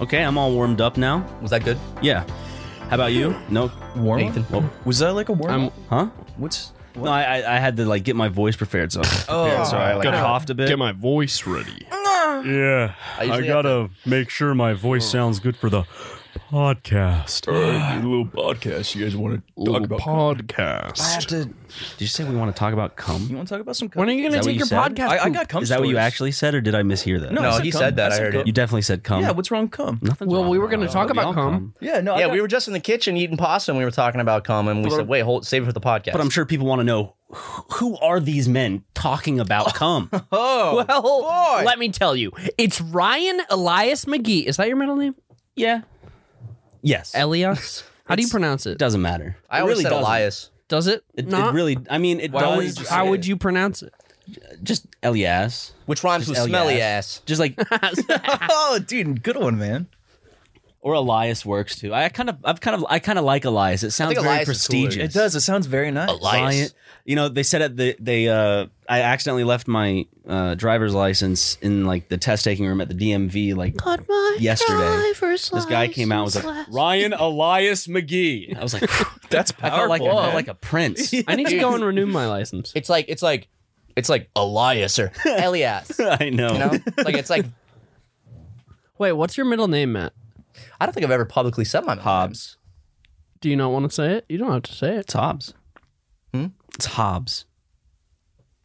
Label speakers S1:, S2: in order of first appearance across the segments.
S1: Okay, I'm all warmed up now.
S2: Was that good?
S1: Yeah. How about you? No.
S2: Warm
S1: Nathan?
S2: up? Was that like a warm
S3: I'm
S2: up?
S1: Huh?
S2: What's
S1: No, I, I- I had to like get my voice prepared, so prepared, so I like
S3: Gotta
S1: coughed a bit.
S3: get my voice ready.
S4: Yeah,
S2: I
S4: I,
S2: usually have
S4: gotta make sure my voice sounds good for the podcast.
S5: a little podcast you guys want to talk
S3: Little
S5: about.
S3: podcast.
S2: I have to.
S1: Did you say we want to talk about
S2: You
S1: cum?
S2: want to talk about some?
S3: when are you
S1: Is
S3: gonna
S1: that what
S3: take
S1: you
S3: your
S1: said?
S3: podcast?
S2: I, I
S3: poop?
S2: got cum.
S1: Is that what you
S2: stories.
S1: actually said, or did I mishear that?
S2: No,
S6: Oh,
S1: No,
S2: I
S1: you
S2: said cum.
S3: said cum. I
S2: that. I,
S3: said
S2: heard
S3: cum.
S2: it.
S1: definitely said cum.
S2: yeah, what's wrong, with cum?
S1: Nothing's
S3: Well,
S1: wrong
S3: we were
S1: with
S3: gonna
S1: that.
S3: talk about
S1: all
S3: cum.
S2: Yeah, no. I
S6: Yeah,
S2: got-
S6: we were just in the kitchen eating pasta and we were talking about cum and we said, wait, hold, save it for the podcast.
S1: But I'm sure people want to know who who are these men talking about cum?
S2: Oh,
S6: well, boy.
S3: Let me tell you, it's Ryan Elias McGee. Is that your middle name?
S1: yeah. Yes. It
S3: Elias? How do you pronounce it?
S1: doesn't matter.
S6: I
S1: It
S6: always
S1: really
S6: said
S1: doesn't.
S6: Elias.
S3: Does it?
S1: It, it
S3: not?
S1: really. I mean, it
S2: Why
S3: How
S2: would
S1: does.
S3: would,
S2: you
S3: how
S2: say
S3: would
S2: it?
S3: you pronounce it?
S1: Just Elias.
S6: Which rhymes
S1: Just
S6: with
S1: Elias.
S6: smelly ass.
S1: Just like
S2: oh, dude, good one, man.
S1: or Elias works too. I kind of, I've kind of, I kind of like Elias. It sounds
S6: think
S1: very
S6: Elias is cooler.
S1: prestigious.
S2: It does. It sounds very nice.
S1: Lion- You know, they said at the they uh I accidentally left my uh driver's license in like the test taking room at the DMV like yesterday. This guy came out and was like Ryan Elias McGee. I was like
S2: That's
S1: I felt like I
S2: powerful,
S1: felt
S2: man.
S1: like a prince.
S3: I need to go and renew my license.
S6: It's like, it's like, it's like Elias or Elias. You
S1: I know.
S6: know? It's like, it's like,
S3: Wait, what's your middle name, Matt?
S6: I don't think I've ever publicly said my name.
S1: Hobbs.
S3: Do you not want to say it? You don't have to say it.
S1: It's Hobbs. It's Hobbs.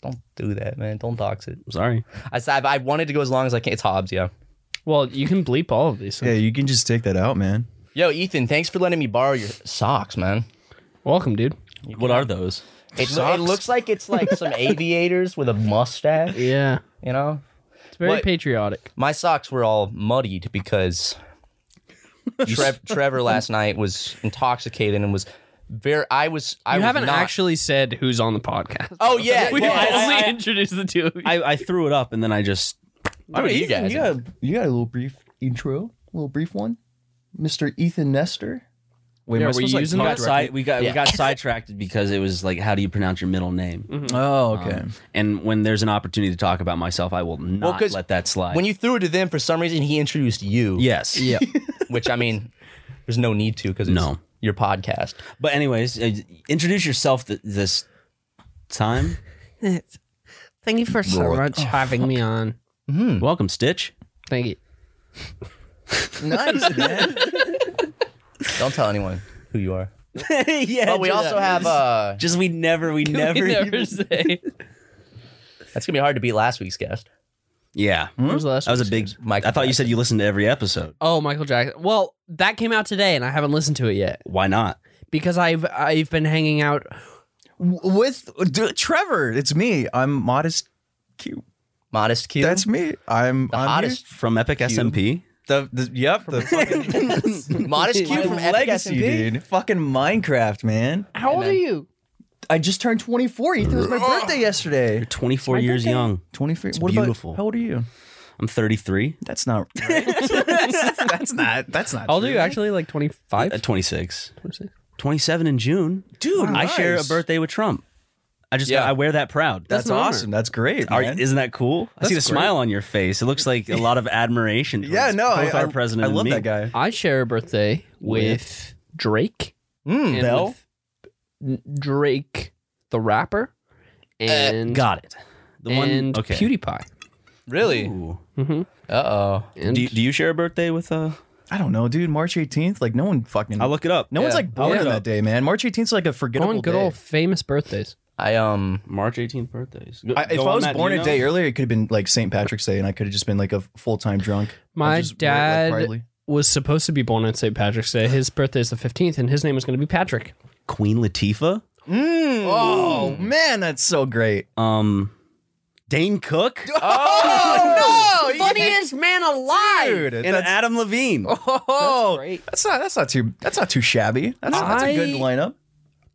S6: Don't do that, man. Don't dox it.
S1: I'm sorry.
S6: I, said- I, I wanted to go as long as I can. It's Hobbs, yeah.
S3: Well, you can bleep all of these.
S2: Yeah,
S3: Things.
S2: you can just take that out, man.
S6: Yo, Ethan, thanks for letting me borrow your socks, man.
S3: Welcome, dude.
S1: What are those?
S6: It, it looks like it's like some aviators with a mustache,
S3: Yeah,
S6: you know?
S3: it's very
S6: What-
S3: patriotic.
S6: My socks were all muddied because Trev- Trevor last night was intoxicated and was very. I was. I
S3: you
S6: was
S3: haven't
S6: not-
S3: actually said who's on the podcast.
S6: Oh yeah,
S3: we
S6: well, I-
S3: only
S6: I- I-
S3: introduced the two of you.
S1: I, I threw it up and then I just
S6: I don't know you guys.
S2: You got, you got a little brief intro, a little brief one, Mister Ethan Nestor. Wait,
S3: Yeah,
S2: am I
S3: were
S2: supposed
S3: you
S2: to, like,
S3: using
S2: talk
S1: got
S2: directly?
S1: side, we got we got sidetracked because it was like how do you pronounce your middle name? Um,
S2: Oh, okay.
S1: And when there's an opportunity to talk about myself, I will not
S6: 'cause
S1: let that slide.
S6: when you threw it to them for some reason, he introduced you.
S1: yes. Yeah.
S6: which I mean, there's no need to because
S1: No.
S6: your podcast.
S1: But anyways, uh, introduce yourself th- this time.
S3: Thank you for so much having me on.
S1: Welcome, Stitch.
S3: Thank you.
S2: nice, man.
S6: Don't tell anyone who you are.
S1: yeah.
S6: But we
S1: just-
S6: also have. uh
S1: just we never we never,
S3: Never say.
S6: That's gonna be hard to beat last week's guest.
S1: Yeah.
S2: When was the last
S1: That was a
S2: one?
S1: big.
S6: Michael
S1: I thought you
S6: Jackson.
S1: said you listened to every episode.
S3: Oh, Michael Jackson. Well, that came out today, and I haven't listened to it yet
S1: Why not?
S3: because I've I've been hanging out.
S2: W- with d- Trevor. It's me. I'm modest. Q.
S6: Modest Q.
S2: That's me. I'm
S6: The
S2: I'm
S6: hottest.
S1: From Epic SMP.
S2: Here. The, the yep. The fucking
S6: Modest Q from Epic
S2: legacy,
S6: SMP.
S2: dude. Fucking Minecraft, man.
S3: How old are you?
S2: I just turned 24. Ethan it was my birthday yesterday.
S1: You're 24 years young.
S2: 24.
S1: It's
S2: what
S1: beautiful.
S2: About, how old are you?
S1: I'm 33.
S2: That's not. that's not. That's not.
S3: How old are you
S2: true.
S3: actually? Like twenty five.
S1: At 26. 27 Uh, in June.
S2: dude.
S1: I share a
S2: nice.
S1: birthday with Trump. I just
S6: Yeah.
S1: I wear that proud.
S2: That's,
S3: That's an honor.
S2: awesome. That's great.
S1: Are,
S2: man.
S1: isn't that cool? I see the
S2: That's
S1: smile on your face. It looks like a lot of admiration.
S2: yeah,
S1: towards
S2: no. I,
S1: both our
S2: I-
S1: president.
S2: I
S1: and
S2: love
S1: me.
S2: that guy.
S3: I share a birthday with Drake.
S6: Mm.
S1: Hmm.
S3: and with N- Drake, the rapper, and
S1: Got it. The
S3: and
S1: one. Okay.
S3: PewDiePie. Mm-hmm.
S6: Really?
S1: Ooh.
S6: Uh oh.
S3: And
S1: Do you, do you share a birthday with? Uh,
S2: I don't know, dude. March 18th. Like no one fucking.
S1: I'll look it up.
S2: no one's
S6: Yeah.
S2: like born
S3: Yeah.
S2: on that day, man. March 18th is like a forgettable
S3: on good
S2: day.
S3: old famous birthdays.
S6: I um.
S1: March 18th birthdays.
S2: I, if I was born a day earlier, it could have been like St. Patrick's Day, and I could have just been like a full time drunk.
S3: My
S2: I just wore it, like,
S3: dad
S2: proudly.
S3: was supposed to be born on St. Patrick's Day. His birthday is the fifteenth, and his name is going to be Patrick.
S1: Queen Latifah,
S3: Mm.
S2: Oh man, that's so great.
S1: um, Dane Cook,
S2: Oh, no,
S3: Funniest man alive.
S2: dude,
S1: and
S2: that's,
S1: Adam Levine.
S2: oh,
S3: great.
S2: that's not that's not too that's not too shabby. That's,
S3: Uh,
S2: that's a good
S3: I-
S2: lineup.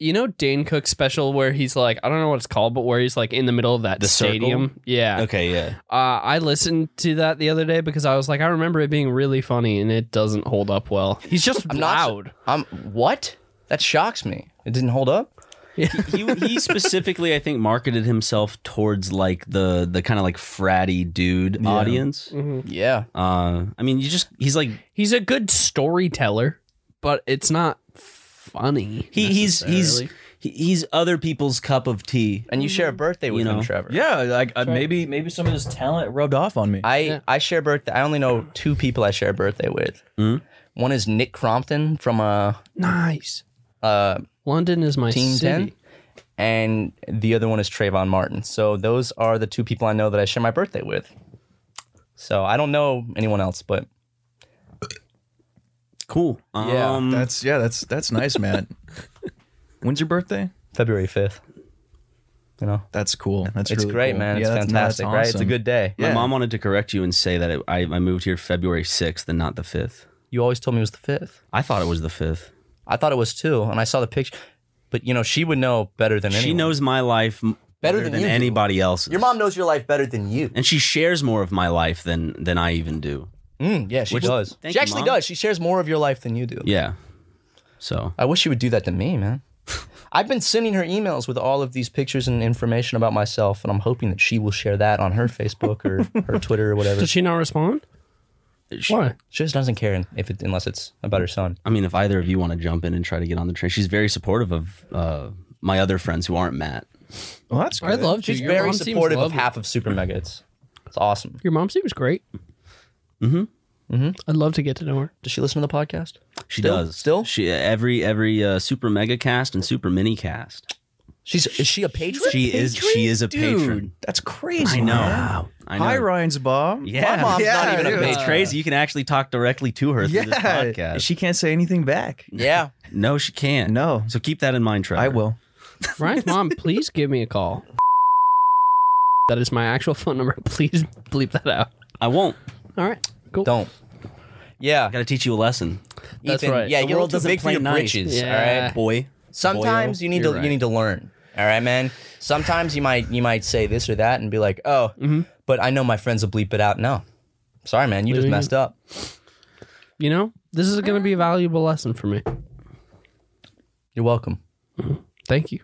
S3: You know Dane Cook's special where he's like, I don't know what it's called, but where he's like in the middle of that
S1: The circle?
S3: stadium. Yeah.
S1: Okay, yeah.
S3: Uh, I listened to that the other day because I was like, I remember it being really funny, and it doesn't hold up well. He's just
S6: not su-
S3: loud.
S6: I'm Um, what? That shocks me. It didn't hold up.
S1: he he specifically, I think, marketed himself towards like the the kind of like fratty dude audience.
S6: Yeah.
S1: Uh, I mean, you just he's like
S3: He's a good storyteller, but it's not funny.
S1: he he's he's
S3: necessarily.
S1: he- he's other people's cup of tea.
S6: And you share a birthday with
S1: You
S6: him,
S1: know.
S6: Trevor.
S2: Yeah, like uh, maybe maybe some of his talent rubbed off on me.
S6: I I share birthday. I only know two people I share a birthday with.
S1: Mhm.
S6: One is Nick Crompton from uh
S3: nice.
S6: uh
S3: London is my
S6: Team
S3: city.
S6: Ten, and the other one is Trayvon Martin. So those are the two people I know that I share my birthday with. So I don't know anyone else, but
S1: Cool.
S6: Yeah,
S1: um,
S2: that's yeah, that's that's nice, man. When's your birthday?
S6: February fifth. You know,
S2: That's cool. That's
S6: it's
S2: really
S6: great,
S2: cool.
S6: man.
S2: Yeah,
S6: It's
S2: that's- no, that's
S6: fantastic, right? It's a
S2: awesome.
S6: good day.
S1: my
S2: yeah.
S1: mom wanted to correct you and say that it, I I moved here February sixth and not the fifth.
S6: You always told me it was the fifth.
S1: I thought it was the fifth.
S6: I thought it was two, and I saw the picture. But you know, she would know better than
S1: She
S6: anyone.
S1: knows my life m-
S6: Better than you do.
S1: anybody else's.
S6: Your mom knows your life better than you.
S1: and she shares more of my life than than I even do.
S6: Mm, yeah, she
S1: Which-
S6: does.
S1: Thank
S6: she
S1: you,
S6: actually
S1: Mom.
S6: does. She shares more of your life than you do.
S1: Yeah. So
S6: I wish she would do that to me, man. I've been sending her emails with all of these pictures and information about myself, and I'm hoping that she will share that on her Facebook or her Twitter or whatever.
S3: Does she not respond? Why?
S6: She just doesn't care if it, unless it's about her son.
S1: I mean, if either of you want to jump in and try to get on the train, she's very supportive of uh, my other friends who aren't Matt.
S2: Well, that's
S3: I
S2: good.
S3: love you.
S6: She's
S3: Your
S6: very
S3: mom seems
S6: supportive of
S3: lovely.
S6: half of Super Mega. It's, it's awesome.
S3: Your mom seems great. Mm-hmm. Mm-hmm. I'd love to get to know her.
S6: Does she listen to the podcast?
S1: She
S6: Still-
S1: does
S6: still?
S1: She every every uh, super mega cast and super mini cast.
S6: She's is she a patron?
S1: She is she is a patron.
S2: That's crazy.
S1: I know.
S2: man.
S1: I know.
S2: Hi, Ryan's Bob.
S1: Yeah,
S6: My mom's not even a
S2: dude.
S6: patron.
S1: It's crazy. You can actually talk directly to her through this
S2: Yeah,
S1: podcast.
S2: she can't say anything back.
S6: Yeah.
S1: no, she can't.
S2: No.
S1: So keep that in mind, Trevor.
S2: I will.
S3: Ryan's mom, please give me a call. That is my actual phone number. Please bleep that out.
S1: I won't.
S3: All right. Cool.
S6: Don't. Yeah.
S1: I got to teach you a lesson.
S3: That's
S6: Ethan,
S3: right.
S6: Yeah,
S3: The
S6: you're a
S1: world
S6: little too
S1: doesn't
S6: big for
S1: play
S6: your
S1: nice.
S6: britches. All
S3: Yeah.
S6: right.
S1: Boy,
S6: Sometimes you need to
S3: You're right.
S6: you need to learn. All right, man. Sometimes you might you might say this or that and be like, oh, but I know my friends will bleep it out. No, sorry, man, you just
S3: Bleeping
S6: messed up.
S3: You know, this is going to be a valuable lesson for me.
S6: You're welcome.
S3: Thank you.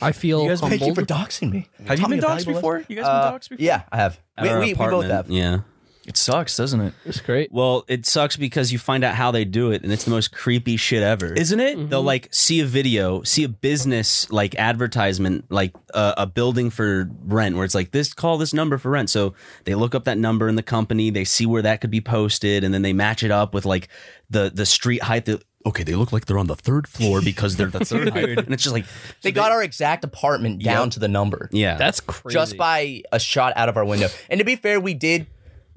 S3: I feel humbled.
S6: thank you for doxing me.
S2: Have you been doxxed before? You guys been doxxed before?
S6: Uh, Yeah, I have.
S1: At
S6: We,
S1: our
S6: we, we both
S1: apartment.
S6: have.
S1: Yeah.
S2: It sucks, doesn't it?
S3: it's great.
S1: Well, it sucks because you find out how they do it, and it's the most creepy shit ever.
S2: Isn't it?
S1: They'll
S6: Mm-hmm.
S1: like see a video, see a business like advertisement, like uh, a building for rent, where it's like this call this number for rent. So they look up that number in the company, they see where that could be posted, and then they match it up with like the the street height, the
S7: okay, they look like they're on the third floor because they're the third high. And it's just like,
S6: They got our exact apartment down to the number.
S1: yeah.
S3: That's crazy.
S6: Just by a shot out of our window. And to be fair, we did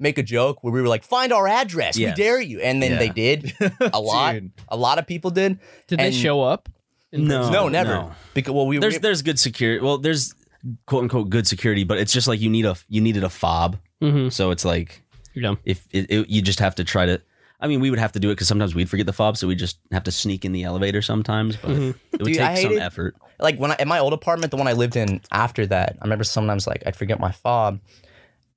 S6: make a joke where we were like, find our address.
S1: Yes.
S6: We dare you. And then
S1: Yeah.
S6: they did. A lot.
S2: Dude.
S6: a lot of people did.
S3: Did
S6: and-
S3: they show up? in
S1: No.
S3: person?
S6: No, never.
S1: no.
S6: Because well, we
S1: there's
S6: we-
S1: there's good security. Well, there's quote unquote good security, but it's just like you need a you needed a fob.
S3: Mhm.
S1: So it's like
S3: You're dumb.
S1: if it, it, you just have to try to. I mean, we would have to do it because sometimes we'd forget the fob, so we just have to sneak in the elevator sometimes. But it would
S6: Dude, I
S1: take some
S6: hated-
S1: effort.
S6: like when I, in my old apartment, the one I lived in after that, I remember sometimes like I'd forget my fob,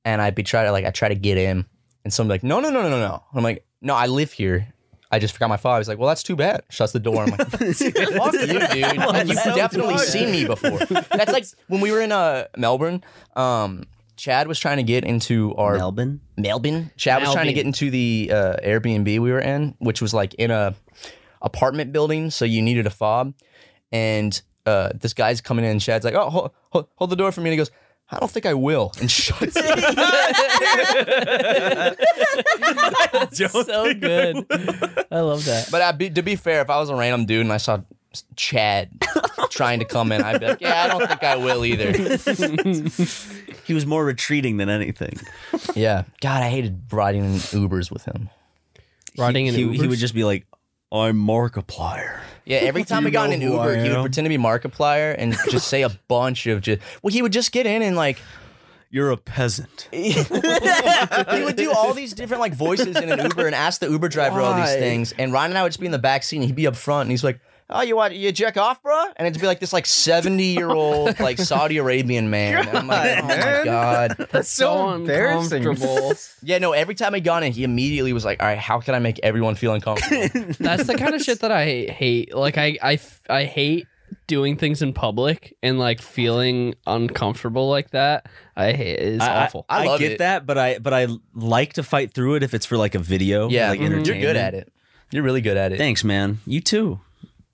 S6: and I'd be try to like I try to get in, and someone like, no, no, no, no, no, no. And I'm like, no, I live here. I just forgot my fob. He's like, well, that's too bad. Shuts the door. I'm like, fuck you, dude. Like, You've definitely seen me before. That's like when we were in uh, Melbourne. Um, Chad was trying to get into our
S1: Melbourne.
S6: Melbourne. Chad was trying to
S3: Melbourne.
S6: get into the uh, Airbnb we were in, which was like in a apartment building, so you needed a fob. And uh, this guy's coming in. Chad's like, "Oh, hold, hold, hold the door for me." And he goes, "I don't think I will," and shuts it.
S3: so good. I love that.
S6: but I'd be, to be fair, if I was a random dude and I saw Chad trying to come in, I'd be like, "Yeah, I don't think I will either."
S1: He was more retreating than anything.
S6: yeah, God, I hated riding in Ubers with him.
S3: Riding in
S1: he, he
S3: Ubers?
S1: would just be like, "I'm Markiplier."
S6: Yeah, every time we got in an
S4: who I
S6: Uber, he would
S4: am?
S6: pretend to be Markiplier and just say a bunch of just. Well, he would just get in and like
S1: You're a peasant.
S6: he would do all these different like voices in an Uber and ask the Uber driver all these
S2: Why?
S6: things. And Ryan and I would just be in the back seat and he'd be up front and he's like, "Oh, you want you check off, bro?" And it'd be like this like seventy year old like Saudi Arabian man. And I'm like, oh my god.
S2: That's so embarrassing.
S3: uncomfortable.
S6: Yeah, no. Every time he got in, he immediately was like, "All right, how can I make everyone feel uncomfortable?"
S3: That's the kind of shit that I hate. Like I, I, I hate doing things in public and like feeling uncomfortable like that. I hate. It's
S1: I- I-
S3: awful.
S6: I
S1: I,
S6: love
S1: get
S6: it.
S1: that, but I but I like to fight through it if it's for like a video.
S6: yeah, mm-hmm.
S1: like
S6: you're good at it. You're really good at it.
S1: Thanks, man. You too.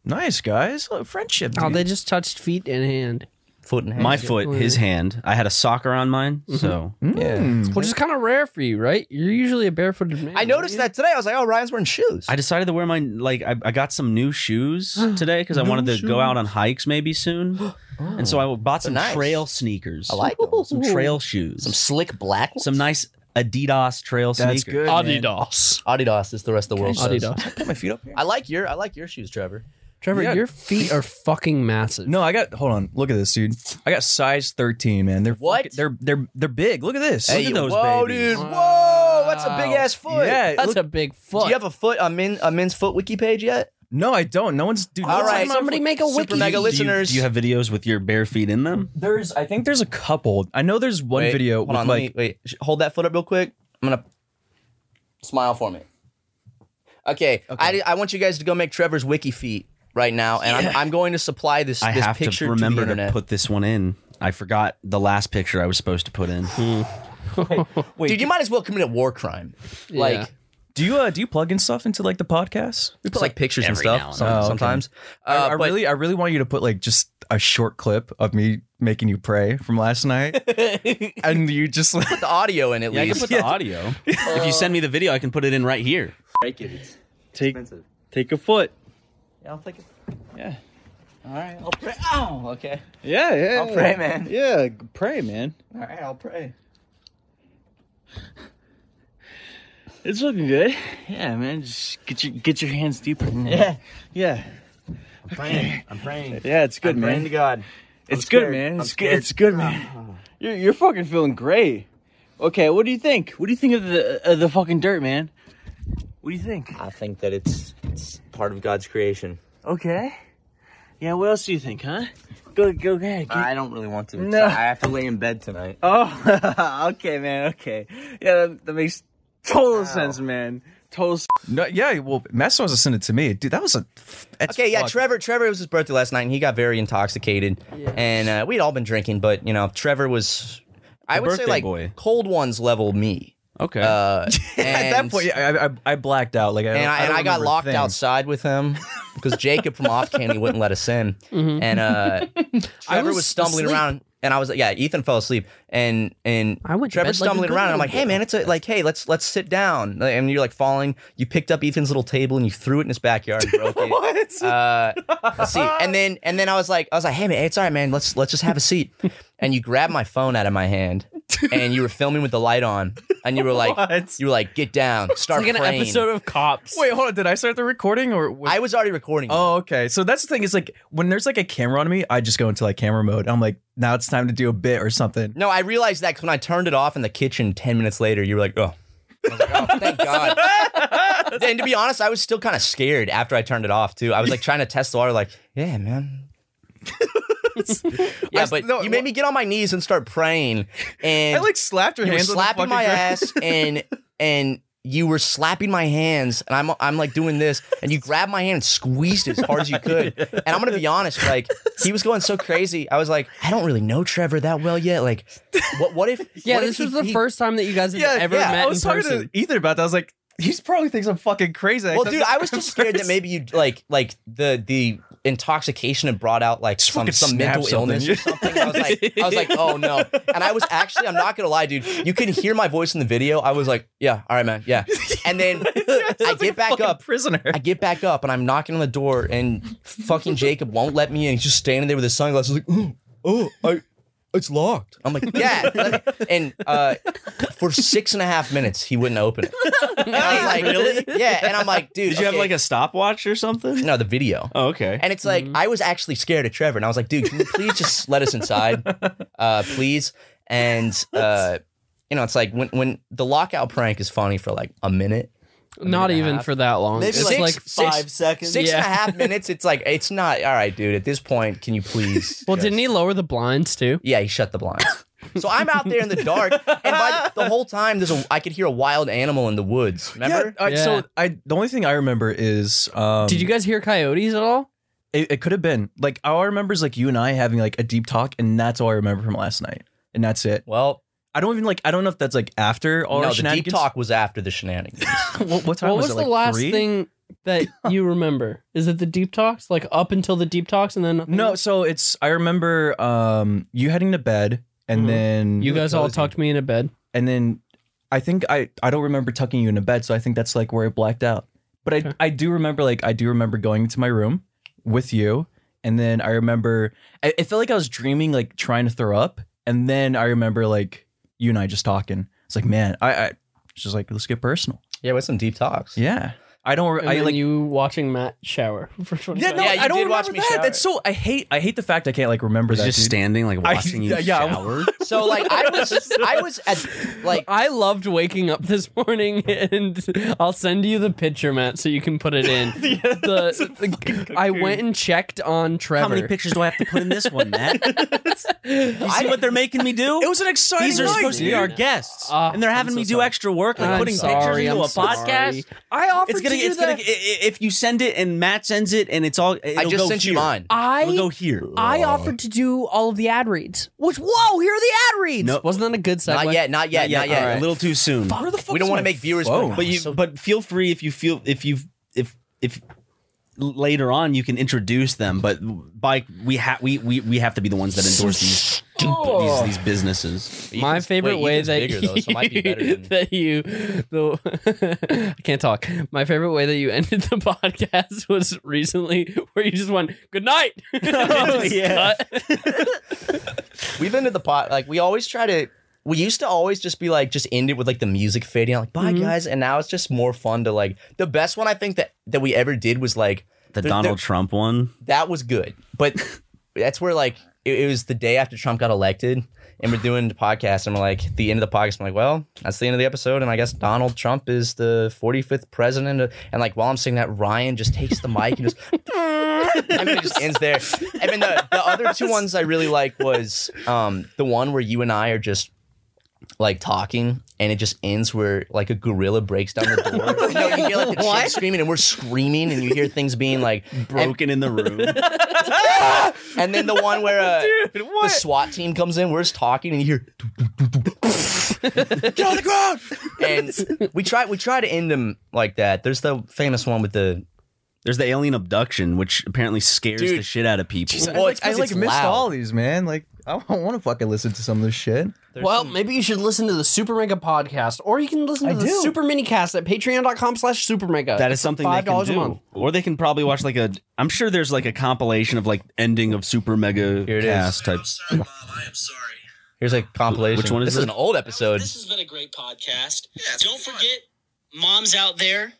S7: nice guys, Look, friendship.
S3: oh,
S7: dude.
S3: they just touched feet and hand,
S6: Foot and hand.
S1: My foot, his hand. I had a socker on mine,
S7: Mm-hmm.
S1: so
S7: Mm.
S6: yeah.
S3: which is kind of rare for you, right? You're usually a barefooted man.
S6: I noticed that today. I was like, "Oh, Ryan's wearing shoes."
S1: I decided to wear my like I, I got some new shoes today because I wanted to go out on hikes maybe soon,
S7: Oh.
S1: and so I bought some
S6: nice.
S1: trail sneakers.
S6: I like 'em.
S1: some trail shoes,
S6: Some
S1: some,
S6: slick black ones.
S1: nice Adidas trail
S7: That's
S1: sneakers.
S7: good. man.
S3: Adidas.
S6: Adidas is the rest of the world. says.
S3: Adidas.
S7: Put my feet up here.
S6: I like your I like your shoes, Trevor.
S3: Trevor,
S7: Yeah.
S3: your feet are fucking massive.
S7: No, I got. Hold on. Look at this, dude. I got size thirteen, man. They're
S6: What?
S7: fucking- they're they're they're big. Look at this.
S6: Hey,
S7: Look at those
S6: whoa, dude!
S7: babies.
S6: Whoa, that's a
S3: Wow.
S6: big ass foot.
S7: Yeah.
S3: that's
S7: look-
S3: a big foot.
S6: Do you have a foot a men a men's foot wiki page yet?
S7: no, I don't. No one's. Dude, no
S6: All
S7: one's
S6: right,
S7: on my
S3: somebody
S7: foot.
S3: make a
S7: Super
S3: wiki.
S6: mega
S7: Do you-
S6: listeners.
S1: Do you have videos with your bare feet in them?
S7: There's. I think there's a couple. I know there's one
S6: Wait,
S7: video
S6: Hold
S7: with
S6: on, let
S7: like.
S6: me- wait. sh- Hold that foot up real quick. I'm gonna smile for me. Okay, I, I want you guys to go make Trevor's wiki feet right now, and I'm, I'm going to supply this
S1: I
S6: this
S1: have
S6: picture
S1: to remember
S6: to the
S1: to,
S6: internet.
S1: put this one in. I forgot the last picture I was supposed to put in.
S6: Dude, you might as well commit a war crime.
S3: Yeah.
S6: Like
S7: Do you uh do you plug in stuff into like the podcast?
S6: we put like pictures and
S1: every
S6: stuff
S1: now and
S6: some-
S7: then. Oh, okay.
S6: sometimes.
S7: I,
S6: Uh,
S7: I
S6: but-
S7: really I really want you to put like just a short clip of me making you pray from last night, and you just like
S6: the audio in at
S1: I
S6: least.
S1: can put the audio. if you send me the video, I can put it in right here.
S8: Take, take a foot.
S6: I'll take it.
S8: Yeah.
S6: All right. I'll pray. Oh, okay.
S8: Yeah, yeah.
S6: I'll pray, man.
S8: Yeah, g- pray, man.
S6: All right, I'll pray.
S8: It's looking good. Yeah, man. Just get your get your hands deeper. In
S6: Yeah.
S8: Yeah.
S6: I'm praying. I'm praying.
S8: Yeah, it's good,
S6: I'm praying
S8: man.
S6: to God.
S8: It's
S6: scared.
S8: good, man.
S6: I'm
S8: It's
S6: scared.
S8: good. It's good, man. You're you're fucking feeling great. Okay, what do you think? What do you think of the of the fucking dirt, man? What do you think?
S6: I think that it's it's part of God's creation.
S8: Okay. Yeah. What else do you think, huh? Go go ahead. Get-
S6: I don't really want to.
S8: No.
S6: I have to lay in bed tonight.
S8: Oh, okay, man. Okay. Yeah, that, that makes total sense, man. Total. s-
S7: no yeah well Master was sent it to me dude that was a that's
S6: Okay, yeah,
S7: fucked.
S6: Trevor. Trevor it was his birthday last night, and he got very intoxicated. And uh, we'd all been drinking, but you know, Trevor was, I would say,
S1: birthday
S6: like
S1: boy.
S6: cold ones level me.
S1: Okay.
S6: Uh,
S7: at that point yeah, I, I I blacked out like I
S6: and
S7: don't-
S6: I,
S7: I
S6: and
S7: don't
S6: I got
S7: remember a
S6: locked
S7: thing.
S6: outside with him
S9: Mm-hmm.
S6: because Jacob from Off Candy wouldn't let us in, and uh, Trevor was,
S3: was
S6: stumbling
S3: asleep.
S6: around. And I was yeah, Ethan fell asleep, and and I went
S9: to bed
S6: Trevor
S9: like a
S6: stumbling
S9: good
S6: around. And I'm
S9: little
S6: like, hey man, it's a, like hey, let's let's sit down. Like, And you're like falling. You picked up Ethan's little table and you threw it in his backyard and broke it. what? Uh, let's see. And then and then I was like I was like, hey man, it's all right, man. Let's let's just have a seat. And you grabbed my phone out of my hand, and you were filming with the light on, and you were like, you were like, get down, start
S9: like an
S6: praying."
S9: episode
S3: of Cops.
S7: Wait, hold on. Did I start the recording or was... I
S6: was already recording?
S7: Oh, okay. So that's the thing is like when there's like a camera on me, I just go into like camera mode. I'm like, now it's time to do a bit or something.
S6: No, I realized that 'cause when I turned it off in the kitchen 10 minutes later, you were like, oh. I was like, oh, thank God. and to be honest, I was still kind of scared after I turned it off, too. I was like trying to test the water, like, yeah, man. yeah, but you made me get on my knees and start praying. And
S7: I, like, slapped your
S6: you were
S7: hands on the
S6: slapping
S7: fucking
S6: my
S7: ground.
S6: ass, and and you were slapping my hands, and I'm I'm like doing this, and you grabbed my hand and squeezed it as hard as you could. And I'm gonna be honest, like he was going so crazy. I was like, I don't really know Trevor that well yet. Like, what what if?
S3: Yeah,
S6: what if
S3: this
S6: he-
S3: was the
S6: he-
S3: first time that you guys had ever met
S7: I was
S3: in
S7: talking
S3: person.
S7: to Ethan about that. I was like, he probably thinks I'm fucking crazy.
S6: Well, dude, I was just scared that maybe you like like the the intoxication had brought out like some
S7: fucking
S6: some
S7: snap
S6: mental
S7: something.
S6: illness or something. I was like, I was like, oh no. And I was actually, I'm not gonna lie, dude. You can hear my voice in the video. I was like, yeah, all right, man, yeah. And then I get back up,
S7: prisoner.
S6: I get back up, and I'm knocking on the door, and fucking Jacob won't let me in. He's just standing there with his sunglasses, like, oh, oh, I. It's locked. I'm like, yeah. let me-" And uh, for six and a half minutes, he wouldn't open it. And I was like,
S1: Really?
S6: Yeah. And I'm like, dude.
S1: Did you have, like,
S6: a stopwatch or something? No, the video.
S1: Oh, okay.
S6: And it's like, I was actually scared of Trevor. And I was like, dude, can you please just let us inside? Uh, please. And, uh, you know, it's like when, when the lockout prank is funny for like a minute. a minute
S3: Not
S6: and a
S3: even
S6: half.
S3: for that long.
S6: Maybe
S3: it's
S6: like
S3: like
S6: six-
S3: five seconds.
S6: Six and a
S3: Yeah.
S6: half minutes. It's like, it's not, all right, dude, at this point, can you please?
S3: Well, didn't he lower the blinds too?
S6: Yeah, he shut the blinds. So I'm out there in the dark, and by the whole time, there's a I could hear a wild animal in the woods. Remember?
S7: Yeah, I, So I the only thing I remember is um,
S3: Did you guys hear coyotes at all?
S7: It, it could have been like all I remember is like you and I having like a deep talk, and that's all I remember from last night, and that's it.
S6: Well,
S7: I don't even like I don't know if that's like after all
S6: no,
S7: our
S6: the deep
S7: shenanigans.
S6: talk was after the shenanigans.
S7: what, what time
S3: what was,
S7: was, it?
S3: the
S7: like
S3: last
S7: three?
S3: thing that you remember? Is it the deep talks? Like up until the deep talks, and then nothing
S7: No,
S3: else?
S7: so it's I remember um you heading to bed and
S3: Mhm.
S7: then
S3: You guys all tucked me into bed.
S7: And then I think I I don't remember tucking you into bed, so I think that's like where I blacked out. But I I do remember like I do remember going into my room with you and then I remember I, it felt like I was dreaming like trying to throw up and then I remember like you and I just talking. It's like, man, I I it's just like let's get personal.
S6: Yeah, with some deep talks.
S7: Yeah. I don't re-
S3: And
S7: I
S3: then
S7: like
S3: you watching Matt shower. For 20
S7: yeah, no,
S3: minutes.
S7: I don't remember that. That's so I hate I hate the fact I can't like remember
S1: Was
S7: that.
S1: he just
S7: dude.
S1: standing, like,
S7: I-
S1: watching you shower?
S6: So like I was I was at like
S3: I loved waking up this morning, and I'll send you the picture, Matt, so you can put it in. the, the- I went and checked on
S1: How
S3: Trevor.
S1: many pictures do I have to put in this one, Matt? you see
S3: I-
S1: what they're making me do?
S7: It was an exciting
S1: These are
S7: night,
S1: supposed to
S7: dude.
S1: be our guests,
S3: Uh,
S1: and they're
S3: I'm
S1: having
S3: so
S1: me do
S3: sorry.
S1: extra work, like
S3: I'm
S1: putting
S3: sorry,
S1: pictures into
S3: I'm
S1: a podcast.
S3: sorry. I offered
S1: It's gonna,
S3: to do
S1: it's gonna, i-
S3: that.
S1: i- if you send it and Matt sends it, and it's all. It'll
S6: just
S1: go
S6: sent you
S1: here.
S6: mine.
S3: I
S1: it'll go here.
S3: I offered to do all of the ad reads. Which whoa, here are the ad reads. Wasn't that a good segue?
S6: Not yet, not yet, not yet.
S1: A little too soon.
S3: Where the fuck
S6: We don't want to make viewers.
S1: Whoa. But you, but feel free if you feel if you if if later on you can introduce them. But by we have we, we we have to be the ones that endorse these
S3: Oh.
S1: these, these businesses.
S3: my favorite
S1: wait,
S3: way
S1: Ethan's
S3: that
S1: bigger,
S3: you,
S1: though, so it might be better than-
S3: that you the I can't talk. My favorite way that you ended the podcast was recently where you just went good night.
S6: Oh,
S3: Just
S6: yeah.
S3: cut.
S6: We've ended the pot. Like we always try to. We used to always just be like, just end it with like the music fading out, like bye
S3: Mhm.
S6: guys, and now it's just more fun to like. The best one I think that that we ever did was like
S1: The
S6: there-
S1: Donald
S6: there-
S1: Trump one.
S6: That was good, but that's where like it, it was the day after Trump got elected, and we're doing the podcast, and we're like the end of the podcast. I'm like, well, that's the end of the episode, and I guess Donald Trump is the 45th president, of, and like while I'm saying that, Ryan just takes the mic and just I mean, it just ends there. I mean, the, the other two ones I really like was um, the one where you and I are just like talking, and it just ends where like a gorilla breaks down the door. you, know, you hear like the chick screaming, and we're screaming, and you hear things being like
S1: broken in the room.
S6: and then the one where uh, the SWAT team comes in, we're just talking, and you hear get on the ground. and we try we try to end them like that. There's the famous one with the
S1: There's the alien abduction, which apparently scares the shit out of people.
S7: Jeez, I like, I, like missed all these, man. Like I don't want to fucking listen to some of this shit.
S3: well, maybe you should listen to the Super Mega podcast, or you can listen to
S7: I
S3: the
S7: do.
S3: Super Mini Cast at patreon.com slash Super Mega.
S1: That is something they can
S3: $5
S1: do.
S3: a month.
S1: Or they can probably watch like a. I'm sure there's like a compilation of like ending of Super Mega
S6: it is.
S1: Cast type.
S6: Here's like compilation.
S1: Which one is
S6: this? Is
S1: it?
S6: an old episode.
S9: This has been a great podcast. Don't forget, moms out there,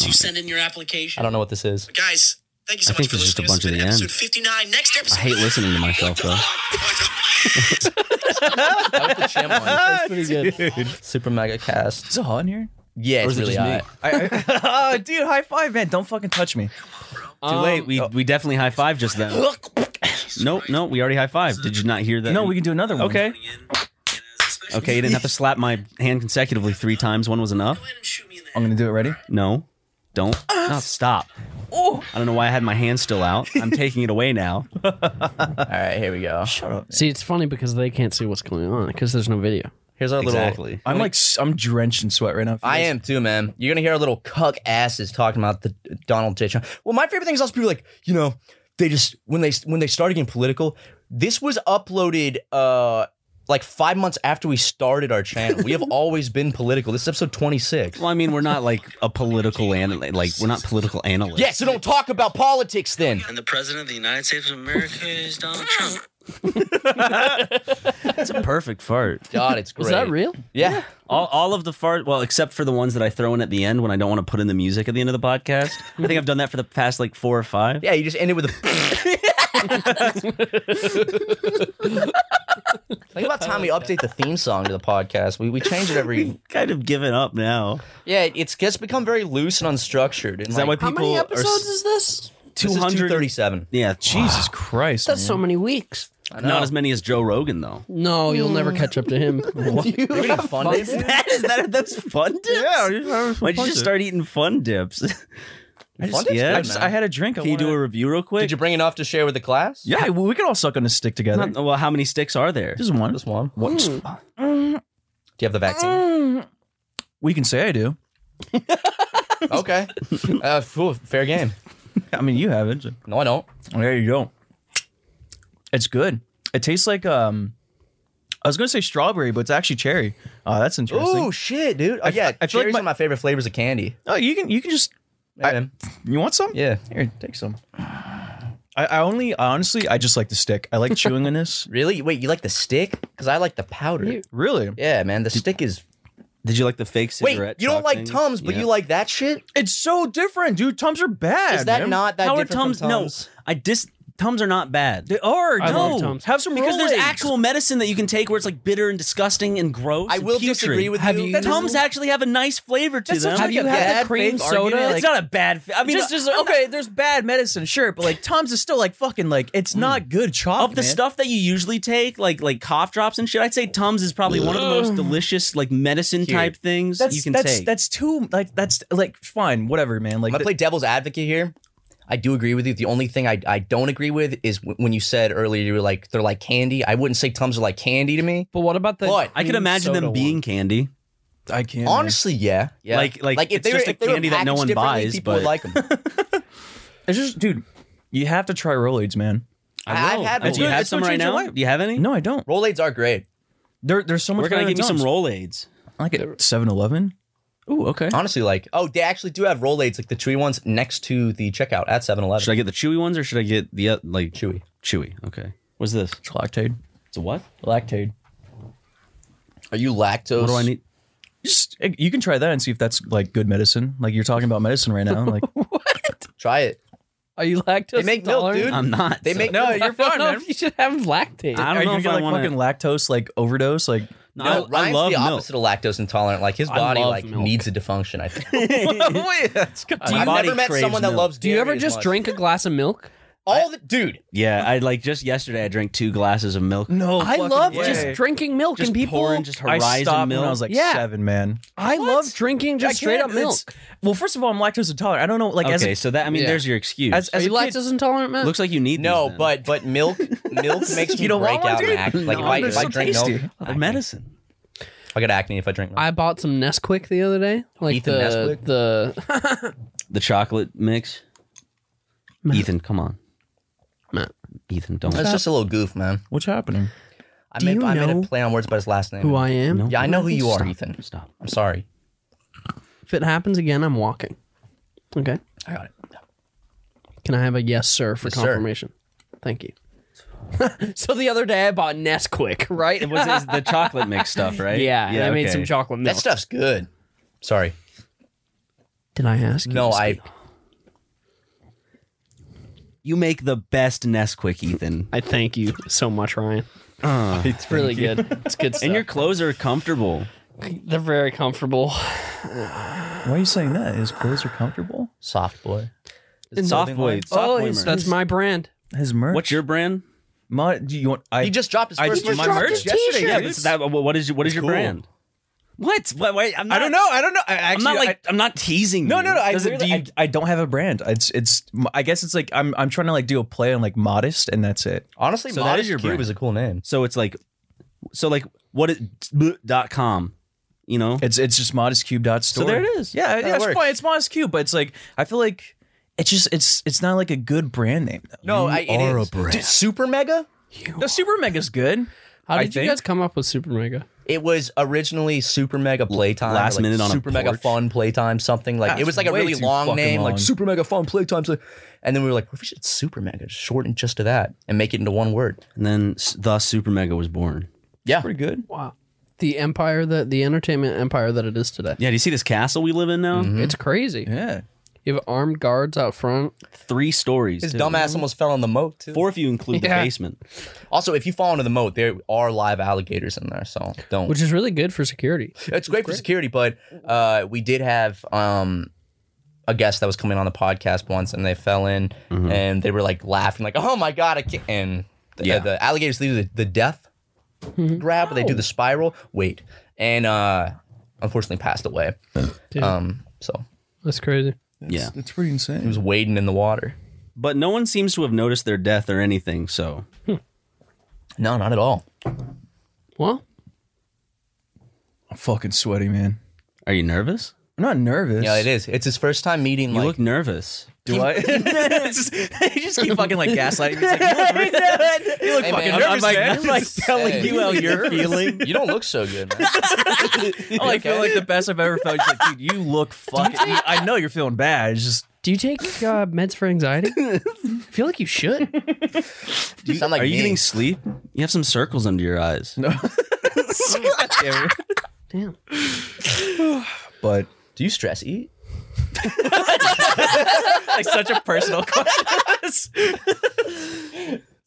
S9: to send in your application.
S6: I don't know what this is.
S9: Guys, thank you so
S1: I think
S9: much for
S1: it's just a
S9: listening.
S1: bunch of the
S9: This has been
S1: end.
S9: episode 59. Next
S1: I
S9: episode.
S1: hate listening to myself though.
S6: That's pretty good. Super Mega Cast.
S7: Is it hot in here?
S6: Yeah,
S7: Or
S6: it's
S7: is it
S6: really
S7: just me?
S6: hot.
S7: I- I- dude, high five, man! Don't fucking touch me.
S1: Too late. We we definitely high five just then. Um, Nope, no, we already high five. Did you not hear that?
S7: No, we can do another one.
S1: Okay. Okay, you didn't have to slap my hand consecutively three times. One was enough.
S7: I'm gonna do it. Ready?
S1: No, don't. No, stop.
S7: Oh.
S1: I don't know why I had my hand still out. I'm taking it away now.
S6: All right, here we go. Shut up.
S3: See, it's funny because they can't see what's going on because there's no video.
S6: Here's our little- Exactly.
S7: I'm like s- I'm drenched in sweat right now.
S6: I am too, man. You're gonna hear our little cuck asses talking about the Donald J. Trump. Well, my favorite thing is also people like, you know, they just when they when they started getting political. This was uploaded uh like five months after we started our channel. We have always been political. This is episode 26.
S1: Well, I mean, we're not like a political analyst. Like we're not political analysts.
S6: Yeah, so don't talk about politics then.
S9: And the president of the United States of America is Donald Trump.
S1: It's a perfect fart.
S6: God, it's Was that great. real? Yeah.
S1: All, all of the fart, well, except for the ones that I throw in at the end when I don't want to put in the music at the end of the podcast. I think I've done that for the past like four or five.
S6: Yeah, you just ended with a. Think about time we update the theme song to the podcast. We we change it every.
S1: kind of given up now.
S6: Yeah, it's just become very loose and unstructured. And
S1: Is that
S6: like-
S1: why How many people are s- episodes
S3: is this?
S6: This is 237.
S1: Yeah.
S7: Jesus Christ.
S3: That's so many weeks.
S1: Not as many as Joe Rogan, though.
S3: No, you'll never catch up to him.
S1: You
S6: You're gonna fund
S1: Is that, is that those fun dips? Yeah. Why'd you just start eating fun dips?
S7: I just- I just- I had a drink. I
S1: Can you do
S7: wanted-
S1: a review real quick? Did
S6: you bring enough to share with the class?
S7: Yeah, well, we can all suck on a stick together.
S1: Not- well, how many sticks are there?
S7: Just one.
S6: Just one.
S7: What?
S6: Do you have the vaccine?
S7: Mm. We can say I do.
S6: okay. Uh, phew, fair game.
S7: I mean, you haven't.
S6: No, I don't.
S7: There you go. It's good. It tastes like um, I was gonna say strawberry, but it's actually cherry. Oh, that's interesting.
S6: Oh shit, dude. Oh
S7: I-
S6: yeah,
S7: I feel like
S6: cherries
S7: my-
S6: are my favorite flavors of candy.
S7: Oh, you can you can just.
S6: I-
S7: you want some?
S6: Yeah.
S7: Here, take some. I, I only honestly I just like the stick. I like chewing on this.
S6: Really? Wait, you like the stick? Because I like the powder.
S7: Really?
S6: Yeah, man. The stick is.
S1: Did you like the fake
S6: Wait,
S1: cigarette?
S6: you don't
S1: chalk
S6: like
S1: thing?
S6: Tums, but
S1: Yeah.
S6: you like that shit?
S7: It's so different, dude. Tums are bad.
S6: Is that
S7: man.
S6: not that
S1: How are
S6: different
S1: Tums?
S6: from
S1: No,
S6: Tums?
S1: I dis. Tums are not bad.
S7: They are.
S1: I
S7: no.
S1: love Tums.
S7: Have some
S1: because there's
S7: Rolaids.
S1: actual medicine that you can take where it's like bitter and disgusting and gross.
S6: I
S1: and
S6: will
S1: putrid.
S6: disagree with
S1: Have
S6: you.
S1: you
S6: That
S1: Tums
S6: is-
S1: actually have a nice flavor to
S7: That's
S1: them.
S7: such like a bad faith argument,
S1: it's
S7: like-
S1: not a bad. Fa- I mean,
S7: just as, okay, there's bad medicine, sure, but like Tom's is still like fucking like it's not good chop.
S1: of the stuff that you usually take, like like cough drops and shit, I'd say Tums is probably one of the most delicious like medicine type things
S7: that's,
S1: you can
S7: that's,
S1: take.
S7: That's too like that's like fine, whatever, man. Like
S6: I'm gonna play devil's advocate here. I do agree with you. The only thing I, I don't agree with is w- when you said earlier you were like they're like candy. I wouldn't say Tums are like candy to me.
S3: But what about the?
S6: But
S1: I could imagine them being candy.
S7: I can't.
S6: honestly, yeah, yeah.
S1: Like- like, it's just a
S6: if they were
S1: candy that no
S6: packaged
S1: one
S6: differently,
S1: buys,
S6: people would
S1: but-
S6: like them.
S7: it's just dude, you have to try Rolaids, man.
S6: I I've had
S1: Do you
S6: Rolaids.
S1: have
S7: It's
S1: some
S7: gonna
S1: right
S7: change your
S1: now?
S7: life.
S1: Do you have any?
S7: No, I don't.
S6: Rolaids are great.
S7: There, there's so much.
S1: Where can I
S7: better
S1: get you
S7: than
S1: some
S7: Tums.
S1: Rolaids?
S7: I like at 7-Eleven. Ooh, okay.
S6: Honestly, like oh, they actually do have Rolaids, like the chewy ones, next to the checkout at 7-Eleven.
S1: Should I get the chewy ones or should I get the uh, like
S6: chewy?
S1: Chewy. Okay. What's this?
S7: It's lactaid.
S1: It's a what?
S7: Lactaid.
S6: Are you lactose?
S1: What do I need?
S7: Just eh, you can try that and see if that's like good medicine. Like you're talking about medicine right now. Like
S6: Try it.
S3: Are you lactose?
S6: They make milk,
S3: intolerant?
S6: dude.
S1: I'm not.
S6: They make
S7: no,
S6: milk.
S7: you're
S3: I
S7: fine,
S3: don't know
S7: man.
S3: if you should have lactate.
S1: I
S7: Are
S1: don't know
S7: you gonna
S1: if
S7: get
S1: I
S7: like
S1: want
S7: fucking lactose like overdose? Like
S1: No,
S6: No,
S1: I, I
S6: Ryan's
S1: love
S6: the
S1: milk.
S6: opposite of lactose intolerant. Like his
S3: I
S6: body
S3: love
S6: like
S3: milk.
S6: needs a defunction. I think.
S7: yeah, it's good.
S1: My
S6: I've
S1: body
S6: never met
S1: craves
S6: someone that
S1: milk.
S6: loves.
S3: Do you
S6: dairy
S3: ever
S6: as
S3: just
S6: much.
S3: drink a glass of milk?
S6: all the dude?
S1: Yeah, I like just yesterday I drank two glasses of milk.
S7: No,
S3: I
S7: fucking
S3: love
S7: way.
S3: just drinking milk
S1: Just
S3: and people.
S1: pouring just
S7: I
S1: horizon
S7: stopped
S1: milk.
S7: when I was like
S3: Yeah.
S7: seven, man.
S3: I love drinking
S7: I
S3: just straight
S7: can't-
S3: up milk.
S7: it's- Well, first of all, I'm lactose intolerant. I don't know. Like, as
S1: okay,
S7: a,
S1: so that I mean
S3: Yeah.
S1: there's your excuse.
S7: as, as
S3: Are
S7: a
S3: you
S7: kid,
S3: lactose intolerant, man?
S1: Looks like you need these
S6: No,
S1: then.
S6: but but milk milk makes me
S7: You don't
S6: break
S7: want one,
S6: out and
S7: dude?
S6: act. Like
S1: No,
S6: if I,
S1: they're
S6: if
S1: so
S6: I drink
S7: tasty.
S6: milk,
S1: They're medicine.
S6: I get acne if I drink milk.
S3: I bought some Nesquik the other day, like
S6: Ethan
S3: the
S6: Nesquik?
S3: the
S1: The chocolate mix. Ethan, come on. Ethan, don't.
S6: That's just a little goof, man.
S7: What's happening?
S6: I
S1: Do
S6: made,
S1: you
S6: I made
S1: know
S6: a play on words by his last name.
S3: who I am?
S6: Yeah, I know who you are,
S3: Stop.
S6: Ethan.
S1: Stop.
S6: I'm sorry.
S3: If it happens again, I'm walking. Okay.
S6: I got it.
S3: Can I have a yes, sir, for
S6: Yes, sir.
S3: confirmation? Thank you. so the other day I bought Nesquik, right?
S1: It was it's the chocolate mix stuff, right?
S3: Yeah, and I made
S1: okay.
S3: some chocolate milk.
S6: That stuff's good. Sorry.
S3: Did I ask?
S6: No, I.
S1: You make the best Nesquik, Ethan.
S3: I thank you so much, Ryan. It's really good. It's good stuff.
S1: And your clothes are comfortable.
S3: They're very comfortable.
S7: Why are you saying that? His clothes are comfortable.
S6: Soft boy.
S1: It's soft boy. Soft
S3: Oh,
S1: boy
S3: it's-
S1: merch.
S3: that's my brand.
S7: His merch.
S1: What's your brand?
S7: My, do you want? I,
S6: He just dropped his
S7: I-
S6: first
S7: he just
S6: merch.
S7: dropped
S6: order.
S7: his Yesterday,
S1: Yeah,
S7: dude.
S1: but that, what is your, what is your
S7: cool.
S1: brand? What? Wait, wait, I'm not,
S7: I don't know. I don't know. I
S1: I'm
S7: actually,
S1: not like I,
S7: I-
S1: am not teasing.
S7: no,
S1: you.
S7: no, no. I,
S1: Does it, do
S7: literally-
S1: you,
S7: I, I don't have a brand. It's, it's. I guess it's like I'm, I'm trying to like do a play on like modest, and that's it.
S6: Honestly,
S1: So that
S6: Modest
S1: is your
S6: Cube
S1: brand.
S6: is a cool name.
S1: so it's like, so like what it dot com, you know?
S7: It's, it's just modestcube.store.
S1: So there it is.
S7: Yeah, yeah, it's
S6: works.
S7: fine. It's modest cube, but it's like I feel like it's just, it's, it's not like a good brand name.
S6: No,
S7: Though.
S6: I, it
S5: are
S6: is.
S5: a brand.
S6: Dude, Super Mega.
S7: The super mega's good.
S3: How
S7: I
S3: did you
S7: think-
S3: guys come up with Super Mega?
S6: It was originally Super Mega Playtime. or,
S1: last
S6: like,
S1: minute on a
S6: Super Mega
S1: porch.
S6: Fun Playtime something like it
S7: That's
S6: was like a
S7: way
S6: really
S7: too
S6: long
S7: fucking
S6: name like
S7: long.
S6: Super Mega Fun Playtime. so- And then we were like, what if we should Super Mega just shorten just to that and make it into one word?
S1: And then s- the Super Mega was born.
S6: Yeah,
S7: Pretty good.
S3: Wow. The empire that the entertainment empire that it is today.
S1: Yeah, do you see this castle we live in now?
S7: Mm-hmm.
S3: It's crazy.
S7: Yeah.
S3: You have armed guards out front.
S1: Three stories.
S6: his
S1: too.
S6: dumbass almost fell in the moat too.
S1: Four if you include
S3: Yeah.
S1: the basement.
S6: Also, if you fall into the moat, there are live alligators in there, so don't.
S3: Which is really good for security.
S6: it's great for security, but uh, we did have um, a guest that was coming on the podcast once, and they fell in, and they were like laughing, like, "Oh my god!" I can't. And the,
S1: Yeah.
S6: the alligators do the, the death grab, but they do the spiral. Wait, and uh, unfortunately, passed away. um, so
S3: That's crazy.
S1: Yeah.
S7: That's pretty
S6: he
S7: insane.
S6: was wading in the water.
S1: But no one seems to have noticed their death or anything, so
S6: No, not at all.
S3: Well,
S7: I'm fucking sweaty, man.
S1: are you nervous?
S7: I'm not nervous.
S6: Yeah, it is. It's his first time meeting.
S1: You
S6: like,
S1: look nervous.
S7: Do I? It's just, you just keep fucking like gaslighting. me. It's like, you look, you look
S6: Hey,
S7: fucking
S6: man, I'm-
S7: nervous,
S1: like,
S7: man.
S1: I'm like telling
S6: Hey.
S1: you how you're feeling.
S6: you don't look so good. Man.
S7: I like, feel like the best I've ever felt. It's like, dude, you look fucking. I know you're feeling bad. It's just
S3: do you take uh, meds for anxiety? I feel like you should.
S6: You sound like
S1: are you
S6: me.
S1: getting sleep? You have some circles under your eyes.
S7: no.
S3: Damn.
S7: but
S6: Do you stress eat?
S7: like such a personal question.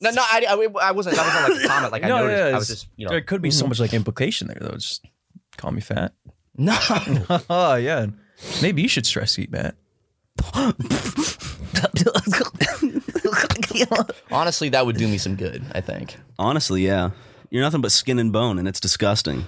S6: No, no, I, I, I wasn't. That wasn't like a comment. Like I noticed. I was just, you know,
S7: there could be so much like implication there though. It's Just call me fat.
S6: no.
S7: oh yeah, maybe you should stress eat, Matt.
S6: Honestly, that would do me some good. I think.
S1: Honestly, yeah. You're nothing but skin and bone, and it's disgusting.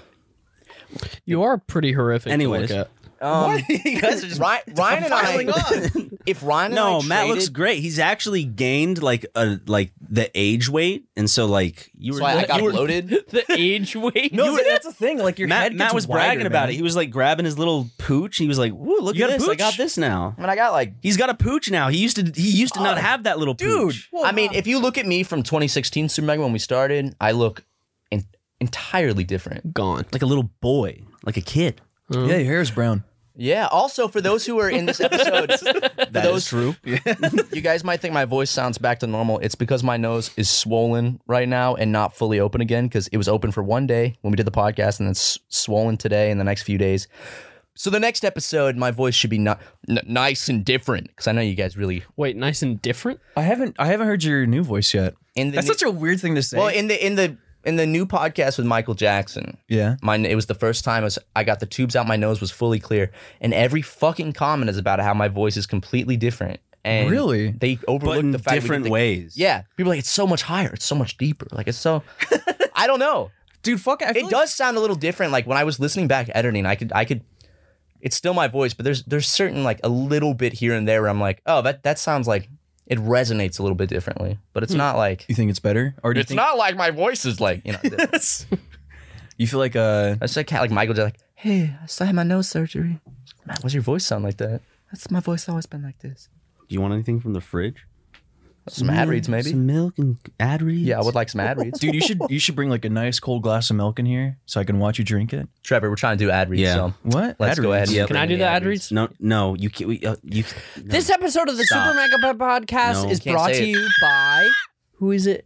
S3: You are pretty horrific.
S1: Anyways.
S3: to look at.
S6: Um, you guys are just Ryan, Ryan and I. If Ryan and
S1: No,
S6: I
S1: Matt
S6: traded,
S1: looks great. He's actually gained like a like the age weight, and so like you were
S6: So I, I
S1: like,
S6: got
S1: you were-
S6: bloated.
S3: the age weight.
S7: No, that's the thing. Like your
S1: Matt, Matt was bragging about it. He was like grabbing his little pooch. He was like, "Woo, look
S7: You
S1: at
S7: got a
S1: this! I
S7: pooch?
S1: got this now."
S6: I mean, I got like,
S1: He's got a pooch now. He used to he used to not
S6: Oh,
S1: have that little
S7: dude.
S1: pooch.
S6: I mean, if you look at me from 2016 Super Mega when we started, I look in, entirely different.
S3: gone.
S1: like a little boy, like a kid.
S7: Yeah, your hair's brown.
S6: Yeah. Also, for those who are in this episode,
S1: That
S6: those-
S1: is true.
S6: you guys might think my voice sounds back to normal. It's because my nose is swollen right now and not fully open again because it was open for one day when we did the podcast and then s- swollen today in the next few days. So the next episode, my voice should be not n- nice and different because I know you guys really
S3: Wait, nice and different.
S7: I haven't. I haven't heard your new voice yet.
S6: in the
S7: That's
S6: new-
S7: such a weird thing to say.
S6: well in the in the in the new podcast with Michael Jackson.
S7: yeah.
S6: Mine. It was the first time I, was, I got the tubes out. My nose was fully clear, and every fucking comment is about how my voice is completely different. And
S7: Really?
S6: they
S1: But
S6: overlooked
S1: in
S6: the fact that we
S1: different
S6: did the-
S1: ways.
S6: Yeah, people are like it's so much higher, it's so much deeper. Like it's so, I don't know.
S7: Dude, fuck. I feel
S6: It
S7: like-
S6: does sound a little different. Like when I was listening back editing, I could, I could. It's still my voice, but there's there's certain like a little bit here and there where I'm like, oh, that that sounds like it resonates a little bit differently, but
S1: Hmm.
S6: it's not like
S7: You think it's better, or do you
S6: it's
S7: think
S6: not like my voice is like you know. different.
S7: you feel like uh?
S6: That's like how- like Michael just like, hey, I still had my nose surgery. Matt, what's your voice sound like that? That's my voice always been like this.
S1: Do you want anything from the fridge? Mm,
S6: Some ad reads, maybe.
S7: Some milk and ad reads.
S6: Yeah, I would like some ad reads.
S7: Dude, you should you should bring like a nice cold glass of milk in here so I can watch you drink it.
S6: Trevor, we're trying to do ad reads.
S7: Yeah.
S6: So.
S7: What?
S6: Let's
S7: Ad
S6: go ahead.
S7: reads. Yeah,
S3: Can I do the ad reads?
S1: No, no, you can't. We, uh, you, no.
S3: This episode of the
S1: Stop.
S3: Super Mega Pet Podcast
S1: No.
S3: is
S1: Can't
S3: brought
S1: say
S3: to
S1: it.
S3: you by who is it?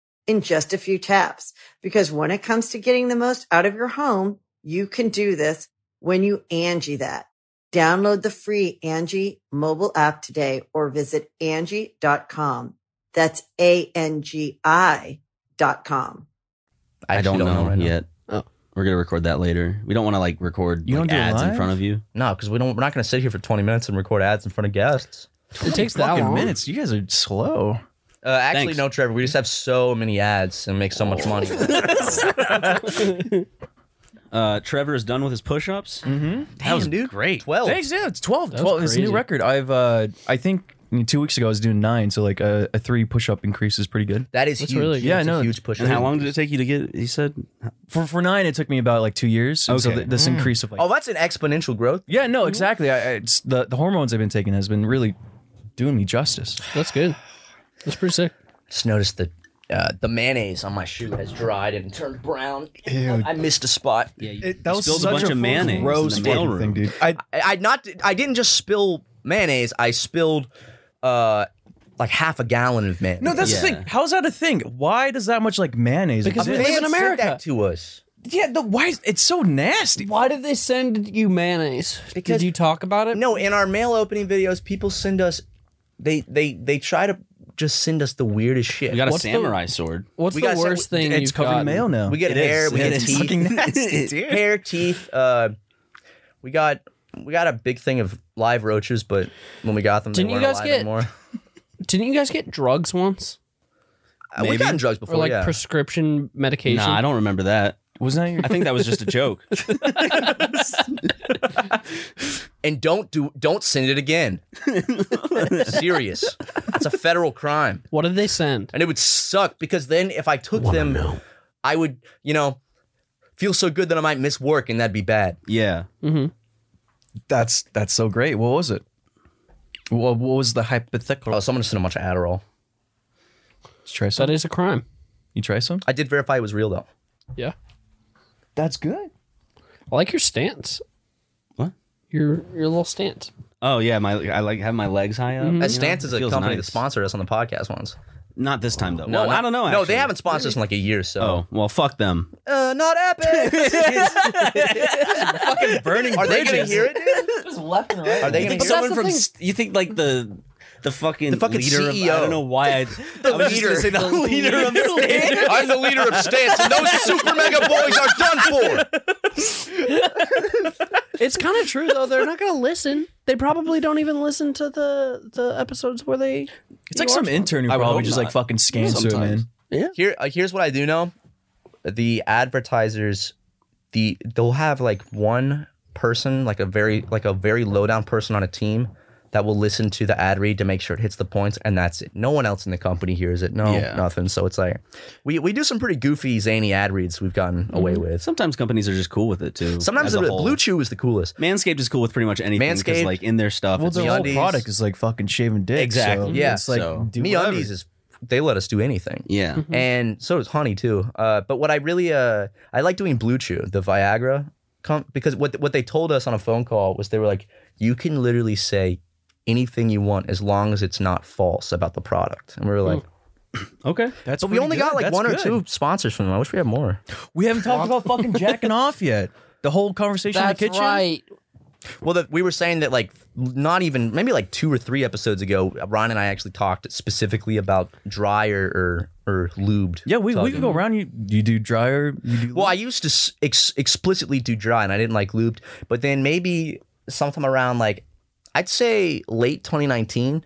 S10: in just a few taps. Because when it comes to getting the most out of your home, you can do this when you Angie that. Download the free Angie mobile app today or visit Angie.com. That's A-N-G-I dot com.
S1: I, don't
S6: actually
S1: know,
S6: don't know right now.
S1: yet. Oh, We're gonna record that later. We don't want to like record
S6: You
S1: like,
S6: don't do it
S1: ads in
S6: live?
S1: front of you.
S6: No, because we don't. We're not going to sit here for 20 minutes and record ads in front of guests.
S3: It takes that long.
S6: minutes. You guys are slow. Uh, actually, no, Trevor. We just have so many ads and make so much money.
S1: Uh, Trevor is done with his push-ups. Mm-hmm. That was great.
S3: Oh.
S6: Twelve.
S7: Thanks, yeah, it's 12.
S1: That was
S7: 12 it's a new
S1: crazy.
S7: record. I've uh I think I mean, two weeks ago I was doing nine, so like a, a three push up increase is pretty good.
S6: That is That's huge. really good.
S7: Yeah,
S6: That's a
S7: I know.
S6: huge push-up.
S1: And how long did it take you to get? You said
S7: for for nine, it took me about like two years. And So
S1: Okay.
S7: th- this
S6: Mm.
S7: increase of like
S6: oh, that's an exponential growth.
S7: yeah, no, exactly. I, I, it's the the hormones I've been taking has been really doing me justice.
S3: That's good. That's pretty sick.
S6: Just noticed the uh, the mayonnaise on my shoe has dried and turned brown.
S7: Ew.
S6: I missed a spot.
S1: Yeah, you,
S7: That you was spilled a such bunch a of mayonnaise in gross the fucking mailroom. thing, dude.
S6: I, I I'd not I didn't just spill mayonnaise. I spilled uh like half a gallon of mayonnaise.
S7: No, that's the thing. How's that a thing? Why does that much like mayonnaise?
S6: Because
S7: exist?
S6: we live in America. That to us.
S7: Yeah, the why is, it's so nasty.
S3: Why did they send you mayonnaise? Because did you talk about it?
S6: No, in our mail opening videos, people send us they they they try to just send us the weirdest shit.
S1: We got a samurai sword.
S3: what's the worst thing
S7: it's you've covered in gotten? mail now.
S6: We get
S7: It
S6: hair,
S7: is.
S6: we
S7: It
S6: get
S7: is
S6: teeth.
S7: fucking nasty, dude.
S6: Hair, teeth, uh we got we got a big thing of live roaches, but when we got them,
S3: Didn't
S6: they
S3: you
S6: weren't alive
S3: guys get-
S6: anymore.
S3: Didn't you guys get drugs once?
S6: Uh, we've gotten drugs
S7: Oh,
S6: before,
S3: or like
S6: yeah.
S3: prescription medication.
S1: Nah, I don't remember that.
S7: Wasn't that your?
S1: I think that was just a joke.
S6: and don't do don't send it again. Serious. That's a federal crime.
S3: What did they send?
S6: And it would suck because then if I took them, I would, you know, feel so good that I might miss work and that'd be bad.
S1: Yeah.
S7: That's that's so great. What was it? What, what was the hypothetical?
S6: Oh, someone sent a bunch of Adderall.
S7: Let's try some.
S3: That is a crime.
S7: You try some?
S6: I did verify it was real though.
S3: Yeah.
S7: That's good.
S3: I like your stance.
S1: What?
S3: Your your little stance.
S1: Oh yeah, my I like have my legs high up.
S6: That
S3: Mm-hmm.
S1: you know?
S6: Stance is a
S1: Feels
S6: company
S1: nice.
S6: that sponsored us on the podcast once.
S1: Not this time though.
S6: No,
S1: Well,
S6: not-
S1: I don't know.
S6: no, they
S1: actually.
S6: haven't sponsored us in like a year, so
S1: Oh well, fuck them.
S6: Uh, not epic.
S1: Fucking burning.
S6: Are they gonna
S1: bridges.
S6: hear it? Dude?
S3: Just left and
S6: Are they
S1: You
S6: gonna
S1: think
S6: hear
S1: someone
S6: it?
S1: from st- you think like the the fucking,
S6: The fucking
S1: leader of-
S6: CEO.
S1: I don't know why I
S6: The
S1: I was just
S6: leader.
S1: gonna say the,
S6: The E
S1: leader of Stance.
S6: I'm the leader of Stance, and those super mega boys are done for.
S3: It's kind of true though. They're not going to listen. They probably don't even listen to the the episodes where they.
S7: It's like some intern who
S6: I would
S7: probably
S6: hope
S7: just like
S6: not.
S7: fucking scans through it,
S6: Sometimes.
S7: man.
S3: Yeah.
S6: Here, uh, here's what I do know: the advertisers, the they'll have like one person, like a very like a very low down person on a team that will listen to the ad read to make sure it hits the points, and that's it. No one else in the company hears it. No,
S1: Yeah.
S6: nothing. So it's like we we do some pretty goofy, zany ad reads we've gotten away with.
S1: Sometimes companies are just cool with it too. Mm-hmm.
S6: Sometimes
S1: as a
S6: the-
S1: whole.
S6: Blue Chew is the coolest.
S1: Manscaped is cool with pretty much anything. 'cause,
S6: Manscaped,
S1: like in their stuff,
S6: Well,
S1: it's
S6: their whole
S1: MeUndies.
S6: product is
S7: like fucking shaving dick.
S6: Exactly.
S7: so
S6: yeah.
S7: It's like
S6: so,
S7: do
S6: me
S7: whatever.
S6: undies is they let us do anything.
S1: Yeah.
S7: Mhm.
S6: And so does Honey too. Uh, but what I really uh I like doing Blue Chew, the Viagra com- because what what they told us on a phone call was they were like, you can literally say anything you want as long as it's not false about the product. And we were like,
S1: Okay.
S7: That's
S6: but we
S7: pretty
S6: only
S7: good.
S6: got like
S7: That's
S6: one or
S7: good.
S6: two sponsors from them. I wish we had more.
S7: We haven't talked about fucking jacking off yet. The whole conversation
S6: That's
S7: in the kitchen.
S6: right. Well, that we were saying that like not even maybe like two or three episodes ago, Ron and I actually talked specifically about dryer or or lubed.
S7: Yeah, we, we could go around. You you do dryer. You do
S6: Well, I used to s- ex- explicitly do dry, and I didn't like lubed. But then maybe sometime around like I'd say late 2019.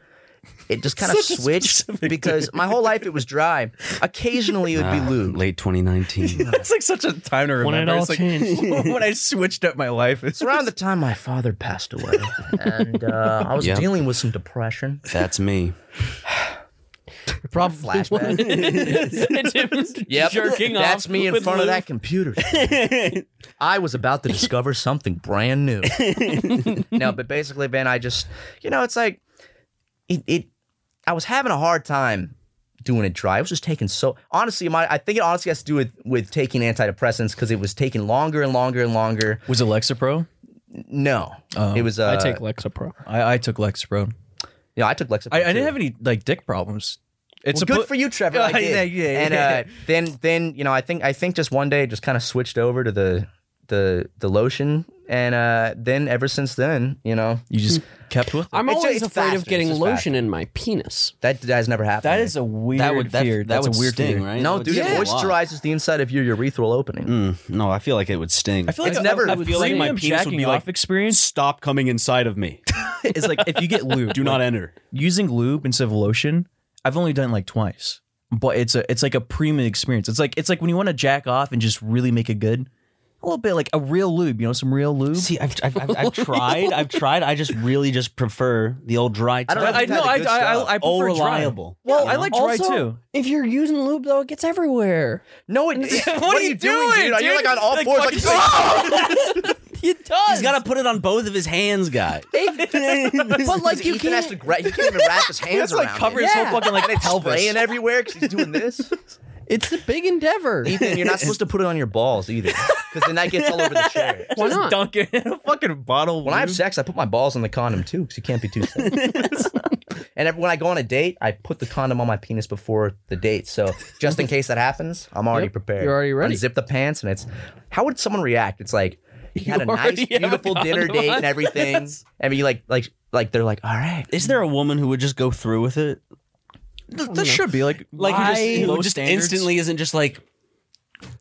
S6: It just kind of
S1: Such a
S6: switched because my whole life it was dry. Occasionally it would be
S1: Ah,
S6: lubed.
S1: Late 2019.
S7: It's like such a time to
S6: When it
S7: remember.
S6: all
S7: it's like,
S6: changed.
S7: when I switched up my life.
S6: It's around the time my father passed away, and uh, I was
S1: Yep.
S6: dealing with some depression.
S1: That's me.
S6: Probably
S3: flashback. Yep. Jerking
S6: That's
S3: off
S6: me in
S3: with
S6: front of
S3: lube.
S6: that computer. I was about to discover something brand new. no, but basically, man, I just, you know, it's like, it, it, I was having a hard time doing it dry. It was just taking so, honestly, my, I think it honestly has to do with, with taking antidepressants because it was taking longer and longer and longer.
S7: Was it Lexapro?
S6: No.
S7: Uh-huh.
S6: it was, uh,
S3: I take Lexapro.
S7: I, I took Lexapro.
S6: Yeah, I took Lexapro.
S7: I, I didn't have any like dick problems.
S6: It's
S7: a
S6: good
S7: put-
S6: for you, Trevor. I did.
S7: Yeah, yeah,
S6: and
S7: yeah.
S6: uh, then, then you know, I think I think just one day, just kind of switched over to the the the lotion, and uh, then ever since then, you know,
S7: you just kept with.
S3: I'm
S6: It's-
S3: always
S6: it's
S3: afraid
S6: faster.
S3: of getting
S6: It's just
S3: lotion in my penis.
S6: That, that has never happened.
S7: That is a weird
S3: That would- that-
S7: fear.
S3: that
S7: That's
S3: would
S7: a weird
S3: sting,
S7: fear.
S3: right?
S6: No,
S3: That would
S6: dude, it
S3: sting a lot.
S6: moisturizes the inside of your urethral
S1: Mm.
S6: opening.
S1: no, I feel like it would sting.
S7: I feel like
S6: It's
S7: a-
S6: never-
S7: a
S6: I feel like
S7: premium
S6: my penis would
S7: jacking
S6: be like,
S7: off experience.
S1: Stop coming inside of me.
S7: It's like if you get lube,
S1: Do not
S7: like,
S1: enter.
S7: Using lube instead of lotion, I've only done like twice, but it's a it's like a premium experience. It's like it's like when you want to jack off and just really make it good. A little bit like a real lube, you know, some real lube.
S1: See, I've, I've, I've, I've tried. I've tried. I just really just prefer the old dry.
S7: I don't know
S1: type.
S7: if you've had the good stuff.
S1: oh,
S7: prefer dry.
S1: reliable.
S7: Well, I like dry too.
S3: If you're using lube though, it gets everywhere.
S7: Oh,
S6: No, it,
S3: what,
S6: are you doing, dude? Are you, like, on all fours, like,
S3: it does.
S1: He's got to put it on both of his hands, guy.
S3: but like you
S6: Ethan has to
S3: can't.
S6: gra- he can't even wrap his hands
S7: That's like
S6: around
S7: cover
S6: it.
S7: his whole
S3: Yeah.
S7: fucking like
S6: and it's
S7: pelvis.
S6: spraying everywhere because he's doing this.
S3: It's the big endeavor.
S6: Ethan, you're not supposed to put it on your balls either, because then that gets all over the chair.
S3: Why not?
S7: Dunk it in a fucking bottle. of
S6: When I have
S3: Mm-hmm.
S7: lube.
S6: sex, I put my balls on the condom too, because you can't be too safe. and every, when I go on a date, I put the condom on my penis before the date, so just in case that happens, I'm already
S3: Yep,
S6: prepared.
S3: you're already ready.
S6: Unzip the pants, and it's how would someone react? It's like you had a
S3: You
S6: nice,
S3: already have a
S6: beautiful dinner
S3: condom
S6: date
S3: on.
S6: and everything, and you like, like, like they're like, all right,
S1: Is there a woman who would just go through with it?
S7: Th- that should be like
S1: Like who just,
S7: low
S1: who just
S7: standards?
S1: instantly isn't just like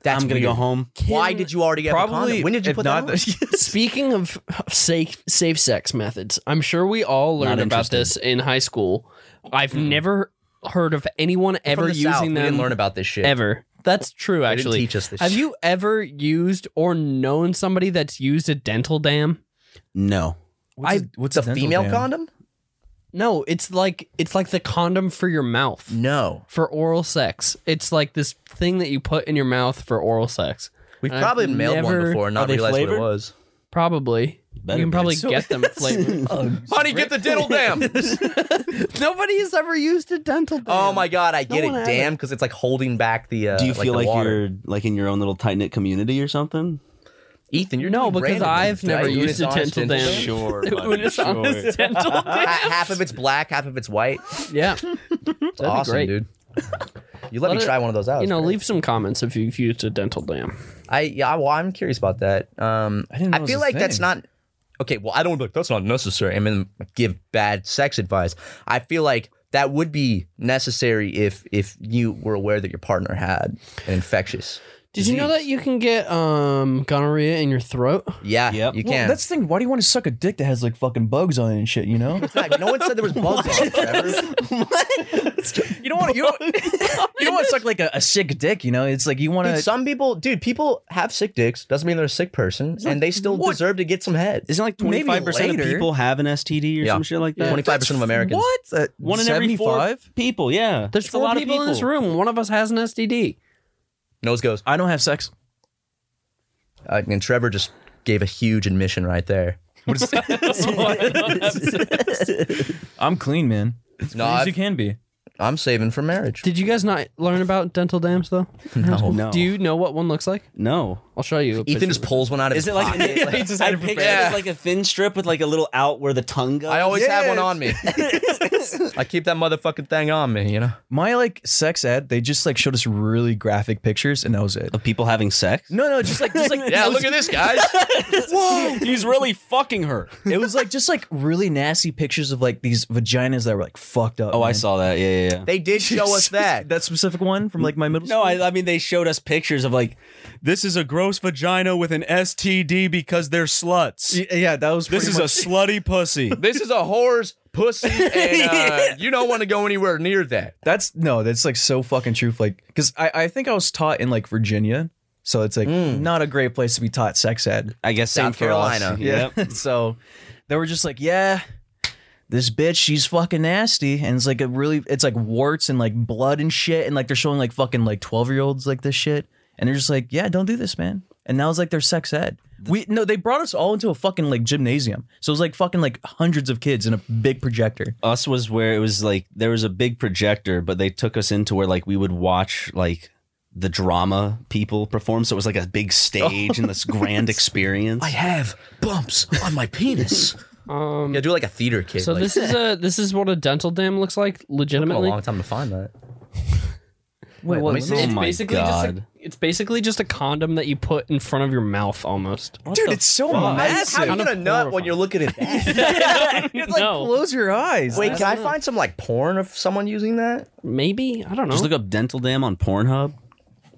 S6: That's
S1: I'm gonna go
S6: weird.
S1: home.
S6: Why did you already have a condom? When did you
S7: if
S6: put
S7: not,
S6: that? on?
S3: Speaking of safe safe sex methods, I'm sure we all
S1: Not
S3: learned about this in high school. I've never heard of anyone ever
S6: Hmm. From the
S3: using
S6: South,
S3: them.
S6: We didn't learn about this shit
S3: ever. That's true.
S6: didn't
S3: Actually,
S6: teach us this
S3: Have
S6: shit.
S3: you ever used or known somebody that's used a dental dam?
S1: No.
S7: What's a- what's a
S6: the
S7: dental
S6: female
S7: dam?
S6: condom?
S3: No, it's like it's like the condom for your mouth
S6: No,
S3: for oral sex. It's like this thing that you put in your mouth for oral sex.
S6: we've
S3: And I've
S6: probably mailed one
S3: Uh, never-
S6: before and
S1: Are
S6: not
S1: they
S6: realized what
S1: flavored?
S6: it was.
S3: Probably.
S1: Better
S3: you can
S1: be.
S3: probably
S1: So-
S3: get them flavored.
S6: Honey, get the diddle dam.
S3: Nobody has ever used a dental dam.
S6: Oh my god, I
S3: No
S6: get
S3: one
S6: it.
S3: has
S6: Damn, because it's like holding back the. Uh,
S1: Do you
S6: like
S1: feel
S6: the
S1: like
S6: water.
S1: you're like in your own little tight knit community or something?
S6: Ethan? You're
S3: No,
S6: doing
S3: because
S6: random
S3: I've
S6: things. Did I
S3: never
S6: do
S3: used
S6: it
S3: a
S6: on
S3: dental
S6: accident?
S3: dam.
S1: Sure,
S3: When it's on this dental
S6: Ha-
S3: dam.
S6: half of it's black, half of it's white. It's
S3: Yeah. That'd be
S6: awesome,
S3: great.
S6: dude. You let,
S3: Let
S6: me
S3: it-
S6: try one of those out.
S3: You know, leave some comments if you've used a dental dam.
S6: I yeah, I, well, I'm curious about that. Um,
S7: I didn't know it was
S6: feel
S7: a
S6: like that's
S7: thing.
S6: not okay. Well, I don't like that's not necessary. I mean, give bad sex advice. I feel like that would be necessary if if you were aware that your partner had an infectious.
S3: Did you know that you can get um, gonorrhea in your throat?
S6: Yeah,
S1: Yep.
S6: you
S7: Well,
S6: can.
S7: that's the thing. Why do you want to suck a dick that has like fucking bugs on it and shit? You know,
S6: It's not- no one said there was bugs on it. Trevor.
S7: You don't want you don't, you don't want to suck like a, a sick dick. You know, it's like you want
S6: Dude,
S7: to.
S6: some people, dude, people have sick dicks. Doesn't mean they're a sick person, and they still deserve to get some head.
S1: Isn't like
S6: Maybe
S1: 25% of
S6: later.
S1: people have an STD or
S6: Yeah.
S1: some shit like that?
S6: 25% of Americans. What?
S7: Uh,
S1: One in every four
S7: 75?
S1: people, yeah.
S3: There's
S1: It's a
S3: four
S1: lot of
S3: people, in this room. One of us has an STD.
S6: Nose goes.
S7: I don't have sex.
S6: Uh, and Trevor just gave a huge admission right there.
S7: I'm clean, man. As
S6: No,
S7: clean as
S6: I've-
S7: you can be.
S6: I'm saving for marriage.
S3: Did you guys not learn about dental dams though?
S6: No. No.
S3: Do you know what one looks like?
S1: No.
S3: I'll show you. a picture
S6: Ethan just
S3: of it.
S6: pulls one out of
S1: Is it
S6: his
S1: like,
S6: pocket.
S1: I picture
S6: out of
S1: it
S6: prepared.
S1: as like a thin strip with like a little out where the tongue goes?
S6: I always have one on me. I keep that motherfucking thing on me, you know.
S7: My like sex ed, they just like showed us really graphic pictures, and that was it.
S1: Of people having sex?
S7: No, no, just like, just like,
S6: Yeah, look at this, guys.
S1: Whoa! He's really fucking her.
S7: It was like just like really nasty pictures of like these vaginas that were like fucked up.
S1: Oh, I
S7: man.
S1: saw that. Yeah, yeah, yeah.
S6: They did show us that.
S7: that specific one from like my middle.
S1: No, I, I mean they showed us pictures of like, this is a gross vagina with an STD because they're sluts.
S7: Y- Yeah, that was.
S1: This is a slutty pussy.
S6: This is a whore's pussy, and uh, you don't want to go anywhere near that.
S7: That's no, that's like so fucking truth. Like, because I, I think I was taught in like Virginia, so it's like not a great place to be taught sex ed.
S1: Hmm. I guess same
S6: South
S1: for
S6: Carolina.
S1: Us.
S7: Yeah. so they were just like, yeah, this bitch, she's fucking nasty, and it's like a really, it's like warts and like blood and shit, and like they're showing like fucking like twelve year olds like this shit, and they're just like, yeah, don't do this, man. And now it's like their sex ed. We no, they brought us all into a fucking like gymnasium, so it was like fucking like hundreds of kids in a big projector.
S1: Us was where it was like there was a big projector, but they took us into where like we would watch like the drama people perform. So it was like a big stage and this grand experience.
S6: have bumps on my penis.
S3: Um,
S6: yeah, do like a theater kid.
S3: So
S6: like-
S3: this is a this is what a dental dam looks like.
S6: Took him a
S3: Legitimately,
S6: long time to find that.
S3: Wait,
S6: let me
S3: it's,
S6: see.
S3: it's
S6: Oh my
S3: basically Just
S6: God.
S3: a, it's basically just a condom that you put in front of your mouth, almost.
S7: Dude, it's so
S6: How
S7: massive.
S6: you gonna nut when you're looking at that?
S7: It's like
S3: No.
S7: close your eyes.
S6: Wait, can I find some like porn of someone using that?
S3: Maybe I don't know.
S1: Just look up dental dam on Pornhub.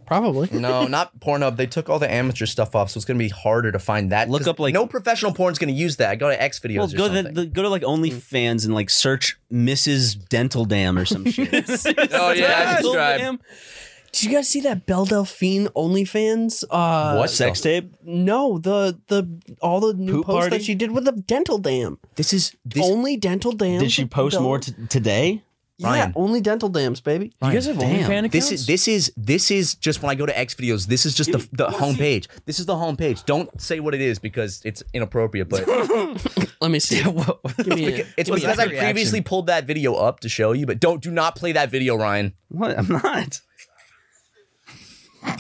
S3: Probably.
S6: No, not Pornhub. They took all the amateur stuff off, so it's gonna be harder to find that. Look
S1: up, like-
S6: no professional porn's gonna use that. Go to X videos.
S1: Well,
S6: or
S1: go to
S6: something.
S1: the, go to like OnlyFans and like search Mrs. Dental Dam or some shit.
S6: oh yeah,
S3: Dental
S6: subscribe.
S3: dam. Did you guys see that Belle Delphine OnlyFans? Uh,
S1: what sex tape?
S3: No, the the all the new
S1: Poop
S3: posts
S1: party?
S3: that she did with the dental dam.
S1: This is this,
S3: only dental dams.
S1: Did she post
S3: Don't-
S1: more t- today?
S3: Yeah,
S6: Ryan.
S3: only dental dams, baby.
S7: You guys have
S1: Damn.
S7: OnlyFans
S6: This is this is this is just when I go to X videos. This is just the the homepage. This is the homepage. Don't say what it is because it's inappropriate. But
S3: Let me see. Give me a-
S6: it's
S7: What's
S6: because
S7: that
S6: I
S7: reaction?
S6: previously pulled that video up to show you. But don't do not play that video, Ryan.
S1: What? I'm not. What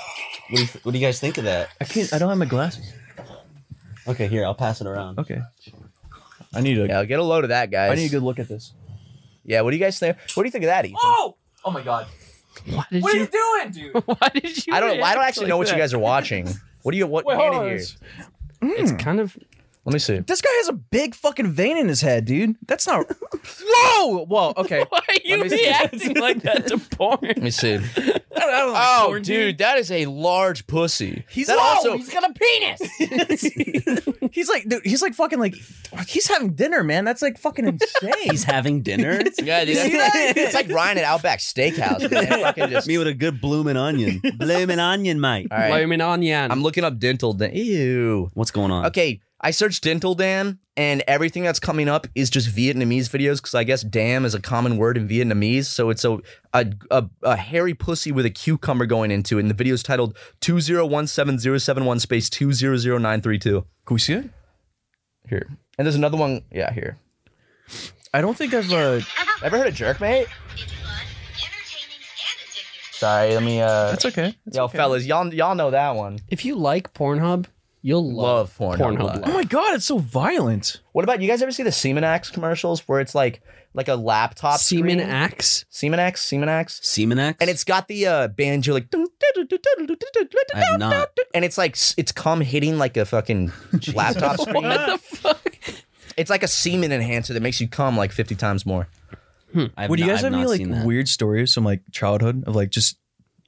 S1: do, you, what do you guys think of that?
S7: I can't. I don't have my glasses.
S1: Okay, here I'll pass it around.
S7: Okay. I need to.
S6: Yeah, get a load of that, guys.
S7: I need a good look at this.
S6: yeah, what do you guys think? What do you think of that? Ethan?
S8: Oh! Oh my god.
S3: Why did
S8: What are
S3: you?
S8: you doing, dude?
S3: Why did you?
S6: I don't. I don't
S3: react
S6: actually
S3: like
S6: know what you
S3: that?
S6: guys are watching. What do you? What
S8: Wait,
S6: hand
S8: hold
S6: in
S8: on.
S6: here?
S8: It's-
S3: It's kind of
S6: Let me see.
S7: This guy has a big fucking vein in his head, dude. That's not. Whoa! Whoa. Okay.
S3: Why are you
S7: me see.
S3: reacting like that to
S6: Let
S3: porn?
S6: me see.
S7: like
S6: oh, dude, that is a large pussy.
S7: He's-
S6: that
S7: Whoa,
S8: He's got a penis!
S7: He's like, dude. He's like fucking like. He's having dinner, man. That's like fucking insane.
S1: He's having dinner.
S6: Yeah, dude, it's like Ryan at Outback Steakhouse. Man. Fucking just-
S1: Me with a good bloomin' onion. bloomin' onion, mate.
S6: All right.
S3: Blooming onion.
S6: I'm looking up dental dam. Ew.
S1: What's going on?
S6: Okay, I searched dental dam, and everything that's coming up is just Vietnamese videos because I guess dam is a common word in Vietnamese. So it's a a, a a hairy pussy with a cucumber going into it. And the video is titled 2017071 space 200932.
S7: Can we see it?
S6: Here. And there's another one. Yeah, here.
S7: I don't think I've. uh
S6: Ever heard of jerk mate? Sorry, let me. uh
S7: That's okay. That's
S6: Yo,
S7: okay.
S6: fellas, y'all y'all know that one.
S3: If you like Pornhub, you'll
S6: Love
S3: love,
S6: Pornhub Live.
S7: Oh my god! It's so violent.
S6: What about you guys ever see the Semenax commercials where it's like like a laptop
S3: Semen
S6: screen?
S3: axe.
S6: Semenax, Semenax,
S1: Semenax?
S6: and it's got the uh, banjo like,
S1: I have not.
S6: and it's like s- it's cum hitting like a fucking laptop screen.
S3: What the fuck?
S6: It's like a semen enhancer that makes you cum like fifty times more.
S1: I have
S7: Would you
S1: not-
S7: guys
S1: I have
S7: have any
S1: not
S7: like
S1: seen that.
S7: weird stories from like childhood of like just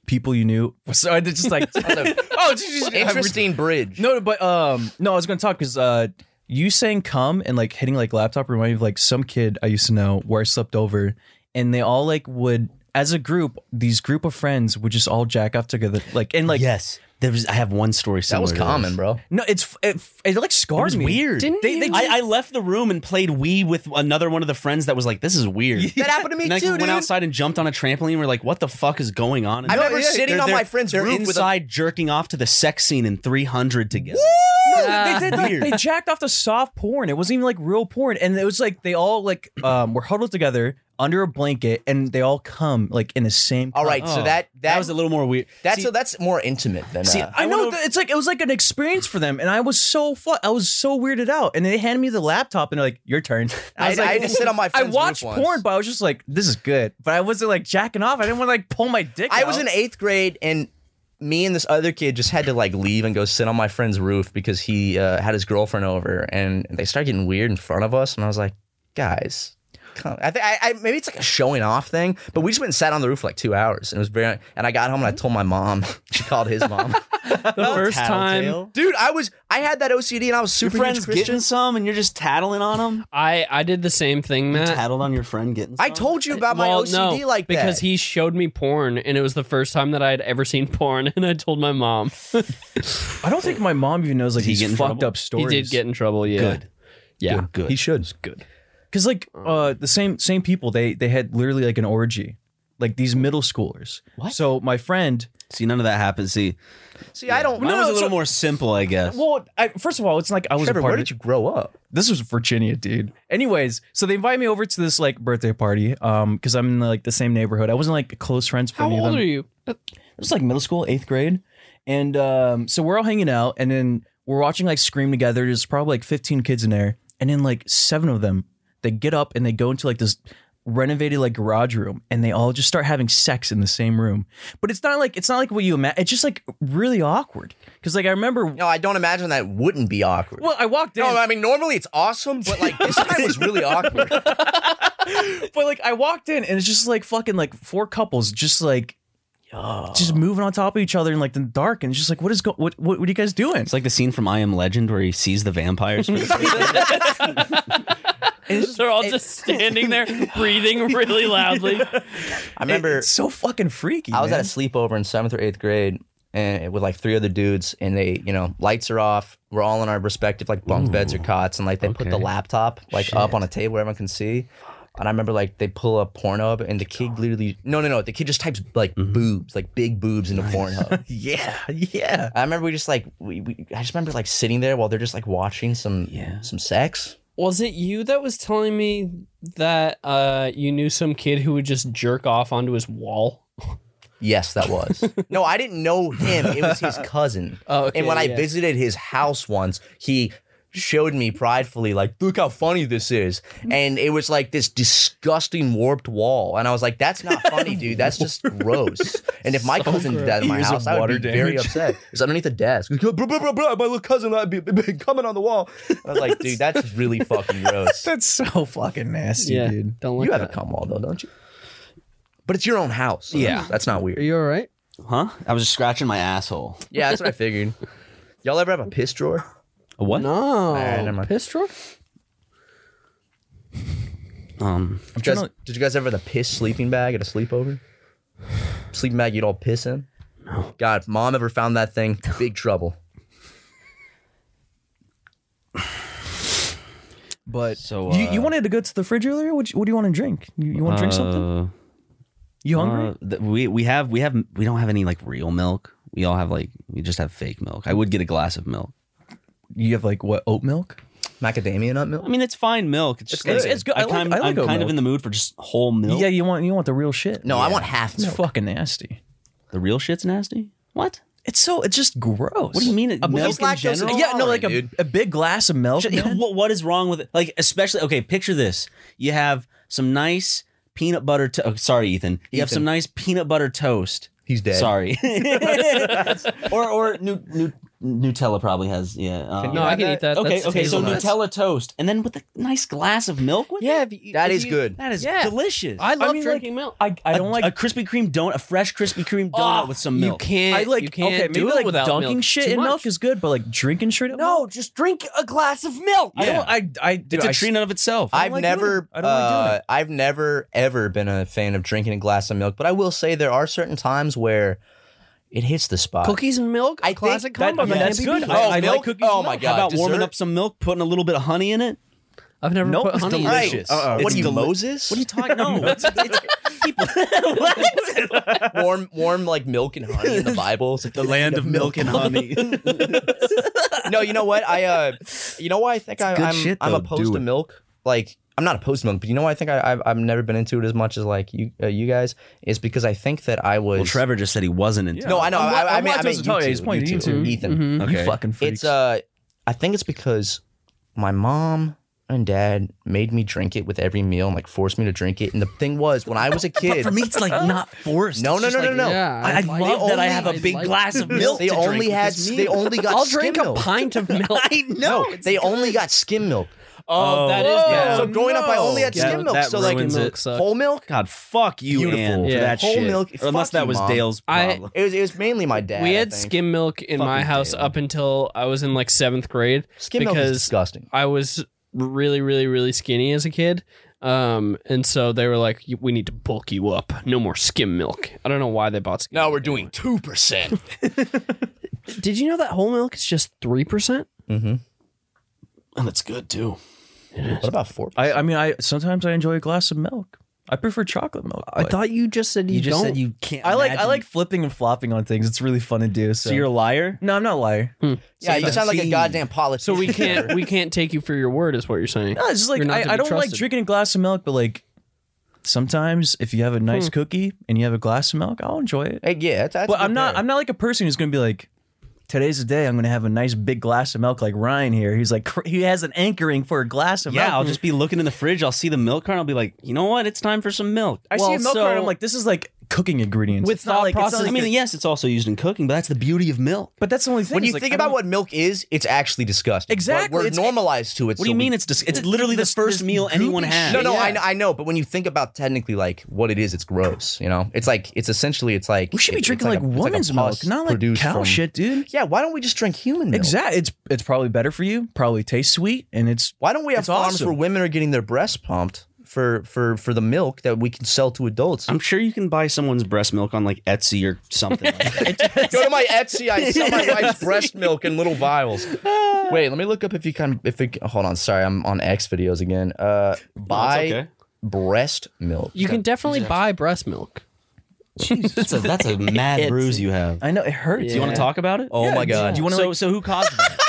S7: people you knew? So I did just like. oh, just, just,
S6: Interesting bridge.
S7: No, but um, no, I was gonna talk because uh, you saying come and like hitting like laptop reminded me of like some kid I used to know where I slept over, and they all like would. at- as a group, these group of friends would just all jack off together. Like and like
S1: yes, there was. I have one story.
S6: That was
S1: similar to
S6: common,
S1: this.
S6: bro.
S7: No, it's it, it like scarred
S1: It was
S7: me.
S1: weird.
S7: Didn't
S1: They- they- I, I left the room and played Wii with another one of the friends that was like, "This is weird."
S6: That happened to me
S1: and I
S6: too,
S1: went
S6: dude.
S1: outside and jumped on a trampoline. We're like, "What the fuck is going on?" And
S6: I
S1: they're-
S6: remember sitting
S1: they're-
S6: on
S1: they're-
S6: my friend's
S1: they're
S6: roof with a-
S1: inside jerking off to the sex scene in 300 together.
S7: No, they did like
S1: Weird.
S7: they jacked off the soft porn. It wasn't even like real porn, and it was like they all like um were huddled together under a blanket, and they all come like in the same.
S6: All right, so that that,
S7: Oh. was a little more weird.
S6: That's so that's more intimate than.
S7: See,
S6: uh,
S7: I know that it's like it was like an experience for them, and I was so fu- I was so weirded out. And they handed me the laptop, and they're like, "Your turn."
S6: I-
S7: was
S6: I
S7: like,
S6: had to sit on my
S7: I
S6: friend's roof
S7: watched
S6: once.
S7: porn, but I was just like, "This is good," but I wasn't like jacking off. I didn't want to like pull my dick.
S6: I was
S7: out.
S6: in eighth grade and me and this other kid just had to like leave and go sit on my friend's roof because he uh, had his girlfriend over and they started getting weird in front of us and I was like, guys, come. I think I, I maybe it's like a showing off thing, but we just went and sat on the roof for like two hours and it was very. And I got home and I told my mom. she called his mom.
S3: the first time.
S6: Dude, I was I had that OCD and I was super
S1: friend's
S6: huge Christian.
S1: getting some, and you're just tattling on them.
S3: I I did the same thing, Matt.
S1: tattled on your friend getting.
S6: I told you about my
S3: well,
S6: OCD
S3: no,
S6: like that
S3: because he showed me porn, and it was the first time that I had ever seen porn, and I told my mom.
S7: I don't think my mom even knows like
S3: he
S7: these
S3: get in
S7: fucked
S3: trouble?
S7: up
S3: He
S7: stories.
S3: did get in trouble. Yeah.
S7: Good.
S3: Yeah.
S7: Good, good.
S6: He should.
S3: Good.
S7: Because like uh, the same same people, they they had literally like an orgy, like these middle schoolers. What? So my friend,
S1: see none of that happens. See,
S6: See, I don't.
S1: Mine was a little
S7: so-
S1: more simple, I guess.
S7: Well, I, first of all, it's like I was.
S6: Trevor,
S7: a part
S6: where
S7: of
S6: did you grow up?
S7: This was Virginia, dude. Anyways, so they invite me over to this like birthday party, um, because I'm in like the same neighborhood. I wasn't like close friends. With
S3: How
S7: any of
S3: old
S7: them.
S3: are you?
S7: It was like middle school, eighth grade. And um, so we're all hanging out and then we're watching like Scream together. There's probably like 15 kids in there. And then like seven of them, they get up and they go into like this renovated like garage room and they all just start having sex in the same room. But it's not like it's not like what you imagine. It's just like really awkward. Cause like I remember
S6: No, I don't imagine that wouldn't be awkward.
S7: Well, I walked in.
S6: No, I mean normally it's awesome, but like this time was really awkward.
S7: but like I walked in and it's just like fucking like four couples just like just moving on top of each other in like the dark and it's just like what is go what, what what are you guys doing?
S1: It's like the scene from I Am Legend where he sees the vampires. for the first time.
S3: They're all just standing there, breathing really loudly.
S6: I remember
S7: it's so fucking freaky.
S6: I was
S7: man.
S6: at a sleepover in seventh or eighth grade, and with like three other dudes, and they, you know, lights are off. We're all in our respective like bunk beds or cots, and like they put the
S3: okay.
S6: laptop like up on a table where everyone can see. And I remember like they pull up Pornhub, and the kid literally no no no the kid just types like boobs like big boobs into Pornhub.
S7: yeah, yeah.
S6: I remember we just like we, we I just remember like sitting there while they're just like watching some some sex.
S3: Was it you that was telling me that uh, you knew some kid who would just jerk off onto his wall?
S6: Yes, that was. no, I didn't know him. It was his cousin.
S3: Oh, okay,
S6: and when I
S3: yeah.
S6: visited his house once, he showed me pridefully, like, look how funny this is. And it was like this disgusting warped wall. And I was like, that's not funny, dude. That's just gross. And if my cousin did that in my
S7: Years of
S6: house, I would
S7: water
S6: be very
S7: damage.
S6: upset. It's underneath the desk. Blah, blah, blah, blah, my little cousin I'd be, be coming on the wall. And I was like, dude, that's really fucking gross.
S7: That's so fucking nasty,
S3: Yeah,
S7: dude.
S3: don't like
S6: You have a
S3: that.
S6: cum wall, though, don't you? But it's your own house. so
S1: Yeah.
S6: That's not weird.
S3: Are you all right?
S1: huh? I was just scratching my asshole.
S6: Yeah, that's what I figured. Y'all ever have a piss drawer?
S1: A what?
S3: No.
S6: Alright, never mind.
S3: Piss drawer?
S1: Um,
S6: Did you, guys,
S7: trying to-
S6: did you guys ever have a piss sleeping bag at a sleepover? Sleeping bag you'd all piss in? No. God, if mom ever found that thing, big trouble.
S7: But
S1: so
S7: you, you
S1: uh,
S7: wanted to go to the fridge earlier? What, you- what do you want to drink? You, you want to drink something?
S1: uh,
S7: You hungry?
S1: uh, th- we we have we have we don't have any like real milk. We all have like we just have fake milk. I would get a glass of milk.
S7: You have like what oat milk?
S6: Macadamia nut milk?
S1: I mean, it's fine milk. It's just
S7: good.
S1: like-
S7: It's good. I like-
S1: kind,
S7: I like
S1: am
S7: oat
S1: kind
S7: milk.
S1: of in the mood for just whole milk.
S7: Yeah, you want you want the real shit.
S6: No, I want half
S7: It's
S6: milk.
S7: fucking nasty.
S1: The real shit's nasty. What?
S7: It's so it's just gross. What
S1: do you mean it- milk in general?
S7: Yeah, no, like a,
S6: Dude.
S7: a big glass of milk.
S1: Ju-
S7: man.
S1: what, what is wrong with it? Like, especially, okay, picture this. You have some nice peanut butter to Oh, sorry, Ethan. You have
S6: Ethan.
S1: some nice peanut butter toast.
S6: He's dead.
S1: Sorry. or or nu- nu- Nutella probably has yeah. uh,
S3: you No, I have can eat that? that.
S1: Okay,
S3: That's
S1: okay. So
S3: hazelnuts.
S1: Nutella toast, and then with a nice glass of milk with yeah, it.
S6: That if is you- good.
S1: That is
S3: Yeah.
S1: delicious.
S3: I love drinking milk. Ah,
S1: I, I don't like Ah, a Krispy Kreme donut, a fresh Krispy Kreme donut with some milk.
S3: You can't.
S7: I like
S3: you can't
S7: okay, maybe
S3: do it
S7: like
S3: without
S7: dunking
S3: milk.
S7: shit
S3: Too
S7: in
S3: much.
S7: milk is good, but like drinking shit. In
S11: No, just drink a glass of milk.
S7: I don't. I. I dude,
S1: it's a
S7: I-
S1: treat in and of itself.
S6: I've
S7: I don't like doing
S6: never,
S7: it. I don't like doing
S6: uh, I've never ever been a fan of drinking a glass of milk, but I will say there are certain times where it hits the spot.
S3: Cookies and milk, I classic
S6: that-
S3: combo.
S6: I mean,
S3: man.
S6: that's
S3: Can't be
S6: good.
S3: beat.
S6: I- I like Milk? cookies and
S1: Oh my
S6: milk.
S1: god!
S6: How
S1: about
S6: about
S1: warming
S6: dessert?
S1: up some milk, putting a little bit of honey in it?
S3: I've never
S1: Nope,
S3: put
S1: it's
S3: honey in it.
S1: delicious. Uh-uh.
S6: What
S1: It's
S6: are you,
S1: deli-
S6: Moses?
S1: What are you talking? No, it's, it's, people.
S6: warm, warm like milk and honey in the Bible. It's like the
S1: land of milk and honey.
S6: no, you know what? I uh, you know why I think I,
S1: good
S6: I'm
S1: shit,
S6: I'm
S1: though.
S6: opposed
S1: Do
S6: to
S1: it.
S6: milk. Like I'm not opposed to milk, but you know why I think I, I've I've never been into it as much as like you uh, you guys is because I think that I was.
S1: Well, Trevor just said he wasn't into.
S6: No, I know.
S7: I'm
S6: I,
S7: not-
S6: I, I
S7: I'm
S6: mean,
S7: not
S6: I mean,
S7: supposed to tell you. I just want you
S6: you
S7: to.
S6: too,
S7: Mhm.
S1: Mm-hmm.
S6: Ethan.
S7: Mhm. You Okay. fucking freaks.
S6: It's uh, I think it's because my mom and dad made me drink it with every meal, and, like forced me to drink it. And the thing was, when I was a kid,
S1: But for me, it's like not forced.
S6: No,
S1: It's
S6: no,
S1: just
S6: no, no,
S1: like,
S6: no.
S1: I, I love that I have a big glass of milk.
S6: They
S1: to
S6: only
S1: drink
S6: had.
S1: with this
S6: They
S1: meal.
S6: only got.
S3: I'll drink
S6: skim
S3: a
S6: milk.
S3: pint of milk.
S1: I know.
S6: No, they only got skim milk.
S3: Oh, that is
S6: Whoa.
S3: bad.
S6: So growing up, I only had
S1: Yeah,
S6: skim milk.
S1: that
S6: So like
S1: ruins it.
S6: whole milk.
S1: God, fuck you,
S6: Beautiful.
S1: Ann, for
S6: Yeah.
S1: that
S6: Whole
S1: shit.
S6: milk,
S1: Or unless
S6: fuck
S1: that
S6: you,
S1: was
S6: Mom.
S1: Dale's problem.
S6: It was, it was mainly my dad.
S3: we
S6: I
S3: had
S6: think.
S3: skim milk in my house up until I was in like seventh grade.
S6: Skim milk
S3: because
S6: is disgusting.
S3: I was really, really, really skinny as a kid. Um, and so they were like, "You- "We need to bulk you up. No more skim milk." I don't know why they bought skim. Now we're doing
S6: two percent.
S3: Did you know that whole milk is just three percent?
S6: Mm-hmm.
S1: And it's good too.
S6: What about four?
S7: I, I mean, I sometimes I enjoy a glass of milk. I prefer chocolate milk.
S3: I thought you just said you, don't.
S1: can't.
S7: I like I
S3: imagine-
S7: like flipping and flopping on things. It's really fun to do. So,
S1: So you're a liar?
S7: No, I'm not a liar.
S6: Yeah, you sound like a goddamn
S3: So
S6: politician.
S3: we can't we can't take you for your word, is what you're saying?
S7: No, it's just like
S3: You're not to
S7: I, I
S3: be
S7: don't like
S3: trusted.
S7: drinking a glass of milk, but like sometimes if you have a nice
S3: Hmm.
S7: cookie and you have a glass of milk, I'll enjoy it.
S6: Hey, yeah, that's, that's
S7: but
S6: a
S7: I'm
S6: good
S7: not
S6: pair.
S7: I'm not like a person who's gonna be like, today's the day I'm gonna have a nice big glass of milk like Ryan here. He's like cr- he has an anchoring for a glass of milk.
S1: Yeah, I'll just be looking in the fridge. I'll see the milk cart. I'll be like, you know what? It's time for some milk.
S7: I see a milk cart. I'm like, this is like cooking ingredients.
S1: with
S7: It's not like, it's not
S1: I
S7: like
S1: mean,
S7: the-
S1: yes, it's also used in cooking, but that's the beauty of milk.
S7: But that's the only thing.
S6: When
S7: is,
S6: you
S7: like,
S6: think
S7: I
S6: about
S7: don't-
S6: what milk is, it's actually disgusting.
S7: Exactly,
S6: But we're
S7: it's-
S6: normalized to it.
S1: What
S6: so
S1: do you
S6: we-
S1: mean? It's dis- it's literally the first meal anyone has.
S6: No, no, I know, I know, but when you think about technically like what it is, it's gross. You know, it's like it's essentially it's like
S7: We should be
S6: it's-
S7: drinking
S6: it's
S7: like,
S6: a- it's
S7: woman's
S6: a
S7: milk,
S6: pus
S7: not like
S6: produced
S7: cow
S6: from-
S7: shit, dude.
S6: Yeah, why don't we just drink human milk?
S7: Exactly. It's it's probably better for you. Probably tastes sweet, and it's
S6: Why don't we have
S7: It's
S6: farms
S7: awesome.
S6: where women are getting their breasts pumped for for for the milk that we can sell to adults?
S1: I'm sure you can buy someone's breast milk on like Etsy or something.
S6: Go to my Etsy. I sell my wife's breast milk in little vials. Wait, let me look up if you can. If it, hold on, sorry, I'm on X videos again. Uh, buy
S1: okay.
S6: breast milk.
S3: You can definitely buy breast milk.
S1: that's a that's a mad bruise you have.
S7: I know it hurts.
S1: Do you want to talk about it?
S6: Oh my god!
S7: Do you want to?
S1: So so who caused that?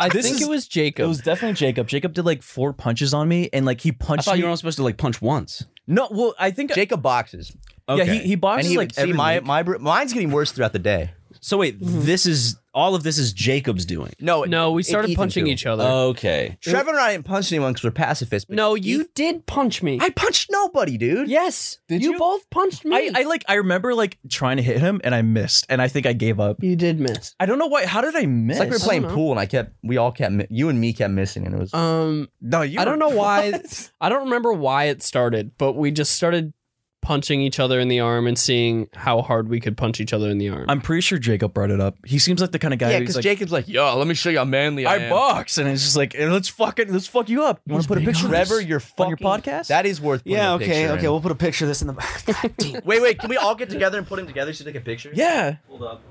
S3: I
S7: This
S3: think
S7: is-
S3: it was
S7: It
S3: Jacob.
S7: was definitely Jacob. Jacob did like four punches on me, and like he
S1: I
S7: punched
S1: thought
S7: me.
S1: you were only supposed to like punch once.
S7: no, well, I think
S6: Jacob boxes.
S7: yeah,
S1: Okay.
S7: he he boxes
S6: and he
S7: like
S6: would see
S7: every
S6: my,
S7: week.
S6: my br- mine's getting worse throughout the day.
S1: So wait, this is all of this is Jacob's doing.
S6: No,
S3: no, we
S6: it-
S3: started
S6: Ethan
S3: punching
S6: too.
S3: each other.
S1: Okay.
S6: Trevor and I didn't punch anyone because we're pacifists. but
S3: no, you did punch me.
S6: I punched nobody, dude.
S3: yes,
S7: Did
S3: you,
S7: you?
S3: both punched me.
S7: I, I like I remember like trying to hit him and I missed and I think I gave up.
S3: you did miss.
S7: I don't know why. How did I miss?
S6: It's like we were playing
S3: know.
S6: pool, and I kept. We all kept. mi- You and me kept missing, and it was.
S3: Um,
S7: no, you.
S3: I don't know
S7: why.
S3: why. I don't remember why it started, but we just started punching each other in the arm and seeing how hard we could punch each other in the arm.
S7: I'm pretty sure Jacob brought it up. He seems like the kind of guy
S6: yeah,
S7: who's
S6: because
S7: like,
S6: Jacob's like, yo, let me show you how manly I,
S7: I
S6: am."
S7: box, and it's just like, "Eh, let's fuck it, let's fuck you up. You want to put a picture,
S6: Trevor, you're
S7: on
S6: fucking
S7: your podcast?
S6: That is worth. putting a picture in.
S1: put a picture of this in the.
S6: Wait, wait. Can we all get together and put him together so you take a picture?
S7: yeah,
S1: Hold up.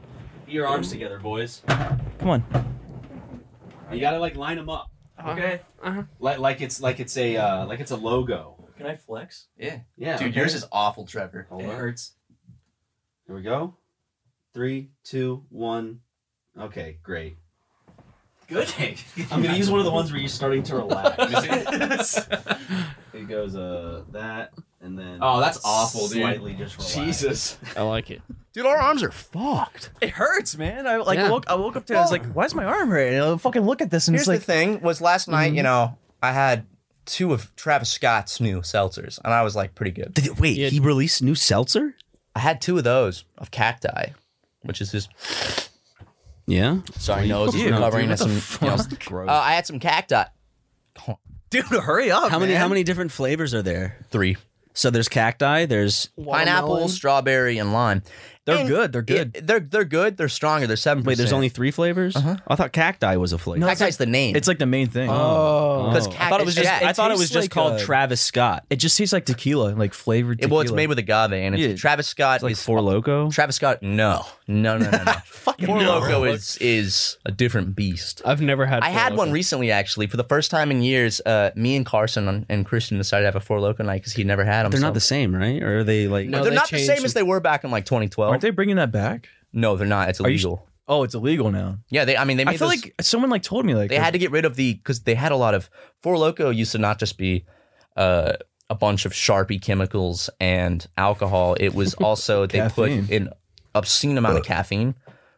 S1: Get your arms together, boys.
S7: come on.
S1: You gotta like line them up.
S3: okay. Uh-huh.
S1: Like like it's like it's a uh, like it's a logo.
S7: Can I flex?
S6: Yeah.
S1: Yeah.
S6: Dude,
S1: okay.
S6: yours is awful, Trevor.
S1: Hold
S6: it
S1: on.
S6: hurts.
S1: Here we go. Three, two, one. Okay, great. Good. I'm gonna use one of the ones where you're starting to relax. it goes uh that and then
S6: Oh, that's awful, dude.
S1: Slightly just relax.
S3: I like it.
S6: Dude, our arms are fucked.
S7: It hurts, man. I like
S3: Yeah.
S7: woke. I woke up today. I was like, why is my arm hurt? And I fucking look at this, and
S6: Here's
S7: it's like,
S6: the thing: was last night, you know, I had two of Travis Scott's new seltzers, and I was like, pretty good.
S1: Did, wait,
S3: Yeah.
S1: he released new seltzer?
S6: I had two of those of cacti, which is his
S1: Yeah.
S6: Sorry, nose is recovering.
S1: That's
S6: That's some. you know, uh, I had some cacti. Dude, hurry up!
S1: How many? How
S6: man.
S1: many different flavors are there?
S6: Three.
S1: So there's cacti. There's
S6: Pineapple, strawberry, and lime.
S1: They're
S6: And
S1: good, they're good.
S6: it- they're they're good. They're stronger. They're seven.
S1: Wait, there's only three flavors. Uh-huh. I thought cacti was a flavor.
S6: No, it's Cacti's like- the name.
S7: It's like the main thing.
S6: Oh. 'Cause
S7: I thought it
S6: cactus-
S7: was just.
S6: yeah,
S7: I
S6: it
S7: thought it was
S6: tastes
S7: just
S6: like
S7: called
S6: a-
S7: Travis Scott. It just tastes like tequila, like flavored.
S6: It-
S7: Tequila.
S6: well, it's made with agave, and it's
S7: Yeah.
S6: Travis Scott. It's like
S1: Four Loco.
S6: Travis Scott. No, no, no, no, no. Four
S3: no.
S6: Loco is is a different beast.
S3: I've never had.
S6: I
S3: Four
S6: had one
S3: Loko.
S6: recently, actually, for the first time in years. Uh, me and Carson and- and Christian decided to have a Four Loco night because he never had them.
S1: They're not the same, right? Or are they like?
S6: they're not the same as they were back in like 2012.
S7: Aren't they bringing that back?
S6: No, they're not. It's
S7: Are you
S6: illegal.
S7: Oh, it's illegal now.
S6: yeah, they. I mean, they. Made
S7: I feel
S6: those-
S7: like someone like told me like
S6: they had to get rid of the because they had a lot of Four Loco used to not just be uh, a bunch of Sharpie chemicals and alcohol. It was also they put
S7: Caffeine.
S6: an obscene amount of caffeine,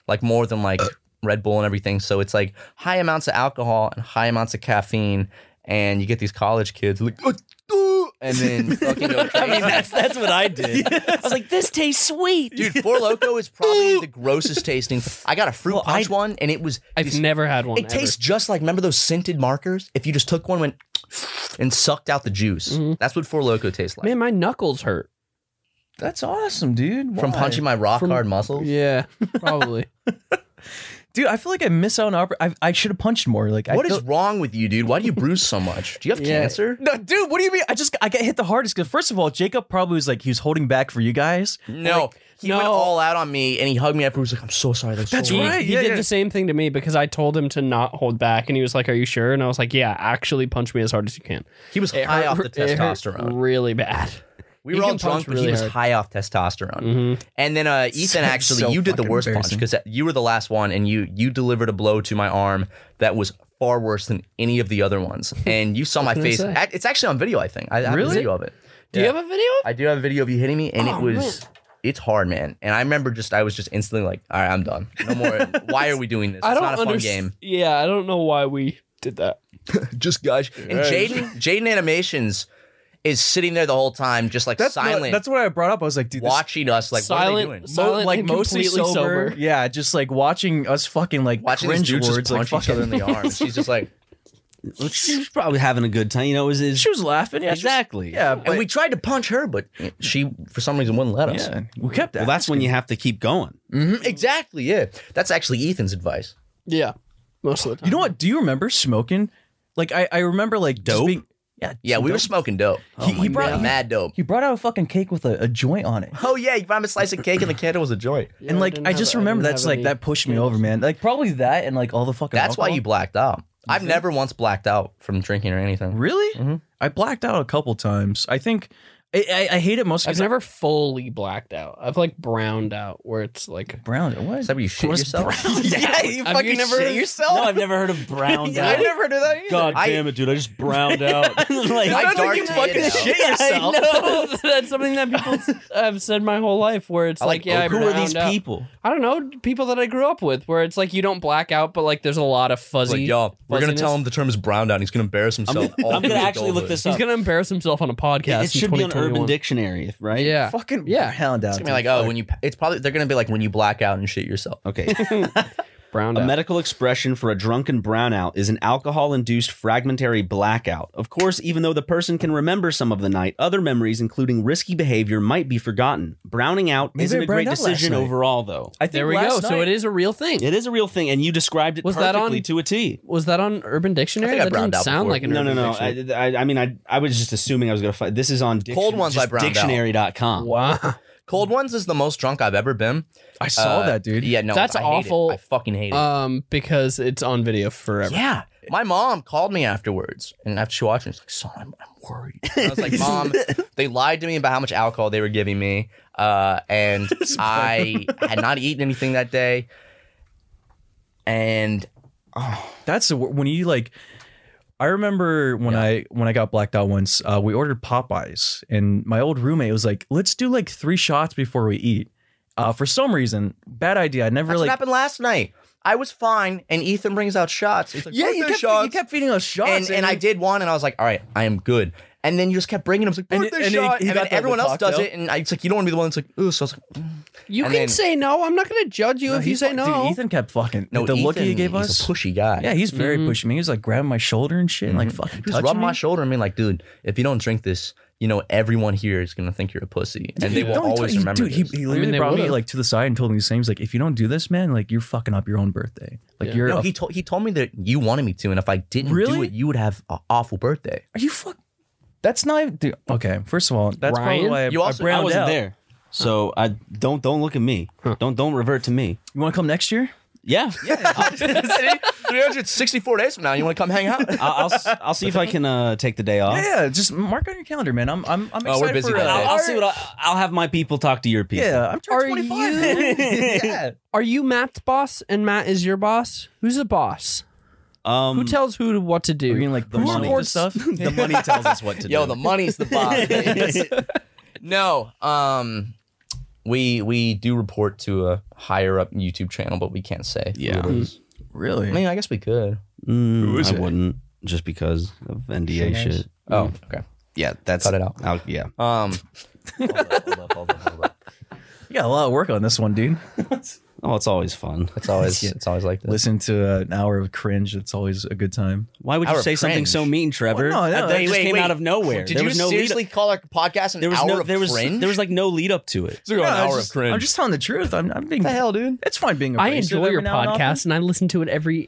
S6: like more than like Red Bull and everything. So it's like high amounts of alcohol and high amounts of caffeine, and you get these college kids like. "Uh, uh," and then fucking go
S1: I mean,
S6: crazy.
S1: that's that's what I did. I was like, this tastes sweet,
S6: dude. Four Loco is probably the grossest tasting. I got a fruit punch one, and it was.
S3: I've never had one.
S6: It tastes just like remember those scented markers? If you just took one, went and sucked out the juice, that's what Four Loco tastes like.
S3: Man, my knuckles hurt
S7: That's awesome, dude.
S6: From
S7: Why?
S6: punching my rock
S7: From-
S6: hard muscles.
S3: Yeah, probably.
S7: dude, I feel like I miss out on. Opp- I, I should have punched more. Like,
S6: What
S7: I
S6: is
S7: feel-
S6: wrong with you, dude? Why do you bruise so much? Do you have cancer?
S7: No, dude. What do you mean? I just I got hit the hardest because first of all, Jacob probably was like he was holding back for you guys.
S6: No, he went all out on me and he hugged me after. He was like, "I'm so sorry." That's, so
S3: He-
S6: wrong."
S3: He did the same thing to me because I told him to not hold back, and he was like, "Are you sure?" And I was like, "Yeah, actually, punch me as hard as you can."
S6: He was
S3: It
S6: high
S3: hurt-
S6: off the
S3: it hurt
S6: testosterone.
S3: really bad.
S6: We
S3: He
S6: were all
S3: can
S6: drunk,
S3: punch
S6: but
S3: really
S6: he was
S3: hard. Mm-hmm.
S6: high off testosterone. And then uh, Ethan, actually,
S3: so
S6: you did the
S3: fucking
S6: worst punch because you were the last one, and you you delivered a blow to my arm that was far worse than any of the other ones. And you saw my
S3: can I
S6: face.
S3: say?
S6: Ac- It's actually on video, I think. I, I have a
S3: Really?
S6: video of it.
S3: Do you have a video?
S6: I do have a video of you hitting me, and it
S3: Oh,
S6: was. It's hard, man. And I remember just I was just instantly like, all right, I'm done. No more. Why are we doing this?
S3: I
S6: it's
S3: don't
S6: not a fun
S3: underst-
S6: game.
S3: Yeah, I don't know why we did that.
S6: just guys. And Jaden, Jaden Animations is sitting there the whole time, just like
S7: That's what-
S6: silent.
S7: that's what I brought up. I was like, dude, this-
S6: watching us like what are they
S7: Mo-
S6: doing?
S7: Oh, like mostly sober. Yeah, just like watching us fucking like
S6: Watching these
S7: cringe
S6: dudes
S7: lords
S6: just
S7: like
S6: punch each
S7: fucking
S6: other in the arm. She's just like,
S1: She was probably having a good time. You know, it was his,
S7: she was laughing. Yeah, she was-
S1: exactly.
S7: yeah,
S6: and we tried to punch her, but she for some reason wouldn't let us.
S7: Yeah, we kept
S1: Well, that's when you have to keep going.
S6: Mhm, exactly. Yeah, that's actually Ethan's advice.
S3: Yeah, most of the time.
S7: You know what? Do you remember smoking? Like I, I remember like dope. Being, yeah,
S6: Yeah, we were smoking dope. Oh
S7: He, he brought
S6: God.
S7: he-
S6: Mad dope.
S7: He brought out a fucking cake with a, a joint on it.
S6: Oh yeah, you found a slice of cake and the candle was a joint.
S7: and like I, just remember that's like that pushed me over, man. Like probably that and like all the fucking.
S6: That's why
S7: alcohol.
S6: you blacked out. I've never once blacked out from drinking or anything.
S7: Really? I blacked out a couple times. I think I, I, I hate it most.
S3: I've
S7: 'cause I-
S3: never fully blacked out. I've like browned out, where it's like
S7: browned. What?
S6: Is that where you shit
S3: What's
S6: yourself?
S3: Yeah, you
S6: Have
S3: fucking
S6: shit
S3: never-
S6: yourself.
S1: No, I've never heard of brown.
S6: I never do that either.
S4: God
S6: I-
S4: damn it, dude! I just browned out.
S1: like,
S6: I
S3: Sounds like you
S6: dark
S3: fucking
S6: tan now.
S3: shit yourself. That's something that people have said my whole life where it's
S6: I
S3: like,
S6: like
S3: yeah, I
S6: okra. Who are
S3: browned
S6: these
S3: out.
S1: people?
S3: I don't know, people that I grew up with where it's like you don't black out, but like there's a lot of
S6: It's
S3: fuzzy.
S6: Like, y'all, we're gonna
S3: fuzziness.
S6: tell him the term is brown out. He's gonna embarrass himself. all
S1: I'm gonna
S6: through
S1: actually look
S6: adulthood.
S1: this
S3: He's
S1: up.
S3: going to embarrass himself on a podcast.
S1: it
S3: in
S1: should be on
S3: 2021.
S1: Urban Dictionary, right?
S3: Yeah.
S7: fucking
S3: Yeah.
S7: browned out.
S6: It's gonna be like, oh, when you, it's probably they're gonna be like when you black out and shit yourself.
S1: Okay.
S3: Browned
S1: A
S3: out.
S1: medical expression for a drunken brownout is an alcohol induced fragmentary blackout. Of course, even though the person can remember some of the night, other memories, including risky behavior, might be forgotten. Browning out
S7: Maybe I
S1: isn't a
S7: browned
S1: great
S7: out last
S1: decision
S7: night.
S1: overall, though.
S7: I think
S3: There we go.
S7: last
S3: So
S7: night-
S3: it is a real thing.
S1: It is a real thing, and you described it
S3: Was that
S1: perfectly
S3: on-
S1: to a T.
S3: Was that on Urban
S6: I
S3: Dictionary?
S6: think I
S3: that doesn't
S6: browned out
S3: sound
S6: before.
S3: like an
S1: No, no,
S3: Urban
S1: no.
S3: Dictionary.
S1: I, I, I mean, I, I was just assuming I was going to find this is on diction-
S6: Cold ones
S1: just
S6: I browned out.
S1: dictionary.com.
S3: wow.
S6: Cold ones is the most drunk I've ever been.
S7: I saw
S6: Uh,
S7: that, dude. Uh,
S6: Yeah, no,
S3: That's
S6: I hate it.
S3: awful.
S6: I fucking hate it.
S3: Um, because it's on video forever.
S6: yeah, my mom called me afterwards, and after she watched, it, she's like, "Son, I'm, I'm worried." And I was like, "Mom, they lied to me about how much alcohol they were giving me, uh, and I had not eaten anything that day." And
S7: That's the wor- when you like. I remember when I when I got blacked out once. Uh, we ordered Popeyes, and my old roommate was like, "Let's do like three shots before we eat." Uh, for some reason, bad idea. I never
S6: that's what
S7: like.
S6: happened last night. I was fine, and Ethan brings out shots. He's like,
S7: Yeah,
S6: "Fuck
S7: you
S6: those
S7: kept,
S6: shots.
S7: you kept feeding us shots,
S6: and, and I
S7: you-
S6: did one, and I was like, all right, I am good. And then you just kept bringing him. I was like,
S7: And-
S6: birthday
S7: and he-
S6: shot.
S7: he
S6: and
S7: got
S6: then
S7: the-
S6: everyone
S7: the
S6: else does
S7: cocktail.
S6: it. And I, it's like, you don't want to be the one that's like, ooh. So I was like, mm.
S3: You
S6: And
S3: can
S6: then-
S3: say no. I'm not going to judge you if you
S7: he's
S3: say
S7: fu-
S3: no.
S7: Dude, Ethan kept fucking.
S6: No,
S7: the look he
S6: Ethan,
S7: gave
S6: he's a
S7: us,
S6: pushy guy.
S7: Yeah, he's very
S6: Mhm.
S7: pushy. I mean, he was like grabbing my shoulder and shit, and
S1: Mm-hmm.
S7: like fucking
S6: Just
S7: touching
S6: rub
S7: me.
S6: my shoulder and be like, dude, if you don't drink this, you know everyone here is gonna think you're a pussy, and they will
S7: No, he
S6: always
S7: told- he-
S6: remember.
S7: Dude, he,
S6: this.
S7: he literally brought me like to the side and told me the same. He's like, if you don't do this, man, like you're fucking up your own birthday. Like you're.
S6: No,
S7: a-
S6: he told he told me that you wanted me to, and if I didn't do
S7: Really?
S6: it, you would have an awful birthday.
S7: Are you fuck? That's not. even- Dude, okay, first of all, that's probably why I,
S1: you
S7: I browned
S1: wasn't
S7: out.
S1: there. So I don't don't look at me. Don't don't revert to me.
S7: You want to come next year?
S1: Yeah,
S6: Three hundred sixty-four days from now, you want to come hang out?
S1: I'll, I'll I'll see if I can uh, take the day off.
S7: Yeah, yeah, just mark on your calendar, man. I'm I'm I'm excited
S1: Oh, we're busy
S7: for
S1: that
S7: uh,
S1: day. I'll see what I, I'll have my people talk to your people.
S7: Yeah, I'm
S3: Are you? Are you Matt's boss and Matt is your boss? Who's the boss?
S1: Um,
S3: who tells who to what to do?
S7: like
S3: Who's
S7: reports stuff?
S1: the money tells us what to
S6: Yo,
S1: do.
S6: the money's the boss. baby. no, um, we we do report to a higher up YouTube channel, but we can't say. who
S1: Yeah.
S6: it is.
S7: Really?
S6: I mean, I guess we could.
S1: Mm,
S6: Who is
S1: I
S6: it?
S1: wouldn't just because of NDA
S6: Sure.
S1: shit.
S6: Oh, okay.
S1: Mm-hmm. Yeah, that's
S6: Cut it out.
S1: I'll- yeah.
S6: Um,
S7: You got a lot of work on this one, dude.
S1: oh, it's always fun.
S6: It's always it's always like this.
S7: Listen to uh, an hour of cringe. It's always a good time.
S1: Why would you say something so mean, Trevor?
S7: Well, no,
S1: that
S7: no, wait,
S1: just
S7: wait,
S1: came
S7: wait.
S1: out of nowhere.
S6: Did
S1: there
S6: you
S1: was no
S6: seriously
S1: Lead
S6: call our podcast an
S1: there was
S6: hour
S1: no
S6: of
S1: there was
S6: cringe?
S1: there was like no lead up to it.
S6: It's like an
S7: No, I
S6: hour
S7: just-
S6: of cringe.
S7: I'm just telling the truth. I'm, I'm being the hell, dude. It's fine being.
S3: I
S7: abrasive
S3: enjoy
S7: every
S3: your
S7: now and often.
S3: podcast and I listen to it every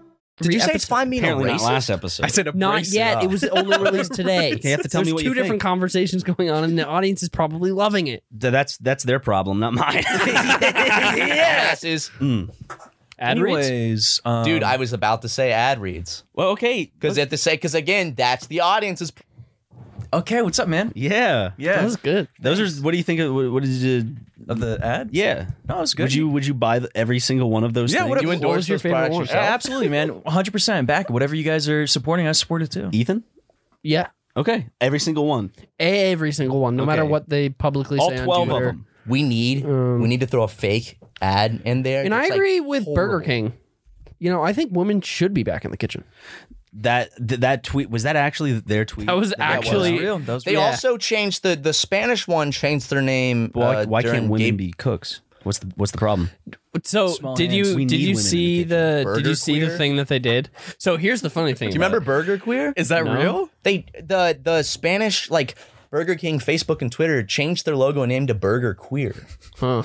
S6: Did you say it's fine being a
S1: Apparently not
S6: racist?
S1: last episode. I said
S3: Not yet. It was only released today.
S1: You have to tell
S3: There's
S1: me what
S3: two
S1: you
S3: different
S1: think.
S3: conversations going on, and the audience is probably loving it.
S1: Th- that's that's their problem, not mine.
S6: yes, is
S1: Mm.
S3: ad
S7: Anyways, um,
S6: dude, I was about to say ad reads.
S1: Well, okay,
S6: because at the say, because again, that's the audience's.
S7: Okay, what's up, man?
S1: Yeah,
S7: Yeah. That was
S3: good.
S1: Those are. What do you think of what, what is it,
S7: of the ad?
S1: Yeah,
S7: no, it was good.
S1: Would you would you buy the, every single one of those?
S7: yeah,
S1: things?
S7: what, what was Yeah, absolutely, man. 100 percent back. Whatever you guys are supporting, I support it too.
S1: Ethan.
S3: Yeah.
S1: Okay. Every single one.
S3: Every single one, no matter
S6: Okay.
S3: what they publicly say on Twitter.
S6: We need
S1: Um,
S6: we need to throw a fake ad in there.
S3: And I
S6: that's, like,
S3: agree with Burger
S6: horrible.
S3: King. You know, I think women should be back in the kitchen.
S1: That th- that tweet was that actually their tweet?
S3: That was actually-
S1: real. That was
S6: They
S1: real.
S6: also changed the the Spanish one changed their name.
S1: Why,
S6: uh,
S1: why
S6: during
S1: can't women
S6: gay-
S1: be cooks? What's the what's the problem?
S3: So
S1: Small
S3: did
S1: hands.
S3: you
S1: We
S3: did
S1: need
S3: you
S1: women in
S3: see the, did
S6: Burger
S3: you see
S6: queer?
S3: the thing that they did? So here's the funny thing.
S6: Do you
S3: about
S6: remember
S3: it.
S6: Burger Queer?
S3: Is that No. real?
S6: They the the Spanish like Burger King Facebook and Twitter changed their logo and name to Burger Queer.
S3: Huh.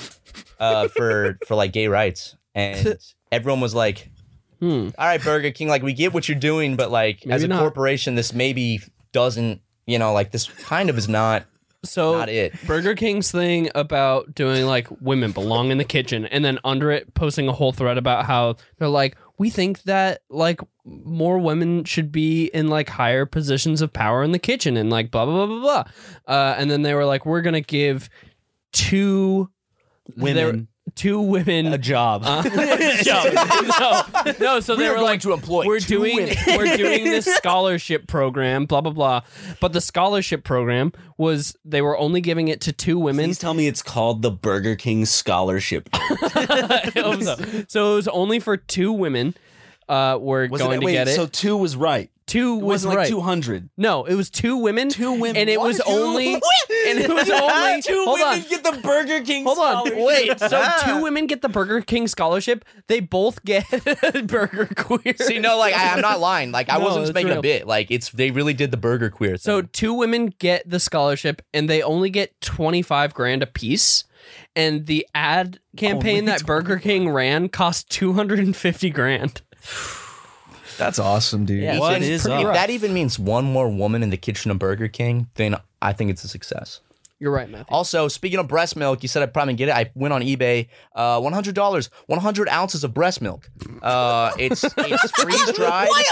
S6: Uh, for for like gay rights, and everyone was like,
S3: Hmm.
S6: "All right, Burger King, like we get what you're doing, but like as
S3: Maybe
S6: a
S3: not.
S6: corporation, this maybe doesn't. You know, like this kind of is not."
S3: So
S6: Not it.
S3: Burger King's thing about doing like women belong in the kitchen, and then under it posting a whole thread about how they're like, we think that like more women should be in like higher positions of power in the kitchen, and like blah blah blah blah blah. Uh, and then they were like, we're gonna give two
S1: Women
S3: two women a
S6: job.
S3: no, no, no. So
S6: We
S3: they
S6: are
S3: were
S6: going
S3: like,
S6: to employ
S3: we're
S6: two
S3: doing
S6: women."
S3: we're doing this scholarship program, blah blah blah. But the scholarship program was they were only giving it to two women.
S1: Please tell me it's called the Burger King Scholarship.
S3: I hope so. So it was only for two women. Uh, were
S1: Was it
S3: going
S1: that-
S3: to
S1: wait,
S3: get it.
S1: so two was right.
S3: Two
S1: It
S3: was
S1: wasn't like
S3: right.
S1: 200.
S3: No, it was two women. Two women, and it
S1: What?
S3: was
S1: Two
S3: only and it was only
S1: Two
S3: hold
S1: women
S3: on.
S1: get the Burger King
S3: Hold on,
S1: Scholarship.
S3: wait. So two women get the Burger King scholarship. They both get Burger Queer.
S6: See, no, like I, I'm not lying. Like I
S3: No,
S6: wasn't
S3: it's
S6: just making
S3: real.
S6: a bit. Like it's they really did the burger queer. Thing.
S3: So two women get the scholarship, and they only get twenty five grand a piece. And the ad campaign
S7: Only
S3: that Burger King ran cost two hundred and fifty grand.
S7: That's awesome, dude.
S6: Ethan, If that even means one more woman in the kitchen of Burger King, then I think it's a success.
S3: You're right, Matthew.
S6: Also, speaking of breast milk, you said I'd probably get it. I went on eBay, uh, one hundred dollars, one hundred ounces of breast milk. Uh, it's it's freeze dried.
S1: Why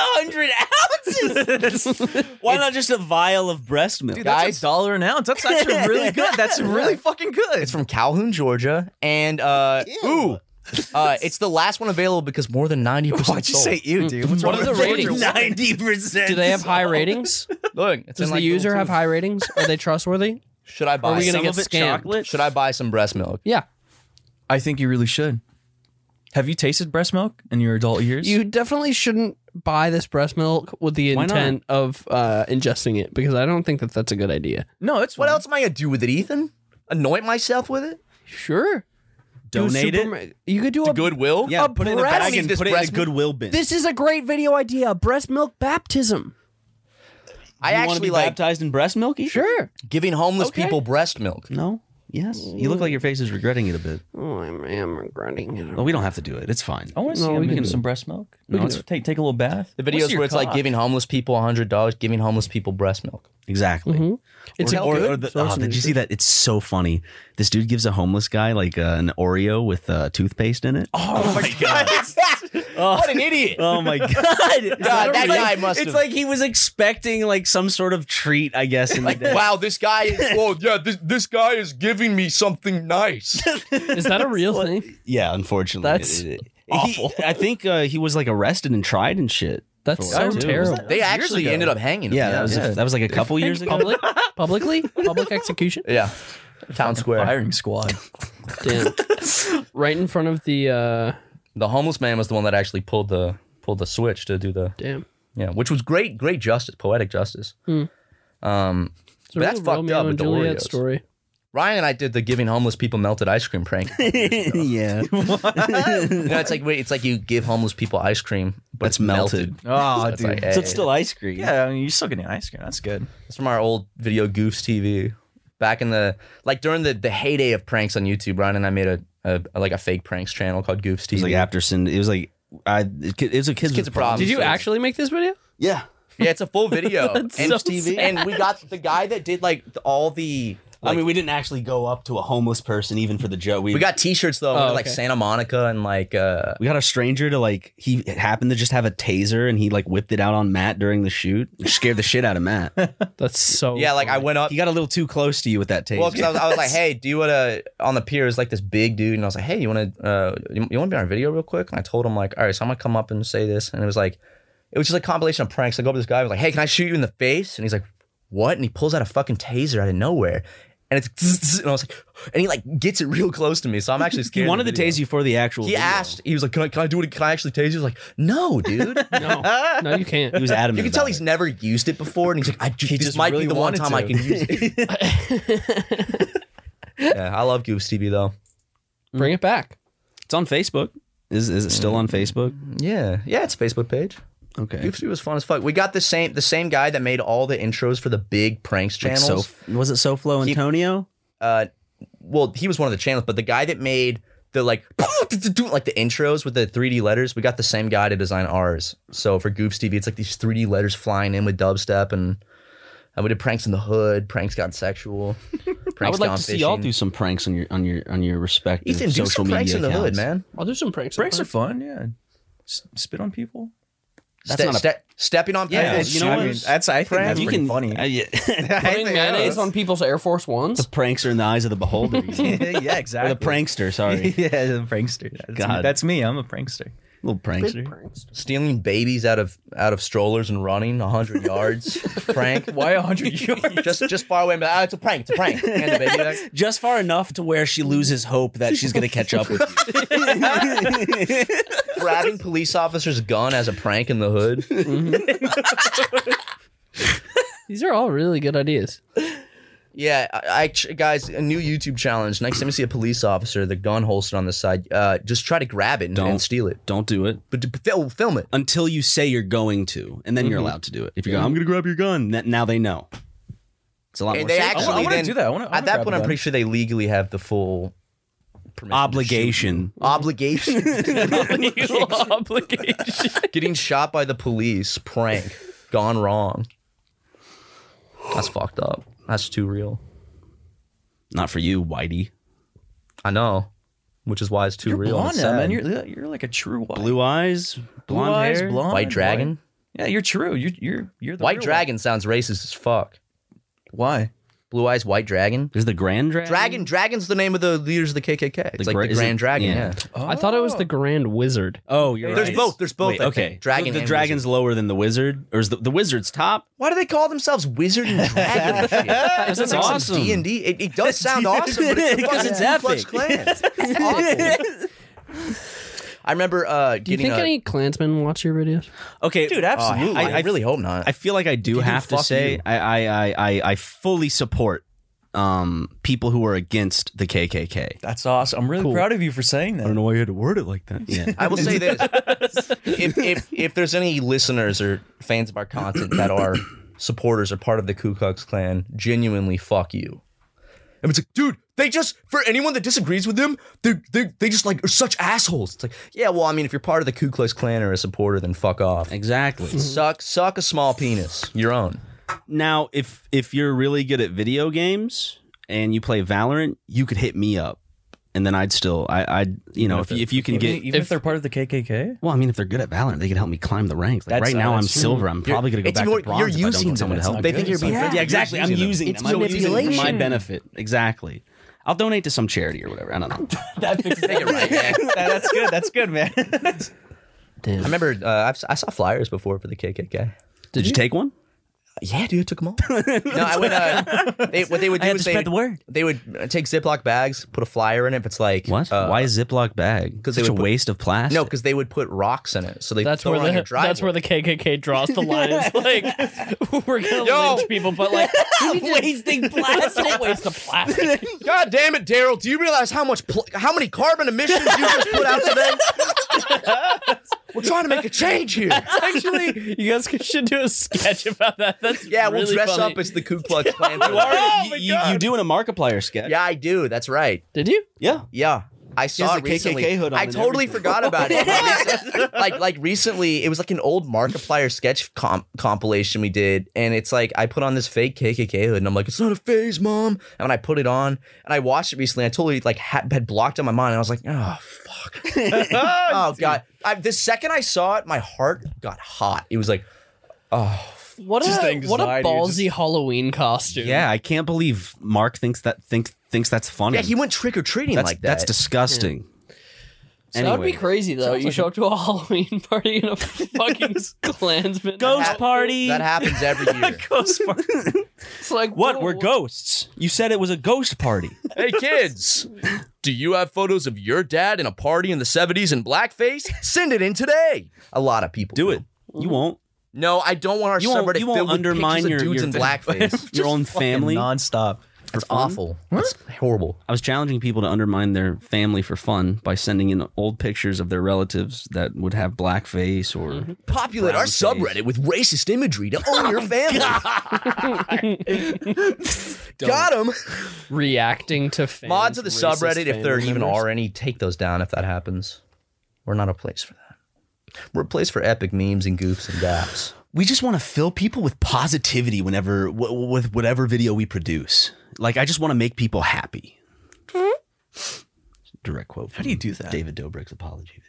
S1: hundred ounces? Why not just a vial of breast milk?
S6: Dude, that's a Guys.
S7: dollar an ounce. That's actually really good. That's really fucking good.
S6: It's from Calhoun, Georgia, and uh, ooh, uh, it's the last one available because more than ninety percent.
S7: Why'd you say ew, dude? What's
S3: What
S7: wrong
S3: are the
S7: with Georgia?
S3: ratings?
S1: Ninety percent.
S3: Do they have high ratings?
S6: Look, it's
S3: Does
S6: in,
S3: the
S6: like, little
S3: user have
S6: tubes.
S3: high ratings? Are they trustworthy?
S6: Should I buy?
S3: Are we
S6: some
S3: gonna
S6: of
S3: get
S6: it?
S3: scammed?
S6: Should I buy some breast milk?
S3: Yeah.
S7: I think you really should. Have you tasted breast milk in your adult years?
S3: You definitely shouldn't buy this breast milk with the
S7: Why not?
S3: intent of uh, ingesting it because I don't think that that's a good idea.
S7: no, it's
S6: what else am I gonna do with it, Ethan? Anoint myself with it?
S3: Sure. Do
S1: Donate it.
S3: Superma- You could do a
S6: Goodwill?
S1: Yeah,
S3: a
S1: put it in a
S3: breast-
S1: bag and
S3: This
S1: put it in a
S3: breast-
S1: Goodwill bin.
S3: This is a great video idea. Breast milk baptism.
S6: I
S1: You wanna
S6: actually
S1: be
S6: like
S1: baptized in breast milk. Ethan?
S3: Sure.
S6: giving homeless
S1: Okay.
S6: people breast milk.
S1: No. Yes. You look like your face is regretting it a bit.
S3: Oh, I am regretting it.
S1: Well, we don't have to do it. It's fine.
S7: I want to
S3: No,
S7: see
S3: we
S7: him
S3: can
S7: making
S3: do
S7: some
S3: it.
S7: breast milk.
S3: We
S7: No,
S3: can
S7: let's
S3: do it.
S7: take take a little bath.
S6: The
S7: What's
S6: videos
S7: your
S6: where it's like
S7: cost?
S6: giving homeless people hundred dollars, giving homeless people breast milk.
S1: Exactly.
S7: Mm-hmm.
S3: It's
S1: or,
S3: a
S1: or-
S3: good
S1: or the-
S3: source
S1: oh,
S3: of
S1: did you see that? It's so funny. This dude gives a homeless guy like uh, an Oreo with uh, toothpaste in it.
S7: Oh my god!
S6: what an idiot!
S1: Oh my god! God,
S6: that
S1: It's like-
S6: guy must
S1: It's
S6: have-
S1: like he was expecting like some sort of treat, I guess. In the day.
S6: Wow, this guy is oh yeah, this this guy is giving me something nice.
S3: Is that a real thing?
S1: Yeah, unfortunately,
S3: That's
S1: he- I think uh, he was like arrested and tried and shit.
S3: That's
S1: for it,
S3: so
S1: too.
S3: terrible.
S6: They
S7: years
S6: actually
S7: ago.
S6: ended up hanging. him.
S1: Yeah, that was
S7: Yeah.
S1: that was like a couple years ago.
S3: Public, publicly, public execution.
S6: yeah. Town Square.
S7: Firing squad.
S3: Damn. Right in front of the. Uh,
S6: The homeless man was the one that actually pulled the pulled the switch to do the
S3: damn.
S6: yeah, which was great, great justice, poetic justice.
S3: Hmm.
S6: Um,
S3: It's a
S6: but that's
S3: real
S6: fucked
S3: Romeo
S6: up
S3: and
S6: with the
S3: Juliet
S6: Oreos.
S3: story.
S6: Ryan and I did the giving homeless people melted ice cream prank.
S1: yeah,
S6: You know, it's like wait, it's like you give homeless people ice cream, but
S1: That's
S6: it's melted.
S7: Oh,
S6: That's like,
S7: dude.
S1: so
S6: hey.
S1: it's still ice cream.
S7: Yeah, I mean, you're still getting ice cream. That's good.
S6: It's from our old video goofs TV. Back in the like during the, the heyday of pranks on YouTube, Ryan and I made a, a like a fake pranks channel called Goofs
S1: It
S6: TV.
S1: was like after sin. It was like I. It, it was a kids.
S6: Kids
S1: with
S6: with Problems.
S3: Did you
S6: Sure.
S3: actually make this video?
S1: Yeah.
S6: yeah, it's a full video.
S3: That's
S6: and,
S3: so sad.
S6: and we got the guy that did like th- all the
S1: I mean, we didn't actually go up to a homeless person even for the joke.
S6: we got T-shirts though,
S3: Oh,
S6: like
S3: okay.
S6: Santa Monica and like uh,
S1: We got a stranger to like. He happened to just have a taser, and he like whipped it out on Matt during the shoot. It scared the shit out of Matt.
S3: That's so.
S6: yeah, like I went up.
S1: He got a little too close to you with that taser.
S6: Well, because I was, I was like, hey, do you want to on the pier? Is like this big dude, and I was like, hey, you want to uh, you, want to be on our video real quick? And I told him like, all right, so I'm gonna come up and say this, and it was like, it was just a compilation of pranks. I go up to this guy, I was like, hey, can I shoot you in the face? And he's like, what? And he pulls out a fucking taser out of nowhere, and it's tzz, tzz, and I was like, and he like gets it real close to me, so I'm actually
S1: he
S6: scared.
S1: wanted to
S6: of the video.
S1: tase you for the actual.
S6: He
S1: video.
S6: asked, he was like, can I, can I do it? Can I actually tase you? I was like, no, dude.
S3: no, no, you can't.
S1: He was adamant.
S6: You can tell
S1: about
S6: he's
S1: it.
S6: never used it before, and he's like, I ju-
S1: He
S6: this
S1: just
S6: might
S1: really
S6: be the one
S1: wanted
S6: time I
S1: to."
S6: can use it. yeah, I love Goofs TV though.
S3: Bring it back.
S1: It's on Facebook. Is is it
S6: Mm.
S1: still on Facebook?
S6: Yeah, yeah, it's a Facebook page.
S1: Okay.
S6: Goofs TV was fun as fuck. We got the same the same guy that made all the intros for the big pranks
S1: Like
S6: channels.
S1: so was it SoFlo Antonio?
S6: uh, well, he was one of the channels, but the guy that made the like like the intros with the 3D letters, we got the same guy to design ours. So for Goofs TV, it's like these 3D letters flying in with dubstep, and uh, we did pranks in the hood, pranks got sexual, pranks
S1: I would like
S6: gone
S1: to see
S6: fishing.
S1: y'all do some pranks on your on your on your respective
S6: Ethan, do
S1: social
S6: some
S1: media
S6: pranks in the hood,
S1: accounts.
S6: man.
S3: I'll do some pranks.
S7: Breaks are fun. Yeah. S- spit on people.
S1: That's
S6: Ste-
S1: not a-
S6: ste- stepping on
S1: Yeah,
S6: pickles.
S1: you know
S6: I
S1: what?
S6: mean, that's I think
S1: Frank,
S6: that's
S1: you
S6: pretty
S1: can-
S6: funny.
S1: Uh, yeah.
S3: Putting mayonnaise on people's Air Force Ones.
S1: The pranks are in the eyes of the beholder.
S7: yeah, exactly.
S1: Or the prankster, sorry.
S7: yeah, the prankster. That's Me.
S1: God.
S7: That's me. I'm a prankster.
S1: Little prankster.
S6: Stealing babies out of out of strollers and running hundred yards. Frank,
S7: why hundred yards?
S6: Just just far away. but, "Ah, it's a prank. It's a prank. Hand the baby back.
S1: Just far enough to where she loses hope that she's going to catch up with you.
S6: Grabbing police officer's gun as a prank in the hood.
S3: These are all really good ideas.
S6: Yeah, I, I ch- guys, a new YouTube challenge. Next time you see a police officer, the gun holstered on the side, uh, just try to grab it and, and steal it.
S1: Don't do it.
S6: But, d- but fil- film it.
S1: Until you say you're going to, and then you're
S6: Mhm.
S7: Mm-hmm.
S1: allowed to do it. If you go, I'm going to grab your gun, th- now they know. It's a lot
S6: And
S1: more
S6: they
S1: safe.
S6: actually then- at that point, I'm pretty sure they legally have the full
S1: obligation.
S6: Obligation. Getting shot by the police, prank, gone wrong. That's fucked up. That's too real.
S1: Not for you, Whitey.
S6: I know, which is why it's too
S7: You're
S6: real. and
S7: blonde now,
S6: sad.
S7: man. You're you're like a true white.
S1: Blue eyes,
S7: Blue
S6: blonde
S7: eyes,
S6: hair.
S7: blonde,
S6: White dragon?
S7: Yeah, you're true. You're you're you're the
S6: white
S7: real
S6: dragon sounds racist as fuck.
S7: Why?
S6: Blue eyes, white dragon.
S1: Is the grand dragon?
S6: Dragon, dragon's the name of the leaders of the KKK. It's like
S1: gra-
S6: the
S1: is it-
S6: Grand Dragon.
S1: yeah.
S6: Yeah.
S3: I thought it was the Grand Wizard.
S1: Oh, you're
S6: There's
S1: right.
S6: both. There's both,
S1: Wait,
S6: I
S1: okay.
S6: think. Dragon
S1: So the
S6: and
S1: dragon's lower than the wizard, or is the, the wizard's top?
S6: Why do they call themselves Wizard and Dragon? and shit?
S1: That's
S6: Doesn't make sense.
S1: awesome.
S6: D and D. It, it does sound awesome, but it's the
S1: 'Cause
S6: fucking
S1: it's
S6: Ku Klux
S1: epic.
S6: Klan. It's awful. I remember uh,
S3: Do you
S6: getting
S3: think
S6: a,
S3: any Klansmen watch your videos?
S1: Okay, Ah,
S6: Dude, absolutely. I really hope not.
S1: I feel like I do
S6: you do,
S1: have to
S6: fuck
S1: say
S6: you.
S1: I, I I I I fully support um people who are against the KKK.
S7: That's awesome. I'm really proud of you for saying that. I don't
S1: know why you had to word it like that. Yeah.
S6: I will say this: if, if if there's any listeners or fans of our content that are supporters or part of the Ku Klux Klan, genuinely fuck you. And it's like, dude, they just for anyone that disagrees with them, they they they just like are such assholes. It's like, yeah, well, I mean, if you're part of the Ku Klux Klan or a supporter, then fuck off.
S1: Exactly.
S6: Suck suck a small penis, your own.
S1: Now, if if you're really good at video games and you play Valorant, you could hit me up, and then I'd still I I you know if, you- if you can get
S7: even if, they're part of the KKK.
S1: well, I mean, if they're good at Valorant, they could help me climb the ranks. Like
S7: That's-
S1: right now,
S7: uh,
S1: I'm
S7: that's true.
S1: silver. I'm
S7: You're-
S1: probably going to go
S7: it's
S1: back
S7: more-
S1: to bronze
S7: you're
S1: if I don't
S7: using
S1: get
S7: them.
S1: someone to
S7: It's
S1: help.
S7: not
S1: me.
S7: good. It's not good.
S1: yeah, exactly. I'm
S7: You're using
S1: using
S7: them.
S1: them.
S7: It's
S1: I'm using them for my
S7: manipulation.
S1: benefit. Exactly. I'll donate to some charity or whatever. I don't know.
S7: That's exactly right. that's good. That's good, man.
S6: I remember uh, I've, I saw flyers before for the KKK.
S1: Did you take one?
S6: Yeah, dude, I took them all. no, I would. Uh, they, what they would do
S1: I had
S6: is
S1: to
S6: they,
S1: spread the word.
S6: They would uh, take Ziploc bags, put a flyer in it. If it's like
S1: What?
S6: uh,
S1: Why a Ziploc bag? Because
S6: they
S1: it's a
S6: would put-
S1: waste of plastic.
S6: No, because they would put rocks in it. So they
S3: That's
S6: throw
S3: where
S6: it on
S3: the
S6: your
S3: that's
S6: driveway.
S3: where the KKK draws the line. It's like we're gonna lynch people, but like we need to-
S1: wasting
S3: plastic. Don't waste the plastic.
S6: God damn it, Daryl! Do you realize how much pl- how many carbon emissions you just put out today? We're trying to make a change here.
S3: That's actually, you guys should do a sketch about that. That's
S6: Yeah, we'll
S3: really
S6: dress
S3: funny.
S6: up as the Ku Klux Klan.
S1: You are. you, you, you do in a Markiplier sketch.
S6: Yeah, I do. That's right.
S3: Did you?
S1: Yeah.
S6: Yeah. I saw
S1: has
S6: it
S1: a KKK
S6: recently.
S1: hood on
S6: I
S1: and
S6: totally
S1: everything.
S6: forgot about it. like like recently, it was like an old Markiplier sketch comp- compilation we did, and it's like I put on this fake KKK hood, and I'm like, it's not a phase, mom. And I put it on, and I watched it recently. I totally like had, had blocked out my mind, and I was like, oh fuck, oh god. I, the second I saw it, my heart got hot. It was like, oh.
S3: What
S6: Just
S3: a
S6: anxiety,
S3: what a
S6: just-
S3: ballsy Halloween costume.
S1: Yeah, I can't believe Mark thinks that thinks thinks that's funny.
S6: Yeah, he went trick or treating
S1: that's,
S6: like that.
S1: That's disgusting.
S3: So that would be crazy though. You show up to a Halloween party in a fucking Klansman
S1: Ghost
S3: outfit.
S1: party.
S6: That happens every year.
S1: Ghost party.
S3: It's like
S1: What?
S3: whoa,
S1: We're ghosts. You said it was a ghost party.
S6: Hey kids, do you have photos of your dad in a party in the 70s in blackface? Send it in today. A lot of people do,
S1: it. You won't.
S6: No, I don't want our
S1: You won't-
S6: subreddit
S1: you won't
S6: Mm-hmm. filled with
S1: undermine
S6: pictures of
S1: your-
S6: dudes
S1: your
S6: in
S1: fa-
S6: blackface.
S1: your own
S6: fucking
S1: family.
S6: non-
S7: nonstop.
S6: That's
S1: fun?
S6: awful. That's horrible.
S1: I was challenging people to undermine their family for fun by sending in old pictures of their relatives that would have blackface or
S6: Mm-hmm. Populate our subreddit with racist imagery to own your family. Got him.
S3: reacting to fans,
S6: Mods of the
S3: racist
S6: subreddit, if
S3: fan
S6: there even
S3: members.
S6: are any, take those down if that happens. We're not a place for that. We're a place for epic memes and goofs and gaps.
S1: we just want to fill people with positivity whenever w- with whatever video we produce. Like I just want to make people happy.
S7: Mm-hmm.
S1: Direct quote. How do you do that? David Dobrik's apology video.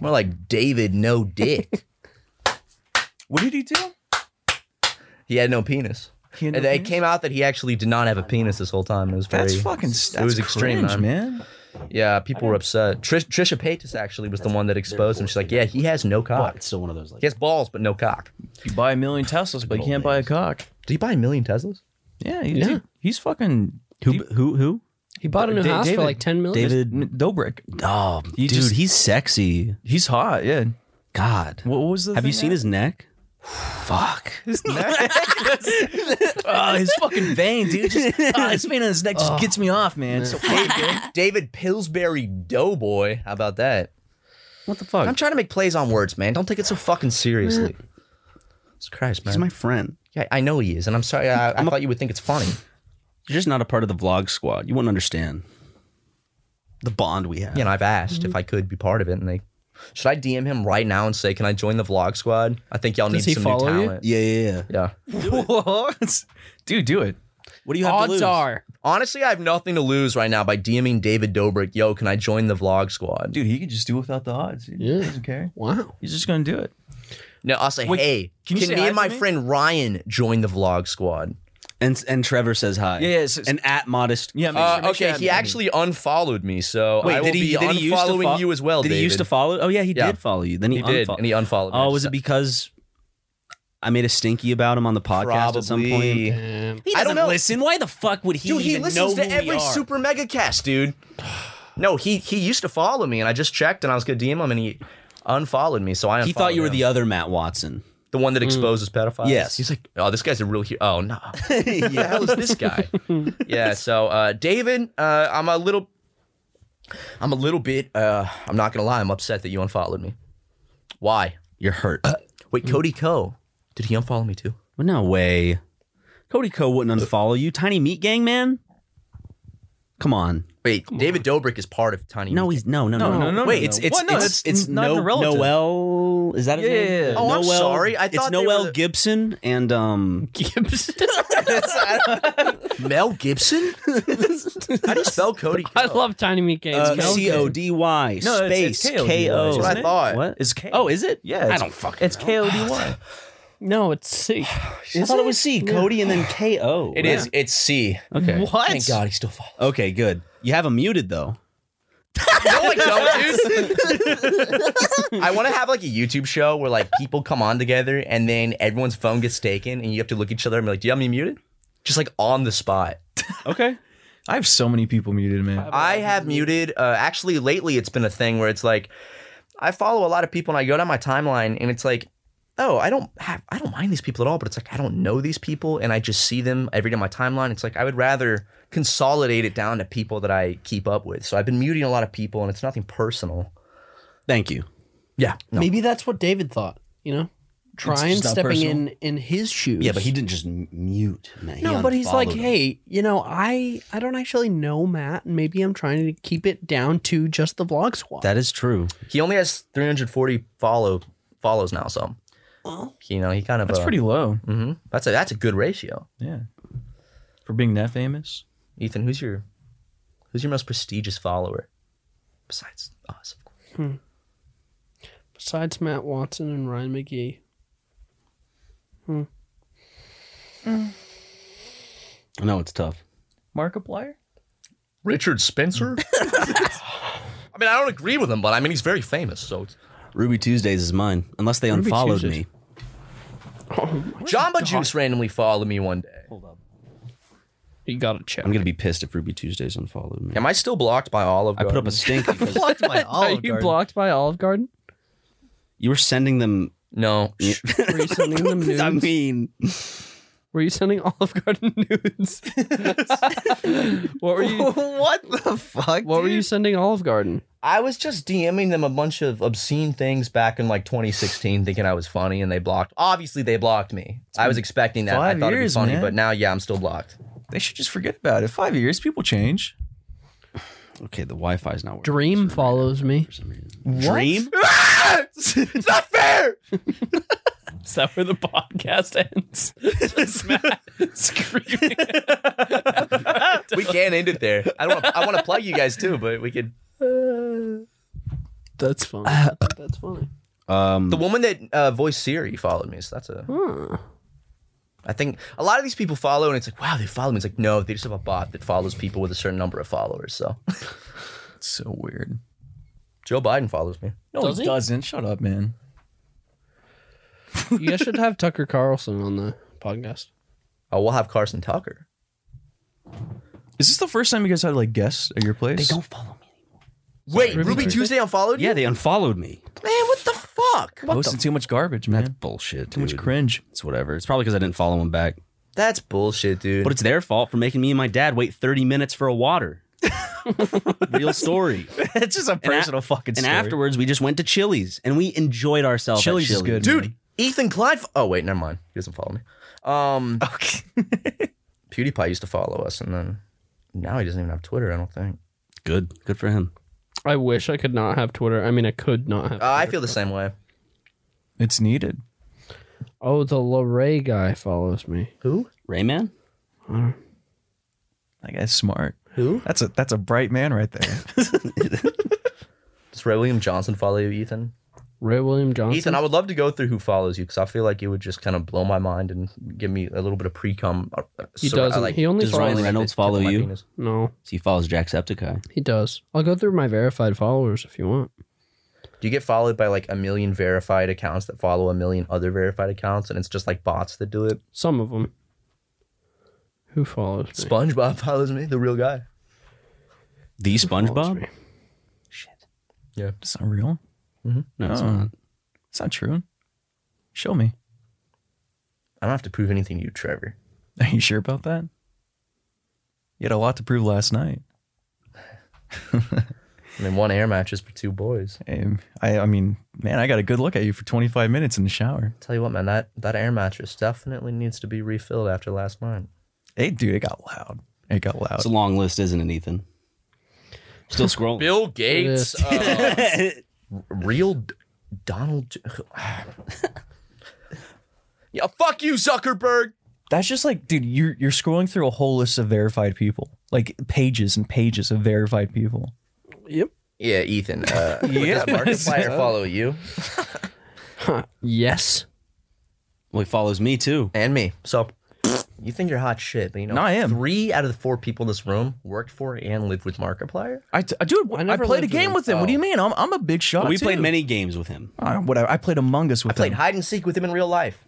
S6: More like David No Dick.
S7: what did he do?
S6: He had no penis.
S7: had
S6: and
S7: no
S6: it came out that he actually did not have a penis this whole time. It was very
S7: That's fucking. That's
S6: it was extreme,
S7: cringe,
S6: Yeah, people were upset. Trish, Trisha Paytas actually was the one that exposed him. She's like, "Yeah, he has no cock.
S1: it's still one of those. Like,
S6: he has balls, but no cock.
S7: You buy a million Teslas, but you can't buy a cock.
S6: Did he buy a million Teslas?
S7: Yeah,
S6: he-
S7: dude, he's fucking.
S1: Who? who? Who?
S3: He bought a new
S7: Da-
S3: house for
S7: David-
S3: like ten million.
S1: David
S7: Dobrik.
S1: Oh, dude,
S7: just-
S1: he's sexy.
S7: He's hot. Yeah.
S1: God.
S7: What, what was the?
S1: Have you
S7: thing
S1: seen
S7: that-
S1: his neck? Fuck.
S7: His neck. oh, his fucking vein, dude. Just, oh, his vein on his neck just
S6: Oh.
S7: gets me off, man. It's so
S6: David, David Pillsbury Doughboy. How about that?
S1: What the fuck?
S6: I'm trying to make plays on words, man. Don't take it so fucking seriously. Jesus Christ, man.
S1: He's my friend.
S6: Yeah, I know he is, and I'm sorry. I, I thought you would think it's funny.
S1: You're just not a part of the vlog squad. You wouldn't understand the bond we have.
S6: You know, I've asked if I could be part of it, and they. Should I DM him right now and say, "Can I join the vlog squad? I think y'all
S3: Does
S6: need
S3: he
S6: some
S3: follow you?
S6: new talent."
S1: Yeah, yeah, yeah.
S6: Yeah.
S7: What? Dude, do it.
S1: What do you
S3: Odds are
S6: Honestly, I have nothing to lose right now by DMing David Dobrik. Yo, can I join the vlog squad?
S7: Dude, he could just do without the odds. Dude. Yeah. He doesn't care.
S3: Wow.
S7: He's just gonna do it.
S6: No, I'll say,
S7: Wait,
S6: hey, can,
S7: can you say
S6: me
S7: hi
S6: and
S7: to
S6: my
S7: me?
S6: friend Ryan join the vlog squad?
S1: And and Trevor says hi.
S7: Yeah, yeah, so-
S1: and at modest.
S7: Yeah, make
S6: Uh,
S7: sure- make sure
S6: okay,
S7: I
S6: he
S7: know.
S6: actually unfollowed me, so
S1: Wait,
S6: I will
S1: did he,
S6: be
S1: did he used to
S6: unfollowing
S1: fo-
S6: you as well.
S1: Did he
S6: David.
S1: used to follow? Oh yeah, he
S6: Yeah.
S1: did follow you. Then he,
S6: He did,
S1: unfo-
S6: and he unfollowed me.
S1: Oh, was it because I made a stinky about him on the podcast at some
S6: Probably.
S1: point? He
S6: I don't
S1: doesn't
S6: know.
S1: Listen, why the fuck would he?
S6: Dude, he
S1: even
S6: listens
S1: know
S6: to
S1: who
S6: every
S1: we are?
S6: super mega cast, dude. No, he he used to follow me, and I just checked, and I was gonna DM him, and he unfollowed me. So I
S1: He thought you were
S6: unfollowed him.
S1: the other Matt Watson.
S6: the one that exposes pedophiles.
S1: Yes.
S6: he's like, oh, this guy's a real hero. Oh no, who the hell is this guy? yeah. So uh, David, uh, I'm a little, I'm a little bit. Uh, I'm not gonna lie, I'm upset that you unfollowed me. Why?
S1: You're hurt.
S6: Wait, Cody Co. Did he unfollow me too?
S1: Well, no way. Cody Co wouldn't unfollow you. Tiny Meat Gang, man. Come on.
S6: Wait, David Dobrik is part of Tiny.
S1: No,
S6: Meat
S1: he's no, no, no,
S6: No,
S1: no,
S6: no, no,
S1: Wait,
S6: no,
S1: it's
S6: no.
S1: it's
S6: Well, no,
S1: it's,
S6: that's
S1: it's
S6: not
S1: no,
S6: even relative.
S1: Noel. Is that his
S6: Yeah,
S1: name?
S6: yeah, yeah. Oh, I'm
S1: Noel-
S6: sorry. I
S1: it's
S6: thought they
S1: Noel
S6: were the-
S1: Gibson and um
S3: Gibson.
S6: Gang. Mel Gibson. How do you spell Cody? Co?
S3: I love Tiny Meat Games.
S1: uh,
S3: Mel
S1: C O
S3: Gibson.
S1: D Y
S7: No, it's- it's
S1: space K
S7: K-O-D-Y,
S1: O.
S7: isn't
S6: That's what I thought.
S1: What
S7: It's K.
S1: Oh, is it?
S7: Yeah,
S1: I
S7: it's-
S1: don't fucking.
S7: It's
S1: know.
S7: K O D Y.
S3: No, it's C.
S1: I thought it was C.
S3: Yeah.
S1: Cody and then K O.
S6: It is. It's C.
S1: Okay.
S3: What?
S6: Thank God he still follows.
S1: Okay. Good. You have him muted though.
S6: No, I don't, dude. I want to have like a YouTube show where like people come on together and then everyone's phone gets taken and you have to look at each other and be like, "Do you have me muted?" Just like on the spot.
S1: Okay.
S7: I have so many people muted, man.
S6: I have muted. Uh, actually, lately it's been a thing where it's like I follow a lot of people and I go down my timeline and it's like, oh, I don't have, I don't mind these people at all, but it's like I don't know these people and I just see them every day on my timeline. It's like I would rather consolidate it down to people that I keep up with. So I've been muting a lot of people and it's nothing personal.
S1: Thank you.
S6: Yeah, no.
S3: Maybe that's what David thought. You know, trying
S7: just not
S3: stepping
S7: personal.
S3: in in his shoes.
S1: Yeah, but he didn't just m- mute. Man. He
S3: No, but he's like,
S1: unfollowed him.
S3: hey, you know, I I don't actually know Matt, and maybe I'm trying to keep it down to just the vlog squad.
S1: That is true.
S6: He only has 340 follow follows now, so you know he kind of
S7: That's
S6: uh,
S7: pretty low.
S6: hmm That's a that's a good ratio.
S7: Yeah. For being that famous.
S6: Ethan, who's your who's your most prestigious follower besides us? Of course.
S3: Besides Matt Watson and Ryan McGee,
S1: I know it's tough.
S7: Markiplier?
S6: Richard Spencer. I mean, I don't agree with him, but I mean he's very famous. So it's...
S1: Ruby Tuesdays is mine, unless they
S3: Ruby
S1: unfollowed me.
S3: Tuesdays.
S6: Jamba Juice randomly followed me one day.
S1: Oh.
S3: you gotta check.
S1: I'm gonna be pissed if Ruby Tuesdays unfollowed me.
S6: Am I still blocked by Olive
S1: I
S6: Garden?
S1: put up a stink. because
S6: blocked by
S3: Are you blocked by Olive Garden?
S1: you were sending them.
S6: No.
S3: Were you sending them nudes?
S1: I mean,
S3: Were you sending Olive Garden nudes? what were you?
S6: what the fuck?
S3: What were you sending Olive Garden?
S6: I was just DMing them a bunch of obscene things back in like 2016, thinking I was funny, and they blocked. Obviously, they blocked me. I was expecting that. I
S7: five
S6: thought
S7: years,
S6: it'd be funny,
S7: man.
S6: but now, yeah, I'm still blocked.
S7: They should just forget about it. Five years, people change.
S1: okay, the Wi-Fi's not working.
S3: Dream follows me.
S1: Dream?
S6: it's not fair.
S3: Is that where the podcast ends? Just Matt screaming.
S6: We can't end it there. I don't. wanna- I want to plug you guys too, but we could.
S3: That's funny. That's funny.
S1: Um,
S6: the woman that uh, voiced Siri followed me. So that's a. I think a lot of these people follow, and it's like, wow, they follow me. It's like, no, they just have a bot that follows people with a certain number of followers. So. it's so weird. Joe Biden follows me.
S7: No,
S6: Does
S7: he,
S6: he?
S7: doesn't. Shut up, man.
S3: You guys should have Tucker Carlson on the podcast.
S6: Oh, we'll have Carson Tucker.
S7: Is this the first time you guys had like guests at your place? They don't follow me anymore.
S6: Wait, Ruby Tuesday unfollowed you?
S7: Yeah, they unfollowed me.
S6: Man, what the fuck?
S1: Posting too much garbage, man. That's bullshit. Too much cringe. It's whatever. It's probably because I didn't follow him back.
S6: That's bullshit, dude.
S1: But it's their fault for making me and my dad wait 30 minutes for a water. Real story.
S7: it's just a
S6: personal fucking
S1: and
S6: story.
S1: And afterwards, we just went to Chili's and we enjoyed ourselves. at Chili's
S6: dude. Ethan Klein. fo- Oh wait, never mind. He doesn't follow me. Um, okay. PewDiePie used to follow us, and then now he doesn't even have Twitter. I don't think.
S1: Good. Good for him.
S3: I wish I could not have Twitter. I mean, I could not have.
S6: Uh, I feel the same way.
S7: It's needed.
S3: Oh, the Larray guy follows me.
S6: Who?
S1: Rayman.
S7: That guy's smart.
S6: Who?
S7: That's a that's a bright man right there.
S6: Does Ray William Johnson follow you, Ethan?
S3: Ray William Johnson.
S6: Ethan, I would love to go through who follows you because I feel like it would just kind of blow my mind and give me a little bit of uh, pre cum.
S3: He doesn't. He only
S1: Does Ryan
S3: follows-
S1: Reynolds follow you?
S3: No.
S1: So he follows Jacksepticeye.
S3: He does. I'll go through my verified followers if you want.
S6: Do you get followed by like a million verified accounts that follow a million other verified accounts, and it's just like bots that do it?
S3: Some of them. Who follows me?
S6: SpongeBob follows me, the real guy.
S1: The SpongeBob.
S6: Yeah,
S7: it's not real.
S1: No, it's
S7: Oh.
S1: not.
S7: It's not true. Show me.
S6: I don't have to prove anything to you, Trevor.
S7: Are you sure about that? You had a lot to prove last night.
S6: and then one air mattress for two boys.
S7: I, I mean, man, I got a good look at you for 25 minutes in the shower.
S6: Tell you what, man, that, that air mattress definitely needs to be refilled after last night.
S7: Hey, dude, it got loud. It got loud.
S1: It's a long list, isn't it, Ethan? Still scrolling.
S6: Bill Gates, uh, real D- Donald. J- yeah, fuck you, Zuckerberg.
S7: That's just like, dude, you're you're scrolling through a whole list of verified people, like pages and pages of verified people.
S3: Yep.
S6: Yeah, Ethan. Uh, yeah,
S7: Yeah.
S6: does Markiplier
S7: So-
S6: follow you?
S3: yes.
S1: Well, he follows me too,
S6: and me. So you think you're hot shit, but you know,
S7: No, I am.
S6: Three out of the four people in this room worked for and lived with Markiplier.
S7: I, t- dude, I,
S6: never
S7: played a
S6: lived oh.
S7: game
S6: with
S7: with him. What do you
S6: him.
S7: mean? I'm, I'm a big shot.
S1: we played
S7: too.
S1: many games with him.
S7: Uh, whatever. I played Among Us with
S6: I played
S7: him.
S6: hide and seek with him in real life.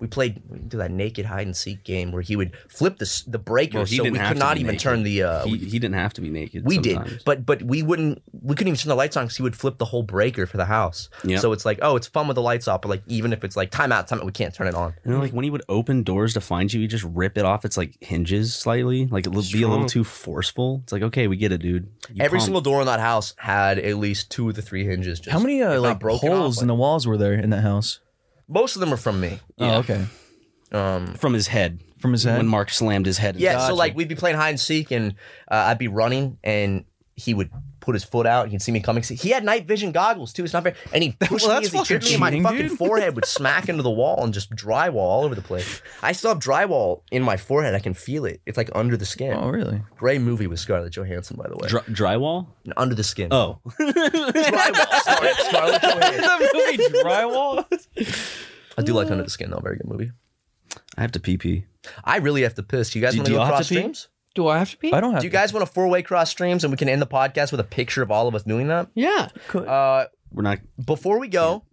S6: we played we do that naked hide and seek game where he would flip the s- the breaker,
S1: Well, he
S6: so
S1: didn't
S6: we
S1: have
S6: could
S1: to
S6: not
S1: be
S6: even
S1: naked.
S6: turn the. Uh,
S1: He, he didn't have to be naked.
S6: we
S1: sometimes.
S6: did, but but we wouldn't. We couldn't even turn the lights on because he would flip the whole breaker for the house.
S1: Yep.
S6: So it's like, oh, it's fun with the lights off, but like even if it's like time out, time out, we can't turn it on.
S1: And then, like when he would open doors to find you, he just rip it off its like hinges slightly, like it would be a little too
S6: Strong.
S1: forceful. It's like, okay, we get it, dude. You
S6: Every
S1: calm-
S6: single door in that house had at least two of the three hinges. Just,
S7: How many
S6: if
S7: uh,
S6: not
S7: like
S6: broken off,
S7: holes in the walls were there in that house?
S6: Most of them are from me.
S7: Oh, okay.
S6: Um,
S1: from his head.
S7: From his head?
S1: When Mark slammed his head.
S6: Yeah, so like we'd be playing hide and seek, and uh, I'd be running, and he would put his foot out. He'd see me coming. He had night vision goggles too. It's not fair. And he pushed
S7: Well,
S6: me
S7: that's
S6: as he
S7: fucking
S6: tripped me, and my
S7: cheating,
S6: fucking
S7: dude.
S6: forehead would smack into the wall and just drywall all over the place. I still have drywall in my forehead. I can feel it. It's like under the skin.
S7: Oh, really?
S6: Great movie with Scarlett Johansson, by the way.
S1: Dry- drywall.
S6: Under the skin.
S1: Oh,
S7: that movie drywall.
S6: I do like Under the Skin though. Very good movie.
S1: I have to pee pee.
S6: I really have to piss. Do you guys
S1: Do-
S6: want
S1: do
S6: to go
S1: y'all have
S6: cross
S1: to pee?
S6: streams?
S3: Do I have to pee?
S7: I don't have
S6: Do you guys want a four way cross streams and we can end the podcast with a picture of all of us doing that?
S3: Yeah.
S6: Uh,
S1: We're not.
S6: Before we go,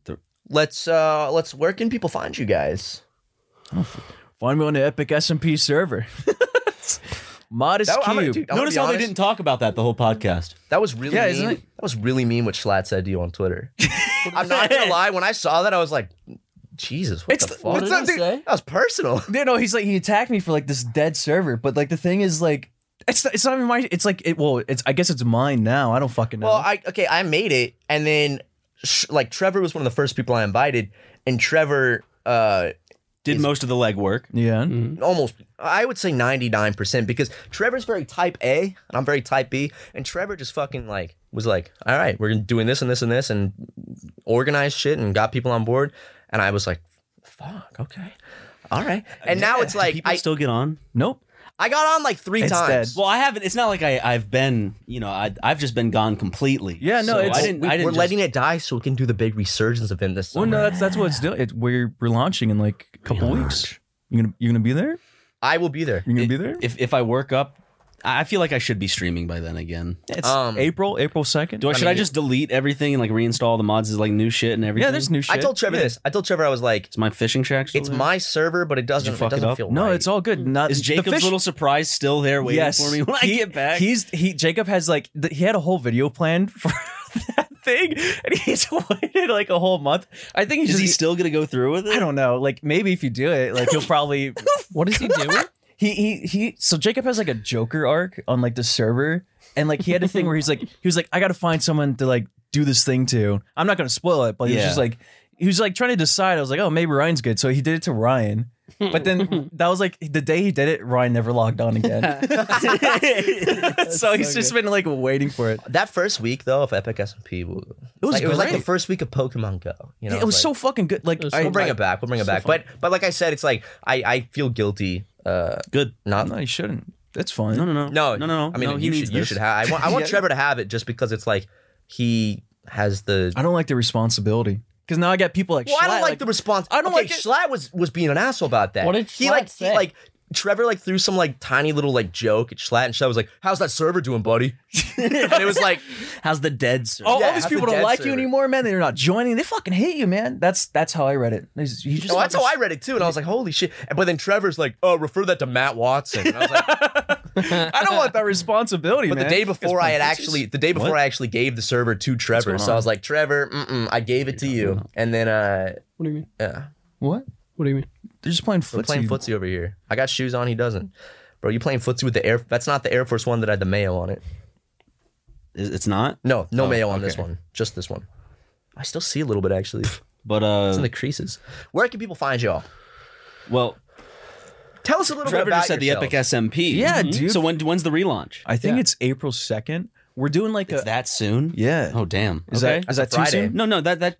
S6: let's uh let's where can people find you guys?
S7: Find me on the Epic SMP server. Modest
S6: That- I'm gonna-
S7: Cube.
S6: dude, I'm gonna Notice be how they honest. didn't
S1: talk about that the whole podcast.
S6: That was really
S7: Yeah,
S6: mean.
S7: isn't it?
S6: that was really mean what Schlatt said to you on Twitter. I'm not gonna lie, when I saw that I was like, Jesus, what the, fuck?
S7: what's What did up, I dude? say?
S6: That was personal.
S7: No, no, he's like he attacked me for like this dead server, but like the thing is like it's not, it's not even my it's like it well it's I guess it's mine now. I don't fucking know.
S6: Well, I okay, I made it, and then sh- like Trevor was one of the first people I invited, and Trevor uh
S1: Did most of the legwork.
S7: Yeah.
S6: Almost, I would say 99% because Trevor's very type A and I'm very type B. And Trevor just fucking like was like, all right, we're doing this and this and this and organized shit and got people on board. And I was like, fuck, okay. All right. And now it's like,
S1: I still get on.
S7: Nope.
S6: I got on like three times.
S1: Well, I haven't. It's not like I, I've been. You know, I, I've just been gone completely.
S6: Yeah,
S1: So I didn't.
S6: we,
S1: I didn't
S6: are
S1: just-
S6: letting it die so we can do the big resurgence of him this summer.
S7: Well, Oh, no, that's that's what it's doing. It, we're we're launching in like a couple weeks. You gonna you gonna be there?
S6: I will be there.
S7: You gonna be there?
S1: If if I work up, I I feel like I should be streaming by then again.
S7: It's
S6: Um,
S7: April April second.
S1: Do I, should I just delete everything and like reinstall the mods as like new shit and everything?
S6: I told Trevor this. I told Trevor I was like,
S1: It's my fishing shack. Still
S6: it's
S1: there?
S6: my server, but it doesn't.
S1: Did you fuck
S6: it doesn't
S1: it up?
S6: feel
S7: No,
S6: right.
S7: it's all good. Not
S1: Is
S7: the
S1: Jacob's
S7: fish-
S1: little surprise still there waiting
S7: yes.
S1: for me when
S7: He-
S1: I get back?
S7: He's he. Jacob has like th- he had a whole video planned for that thing, and he's waited like a whole month. I think he's
S1: Is
S7: just,
S1: he still gonna go through with it?
S7: I don't know. Like maybe if you do it, like he'll probably.
S3: what is he doing?
S7: He he he. So Jacob has like a Joker arc on like the server, and like he had a thing where he's like he was like I got to find someone to like do this thing to. I'm not gonna spoil it, but he was
S1: Yeah.
S7: just like he was like trying to decide. I was like, oh, maybe Ryan's good, so he did it to Ryan. But then that was like the day he did it, Ryan never logged on again. so he's just been like waiting for it.
S6: That first week though of Epic SMP, w-
S7: It was
S6: like, it was like the
S7: great.
S6: first week of Pokemon Go. You know,
S7: it was
S6: like-
S7: so fucking good. Like I,
S6: we'll bring it back. We'll bring it
S7: so
S6: back.
S7: fun.
S6: But but like I said, it's like I I feel guilty. Uh,
S1: Good.
S6: Not
S7: no, you shouldn't. That's fine.
S1: No, no, no,
S6: no
S1: no, no.
S6: I mean,
S1: no, he
S6: you
S1: needs
S6: should you
S1: this.
S6: should have. I want I want
S7: Yeah.
S6: Trevor to have it just because it's like he has the.
S7: I don't like the responsibility because now I got people like.
S6: Well, I don't
S7: Schlatt,
S6: like, the response. I don't like. Schlatt was was being an asshole about that.
S3: What did
S6: he
S3: Schlatt
S6: like?
S3: say?
S6: He like. Trevor like threw some like tiny little like joke at Schlatt, and Schlatt was like, "How's that server doing, buddy?" and it was like,
S1: "How's the dead server?"
S7: Oh, all these people don't like you anymore, man. They're not joining. They fucking hate you, man. That's that's how I read it. They just- You just
S6: No, Oh, that's how I read it too, and I was like, "Holy shit!" But then Trevor's like, "Oh, refer that to Matt Watson." And I was like,
S7: I don't want that responsibility,
S6: but
S7: man.
S6: the day before I had actually, the day before
S7: What?
S6: I actually gave the server to Trevor,
S7: going
S6: so I
S7: on?
S6: was like, "Trevor, mm-mm, I gave it to you," and then, uh,
S3: what do you mean?
S6: Yeah,
S7: What?
S3: What do you mean?
S7: They're just playing footsie.
S6: we're playing footsie over here. I got shoes on, he doesn't. Bro, you playing footsie with the air? That's not the Air Force One that had the mayo on it.
S1: It's not.
S6: No, no
S1: Oh,
S6: mayo on this
S1: okay.
S6: one, just this one. I still see a little bit actually.
S1: But uh,
S6: it's in the creases. Where can people find y'all?
S1: Well,
S6: tell us a little
S1: Trevor
S6: bit about
S1: just said the
S6: yourself.
S1: Epic SMP.
S7: Yeah, dude.
S1: Mm-hmm. So when when's the relaunch?
S7: I think it's April second. We're doing like a
S1: that soon.
S7: Yeah.
S1: Oh damn.
S7: Is
S1: okay.
S7: that is that too soon?
S1: No, no. That that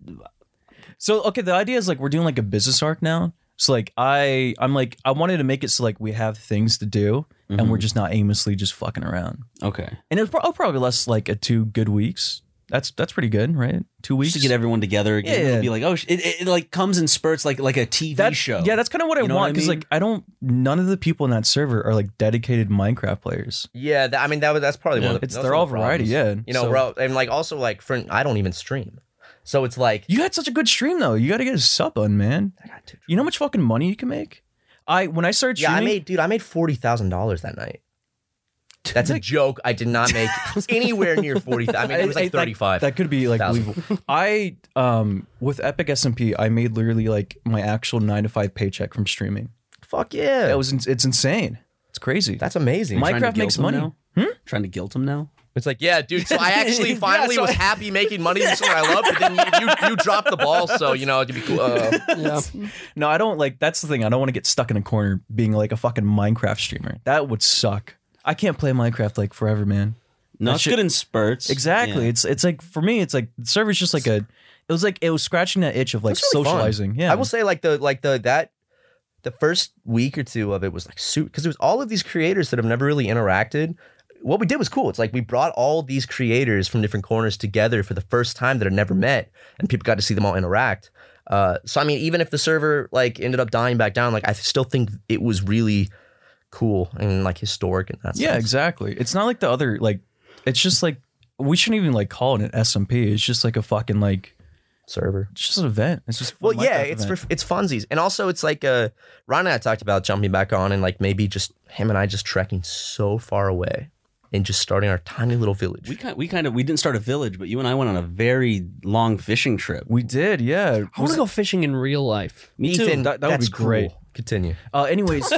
S7: So okay, the idea is like we're doing like a business arc now. So like I I'm like I wanted to make it so like we have things to do and we're just not aimlessly just fucking around.
S1: okay.
S7: And it was pro- oh, probably less like a two good weeks. That's that's pretty good, right? Two weeks
S1: to get everyone together again.
S7: Yeah, yeah.
S1: It'll be like oh, sh- it, it, it like comes in spurts like like a TV show.
S7: Yeah, that's kind of what I
S1: You know
S7: want because
S1: mean?
S7: like I don't. None of the people in that server are like dedicated Minecraft players.
S6: Yeah, that, I mean that was that's probably one
S7: Yeah.
S6: of the
S7: It's-
S6: those
S7: they're
S6: are the
S7: all variety,
S6: problems.
S7: yeah,
S6: You know,
S7: so-
S6: bro, and like also like for I don't even stream, so it's like
S7: You had such a good stream though. You got to get a sub on, man. I got You know how much fucking money you can make? I when I started
S6: yeah, I
S7: streaming,
S6: made dude, I made forty thousand dollars that night. That's a joke. I did not make anywhere near forty. I mean, it was like
S7: that-
S6: thirty five.
S7: That could be like believable. I um with Epic SMP, I made literally like my actual nine to five paycheck from streaming.
S6: Fuck yeah,
S7: that was ins- it's insane. It's crazy.
S6: That's amazing.
S1: Trying to
S7: Minecraft
S1: guilt
S7: makes
S1: him
S7: money. Hmm?
S1: now? Trying to guilt him now.
S6: It's like yeah, dude. So I actually
S7: Yeah,
S6: finally
S7: so
S6: was
S7: I-
S6: happy making money doing something I love, but then you, you you dropped the ball. So you know, it'd be cool. Uh,
S7: yeah. No, I don't like. That's the thing. I don't want to get stuck in a corner being like a fucking Minecraft streamer. That would suck. I can't play Minecraft like forever, man.
S1: No,
S7: That
S1: it's
S7: shit-
S1: good in spurts.
S7: Exactly.
S1: Yeah.
S7: It's it's like for me, it's like the server's just like a. It was like it was scratching that itch of like
S6: really fun.
S7: socializing. Yeah,
S6: I will say like the like the that the first week or two of it was like suit because it was all of these creators that have never really interacted. What we did was cool. It's like we brought all these creators from different corners together for the first time that had never met, and people got to see them all interact. Uh, so I mean, even if the server like ended up dying back down, like I still think it was really cool and like historic and that.
S7: Yeah,
S6: sense.
S7: exactly. It's not like the other like it's just like we shouldn't even like call it an SMP. It's just like a fucking like
S6: server.
S7: It's just an event. It's just a
S6: Well,
S7: Minecraft
S6: yeah, it's
S7: event.
S6: for it's funsies, and also it's like uh, Ron and I talked about jumping back on and like maybe just him and I just trekking so far away and just starting our tiny little village.
S1: We kind we kind of we didn't start a village, but you and I went on a very long fishing trip.
S7: We did, yeah.
S3: I want to go fishing in real life.
S1: Me
S6: Ethan,
S1: too.
S6: that- that would that's be great. cool. Continue.
S7: Uh, anyways,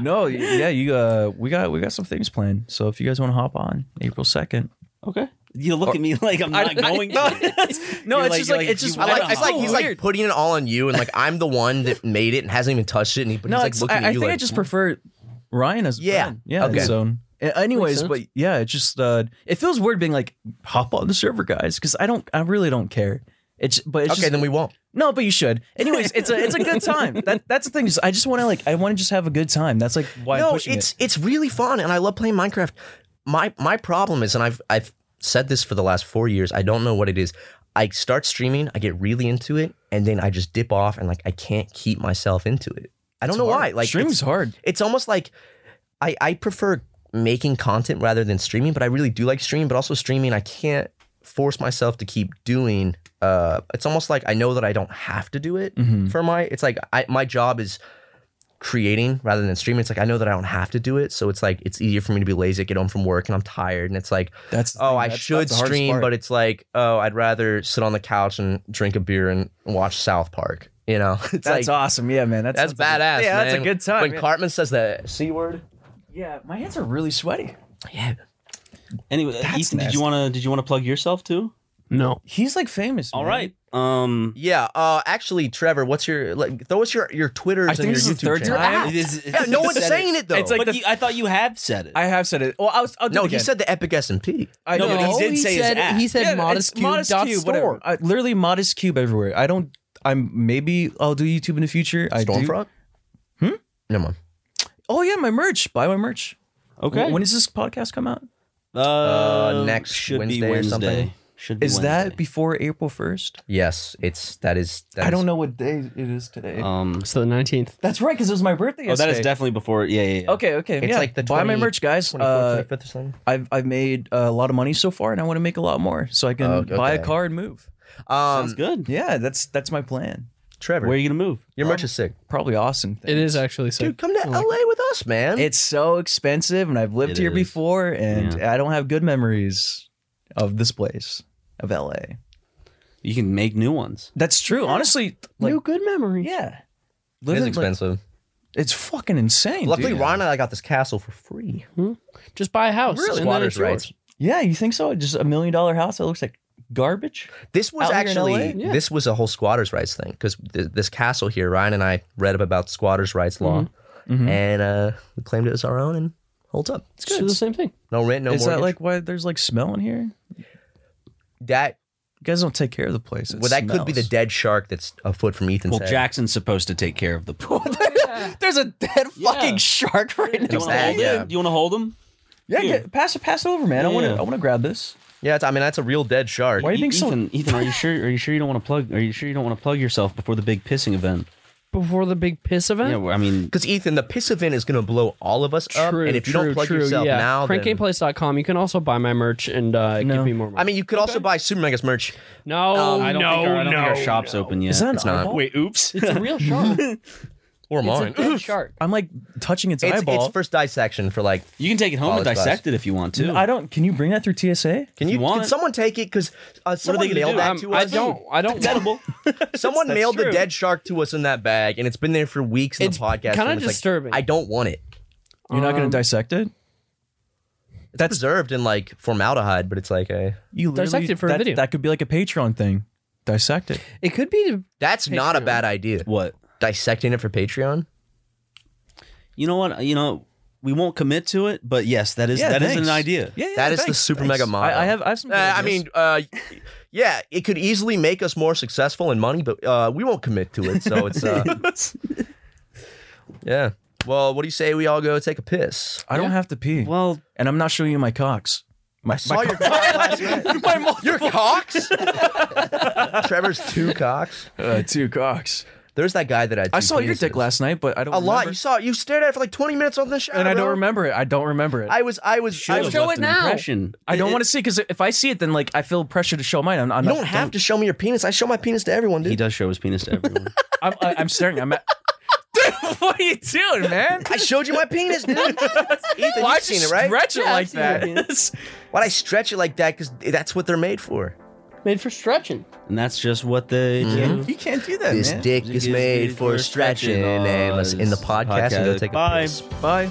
S7: no, yeah, you uh, we got we got some things planned. So if you guys want to hop on April second,
S1: okay. You look at me like I'm not
S7: I-
S1: going.
S7: no,
S1: to. it's,
S7: no, it's just like- it's just
S6: I like,
S7: Wow.
S6: it's like he's like
S7: Weird.
S6: putting it all on you, and like I'm the one that made it and hasn't even touched it, and he, but
S7: no,
S6: he's
S7: it's-
S6: like looking at
S7: I, I
S6: you
S7: think
S6: like
S7: I just prefer Ryan as a
S6: Yeah.
S7: friend. yeah,
S6: Okay.
S7: So a- anyways,
S6: sense.
S7: but yeah, it just uh, it feels weird being like hop on the server, guys, because I don't, I really don't care. It's but it's
S6: okay,
S7: just-
S6: then we won't.
S7: No, but you should. Anyways, it's a it's a good time. That that's the thing. Is I just want to like I want to just have a good time. That's like why
S6: no,
S7: I'm pushing
S6: it's
S7: it.
S6: it's really fun, and I love playing Minecraft. My my problem is, and I've I've said this for the last four years. I don't know what it is. I start streaming, I get really into it, and then I just dip off, and like I can't keep myself into it. I don't
S7: It's
S6: know why.
S7: hard.
S6: Like
S7: Streaming's
S6: it's-
S7: hard.
S6: It's almost like I I prefer making content rather than streaming, but I really do like streaming. But also streaming, I can't force myself to keep doing. Uh, it's almost like I know that I don't have to do it
S7: Mhm.
S6: for my. It's like I my job is creating rather than streaming. It's like I know that I don't have to do it, so it's like it's easier for me to be lazy, get home from work, and I'm tired, and it's like
S7: that's
S6: oh I
S7: That's-
S6: should
S7: that's the hardest
S6: stream,
S7: part.
S6: but it's like oh I'd rather sit on the couch and drink a beer and watch South Park. You know, it's like
S7: that's awesome. Yeah, man. That
S6: that's
S7: sounds like-
S6: badass.
S7: yeah, that's a
S6: man.
S7: good time.
S6: When
S7: yeah.
S6: Cartman says the c word,
S7: yeah, my hands are really sweaty.
S1: Anyway, Ethan, did you want to did you want to plug yourself too?
S3: No,
S7: he's like famous.
S1: All
S6: man.
S1: right. Um.
S6: Yeah. Uh. Actually, Trevor, what's your like? Throw us your your Twitter.
S7: I think
S6: your
S7: this is
S6: YouTube
S7: the third
S6: channel.
S7: time.
S6: It is- Yeah, no one's saying it though.
S7: It's like
S1: But you- I thought you have said it.
S7: I have said it. Well, I was. I'll do
S6: no,
S7: it
S6: he
S7: again.
S6: said the epic SMP.
S7: I
S1: No,
S7: know.
S1: but he did
S7: he
S1: say his
S7: said,
S1: app.
S7: He said
S1: Yeah,
S7: modest cube. Modest
S3: dot
S7: cube, whatever.
S3: store.
S7: I, literally modest cube everywhere. I don't. I'm maybe I'll do YouTube in the future. I do.
S6: Stormfrog?
S7: Hmm.
S6: Never mind.
S7: Oh yeah, my merch. Buy my merch.
S1: Okay.
S7: When does this podcast come out?
S6: Uh, next Wednesday or something.
S1: Should be
S7: Is that before April first?
S6: Yes, it's that is. That
S7: I don't know what day it is today.
S1: Um.
S3: So the nineteenth.
S7: That's right, because it was my birthday.
S1: Oh, that is
S7: yesterday.
S1: definitely before. Yeah, yeah. yeah.
S7: Okay, okay.
S1: It's
S7: yeah.
S1: like the
S7: buy my
S1: 20
S7: merch, guys.
S1: 24th,
S7: Uh,
S1: 25th or something.
S7: I've I've made a lot of money so far, and I want to make a lot more, so I can
S6: Oh,
S7: buy a
S6: okay.
S7: car and move.
S6: Um,
S1: Sounds good.
S7: Yeah, that's that's my plan.
S6: Trevor,
S1: Where are you gonna move?
S6: Your merch is sick.
S7: Probably Austin.
S3: It is actually sick.
S6: Dude, come to LA with us, man.
S7: It's so expensive, and I've lived
S1: It
S7: here
S1: is.
S7: before, and I don't have good memories of this place, of LA.
S1: You can make new ones.
S7: That's true. Honestly, like,
S3: New good memories.
S7: Yeah.
S6: it is
S7: living, like,
S6: expensive.
S7: it's fucking insane.
S6: Luckily,
S7: dude.
S6: Ron and I got this castle for free.
S3: Just buy a house.
S6: Really?
S3: and then
S6: Squatters'
S3: it's yours.
S6: rights.
S7: Yeah, you think so? Just a million dollar house that looks like garbage.
S6: This was
S7: Out here in
S6: actually
S7: LA? Yeah.
S6: this was a whole squatters' rights thing because th- this castle here, Ryan and I read up about squatters' rights law,
S7: Mhm. Mhm.
S6: and uh, we claimed it as our own and holds up.
S7: It's good.
S3: the same thing.
S6: No rent, no
S7: is
S6: mortgage.
S7: that like why there's like smell in here?
S6: that?
S7: You guys don't take care of the place. It
S6: Well, that could be the
S7: smells.
S6: dead shark that's a foot from Ethan's
S1: Well,
S6: head.
S1: Jackson's supposed to take care of the. Do
S7: There's a dead fucking
S1: Yeah.
S7: shark right
S1: you
S7: now.
S1: want to hold
S6: Yeah.
S1: him? Do you want to hold him?
S7: Yeah,
S1: Here.
S7: get, pass it, pass it over, man. I want to,
S1: Yeah.
S7: I want to grab this.
S6: Yeah, it's, I mean that's a real dead shark. E-
S7: Why do you think so?
S1: Ethan, Ethan, are you sure? Are you sure you don't want to plug? Are you sure you don't want to plug yourself before the big pissing event?
S3: Before the big piss event.
S1: Yeah, well, I mean,
S6: Because Ethan, the piss event is going to blow all of us up, and if you don't plug yourself now, then-
S3: crankgameplace.com. You can also buy my merch and uh, give me more money.
S6: I um, mean, you could also buy Super Mega's merch.
S3: no,
S1: I don't
S3: no,
S1: think our, I don't
S3: no,
S1: think our shop's
S3: no.
S1: open yet.
S7: Oh, Is that an
S6: It's not.
S7: eyeball?
S1: Wait, oops.
S3: It's a real shark.
S6: Or mine.
S3: it's a dead shark.
S7: I'm like touching its,
S6: It's,
S7: eyeball.
S6: it's first dissection for like.
S1: you can take it home and
S6: College class.
S1: dissect it if you want to.
S7: I don't. Can you bring that through TSA?
S6: Can
S1: you
S6: you?
S1: want.
S6: Can someone take it? Because uh, someone
S1: gonna
S6: mailed
S1: do?
S6: that
S3: Um,
S6: to
S3: I
S6: us.
S3: don't. I don't. edible.
S6: Someone
S3: That's
S6: mailed
S3: true.
S6: the dead shark to us in that bag, and it's been there for weeks in
S3: It's
S6: the podcast.
S3: kinda
S6: room. It's like,
S3: disturbing.
S6: I don't want it.
S7: You're not going
S3: Um,
S7: to dissect it.
S6: It's preserved in like formaldehyde, but it's like a.
S7: You
S3: Dissect
S7: literally-
S3: it for a
S7: that,
S3: video.
S7: That could be like a Patreon thing. Dissect it.
S3: It could be.
S6: That's not a bad idea.
S1: What?
S6: Dissecting it for Patreon.
S1: You know what? You know, we won't commit to it, but yes, that is
S7: Yeah,
S1: that is
S7: thanks.
S1: an idea.
S7: Yeah, yeah,
S6: That is the
S7: thanks,
S6: super
S7: thanks.
S6: mega model.
S7: I, I have. I have some.
S6: Uh, I mean, uh, yeah, it could easily make us more successful in money, but uh, we won't commit to it. So it's. Uh, yeah. Well, what do you say we all go take a piss?
S7: I don't have to pee.
S1: Well,
S7: and I'm not showing you my cocks. My,
S6: Saw
S7: my
S6: your
S7: cock-
S6: cock last night.
S7: my multiple-
S6: Your cocks? Trevor's two cocks.
S7: uh, two cocks.
S6: There's that guy that I. had
S7: I
S6: two
S7: saw your dick
S6: penises.
S7: last night, but I don't
S6: A lot.
S7: remember.
S6: You saw. You stared at it for like 20 minutes on the show,
S7: and I don't
S6: bro.
S7: remember it. I don't remember it.
S6: I was. I was. I
S1: Should've
S6: was
S3: Show
S1: left
S3: it
S1: an
S3: now.
S1: Impression.
S7: I don't want to see because if I see it, then like I feel pressure to show mine. I'm, I'm
S6: you
S7: not,
S6: don't have to show me your penis. I show my penis to everyone,
S1: He
S6: dude.
S1: does show his penis to everyone.
S7: I'm, I- I'm staring. I'm at. Dude, what are you doing, man?
S6: I showed you my penis, dude. Ethan,
S7: Why'd
S6: you've
S7: you
S6: seen it, right?
S7: Stretch it
S3: Yeah, I've
S7: like
S3: seen your
S7: that.
S6: Why'd I stretch it like that? Because that's what they're made for.
S3: Made for stretching.
S1: and that's just what they do.
S7: you can't do that,
S6: This
S7: man.
S6: dick is made for stretching. And let's end the podcast and go take a
S1: Bye.
S6: piss.
S7: Bye.